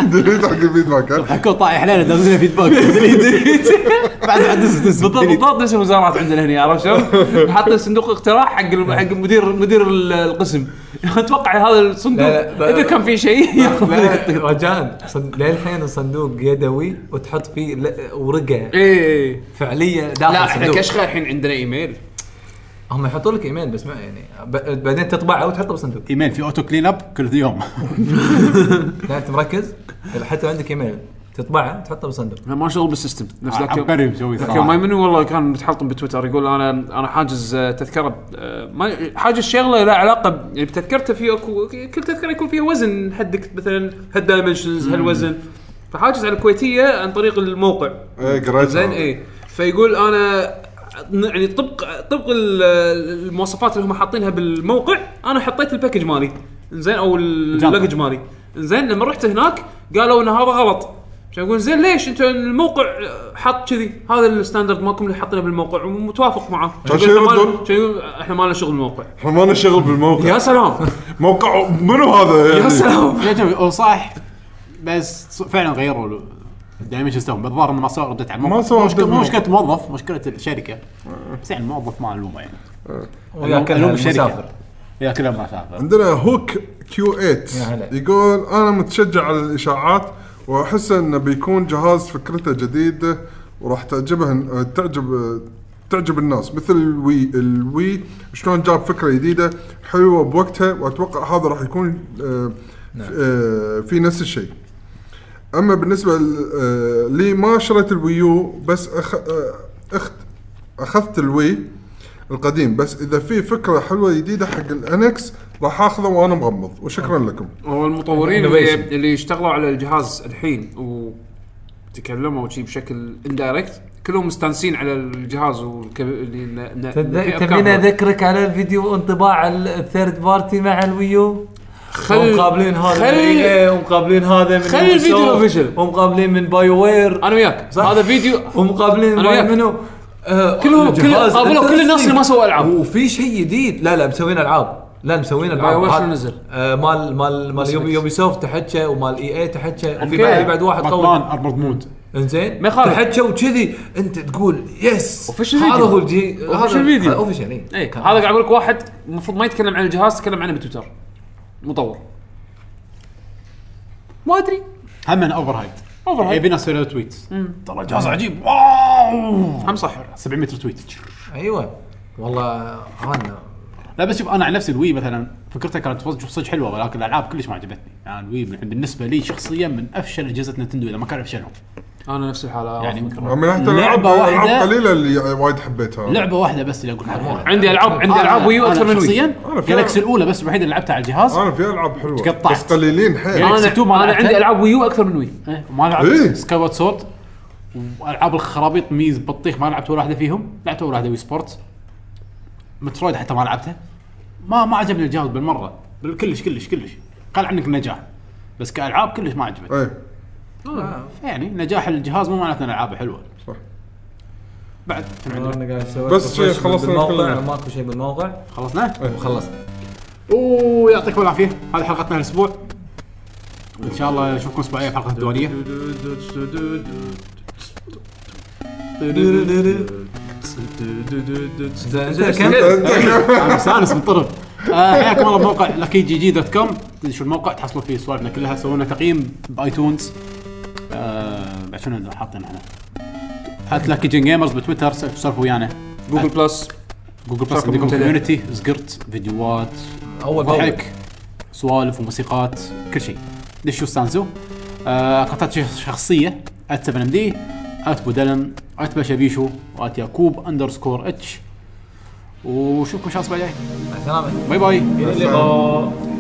دليت حق الفيدباك ها؟
حكوا طايح علينا دازلنا فيدباك
ديليت
بعد بعد دز دز
بالضبط بالضبط نفس الوزارات عندنا هنا عرفت شلون؟ حاطين صندوق اقتراح حق الم- حق مدير مدير ال- القسم اتوقع هذا الصندوق
لا، لا، لا.
اذا كان في شيء
لا، لا، رجاء صن- للحين صندوق يدوي وتحط فيه ل- ورقه
ايه
فعليا داخل
لا احنا
صندوق.
كشخه الحين عندنا ايميل
هم يحطون لك ايميل بس ما يعني ب- بعدين تطبعه وتحطه بصندوق
ايميل في اوتو كلين اب كل يوم
لا انت مركز حتى عندك ايميل تطبعه تحطه بصندوق
أنا ما شغل بالسيستم نفس ذاك يوم-
عبقري مسوي
ذاك يوم ما
صراحه
يمنو والله كان متحلطم بتويتر يقول انا انا حاجز آه، تذكره آه، ما حاجز شغله لها علاقه ب- يعني بتذكرته في اكو كل تذكره يكون فيها وزن حدك مثلا هالدايمنشنز هالوزن فحاجز على الكويتيه عن طريق الموقع
ايه قريت
زين إيه. اي فيقول انا يعني طبق طبق ال- المواصفات اللي هم حاطينها بالموقع انا حطيت الباكج مالي زين او
الجنطة.
اللجج مالي زين لما رحت هناك قالوا ان هذا غلط عشان اقول زين ليش انت الموقع حط كذي هذا الستاندرد مالكم اللي حاطينه بالموقع ومتوافق معه
عشان
يقول إحنا ما-
يردون؟
عشان يقول احنا ما لنا شغل بالموقع
احنا ما لنا شغل بالموقع
يا سلام
موقع منو هذا
يا
يعني
سلام
يا جماعة، هو صح بس ص- فعلا غيروا الدايمنشن ستون الظاهر انه ما سووا ردت على الموقع
ما سووا
مشكلة-
update
مو مشكله موظف مشكله الشركه بس يعني الموظف ما الومه يعني
وياكلها
ألوم
المسافر
يا كلها مسافر
عندنا هوك كيو 8
يا هلا.
يقول انا متشجع على الاشاعات واحس انه بيكون جهاز فكرته جديده وراح تعجبه تعجب تعجب الناس مثل الوي الوي شلون جاب فكره جديده حلوه بوقتها واتوقع هذا راح يكون آه،
نعم.
آه، في نفس الشيء اما بالنسبه ل- آه، لي ما شريت الويو بس أخ... آه، اخت اخذت الوي القديم بس اذا في فكره حلوه جديده حق الانكس راح اخذه وانا مغمض وشكرا لكم
هو المطورين اللي,
Innovation.
اللي اشتغلوا على الجهاز الحين وتكلموا شي بشكل اندايركت كلهم مستانسين على الجهاز والكب...
تبينا اذكرك على الفيديو انطباع الثيرد بارتي مع الويو
خل
ومقابلين هذا من EA
خل
ومقابلين هذا من
خل الفيديو
Ubisoft،
الأوفيشال.
ومقابلين من باي وير
انا وياك
صح.
هذا فيديو
ومقابلين
أنا
باي
وياك.
منو آه،
كلهم- كل-
جهاز
قابلوا كل الناس اللي ما سووا ألعاب.
وفي شيء جديد لا لا مسوين العاب لا مسوين العاب
BioWare
هذا-
شنو نزل؟
آه مال مال مال يوبي, يوبي سوفت تحكى ومال اي اي تحكى وفي
أوكي.
بعد بعد واحد
باتمان
قوي
اربط مود
انزين
ما يخالف.
تحكى وكذي انت تقول يس
Official
هذا
video.
هو الجي
Official video.
اوفيشال اي
إيه.
اي هذا قاعد اقول لك واحد المفروض ما يتكلم عن الجهاز تكلم عنه بتويتر مطور ما ادري
هم اوفر هايب
اوفر هايب
يبي ناس يسوي له تويت ترى جهاز عجيب واو
هم صح
700 تويت
ايوه والله انا
لا بس شوف انا عن نفسي الوي مثلا فكرتها كانت صدق صدق حلوه ولكن الالعاب كلش ما عجبتني يعني الوي من- بالنسبه لي شخصيا من افشل اجهزه نتندو اذا ما كان افشلهم
انا نفس الحاله
يعني
من ناحيه الالعاب
لعبة واحدة-
العاب قليله اللي وايد حبيتها
لعبه واحده بس اللي اقول لك
عندي العاب عندي العاب ويو اكثر من ويو
شخصيا
أنا في
جالكسي
ألعاب.
الاولى بس الوحيده اللي لعبتها على الجهاز
انا في العاب حلوه
تقطعت.
بس قليلين حيل
يعني- Galaxy 2 ما
انا انا
لعبتها.
عندي العاب ويو اكثر من ويو
إيه، ما لعبت
إيه.
سكاي وورد سورد والعاب الخرابيط ميز بطيخ ما لعبت ولا واحده فيهم لعبت ولا واحده وي سبورت مترويد حتى ما لعبتها ما ما عجبني الجهاز بالمره بال- كلش كلش كلش قال عنك نجاح بس كالعاب كلش ما عجبتني
ايه
يعني نجاح الجهاز مو معناته ان العابه حلوه
صح.
بعد كم عندنا؟
بس شيء خلصنا
بالموقع
كلنا.
ماكو شيء بالموقع
خلصنا؟
وخلصنا
اوه يعطيكم العافيه هذه حلقتنا الاسبوع ان شاء الله نشوفكم اسبوعيا في حلقه الديوانيه انا مستانس بالطرب آه، حياكم الله بموقع لكي جي جي دوت كوم شو الموقع تحصلوا فيه سوالفنا كلها سووا لنا تقييم بايتونز آه، بعد شنو حاطين احنا هات لكي جين جيمرز بتويتر سولفوا ويانا
جوجل بلس
جوجل بلس عندكم كوميونتي زقرت فيديوهات
اول باول
ضحك سوالف وموسيقات كل شيء دشوا استانسوا آه، اكونتات شخ- شخصيه @7 ام دي @بودلم @بشبيشو @يعقوب اندرسكور اتش وشوفكم ان شاء الله الاسبوع الجاي
مع السلامه
باي باي
الى اللقاء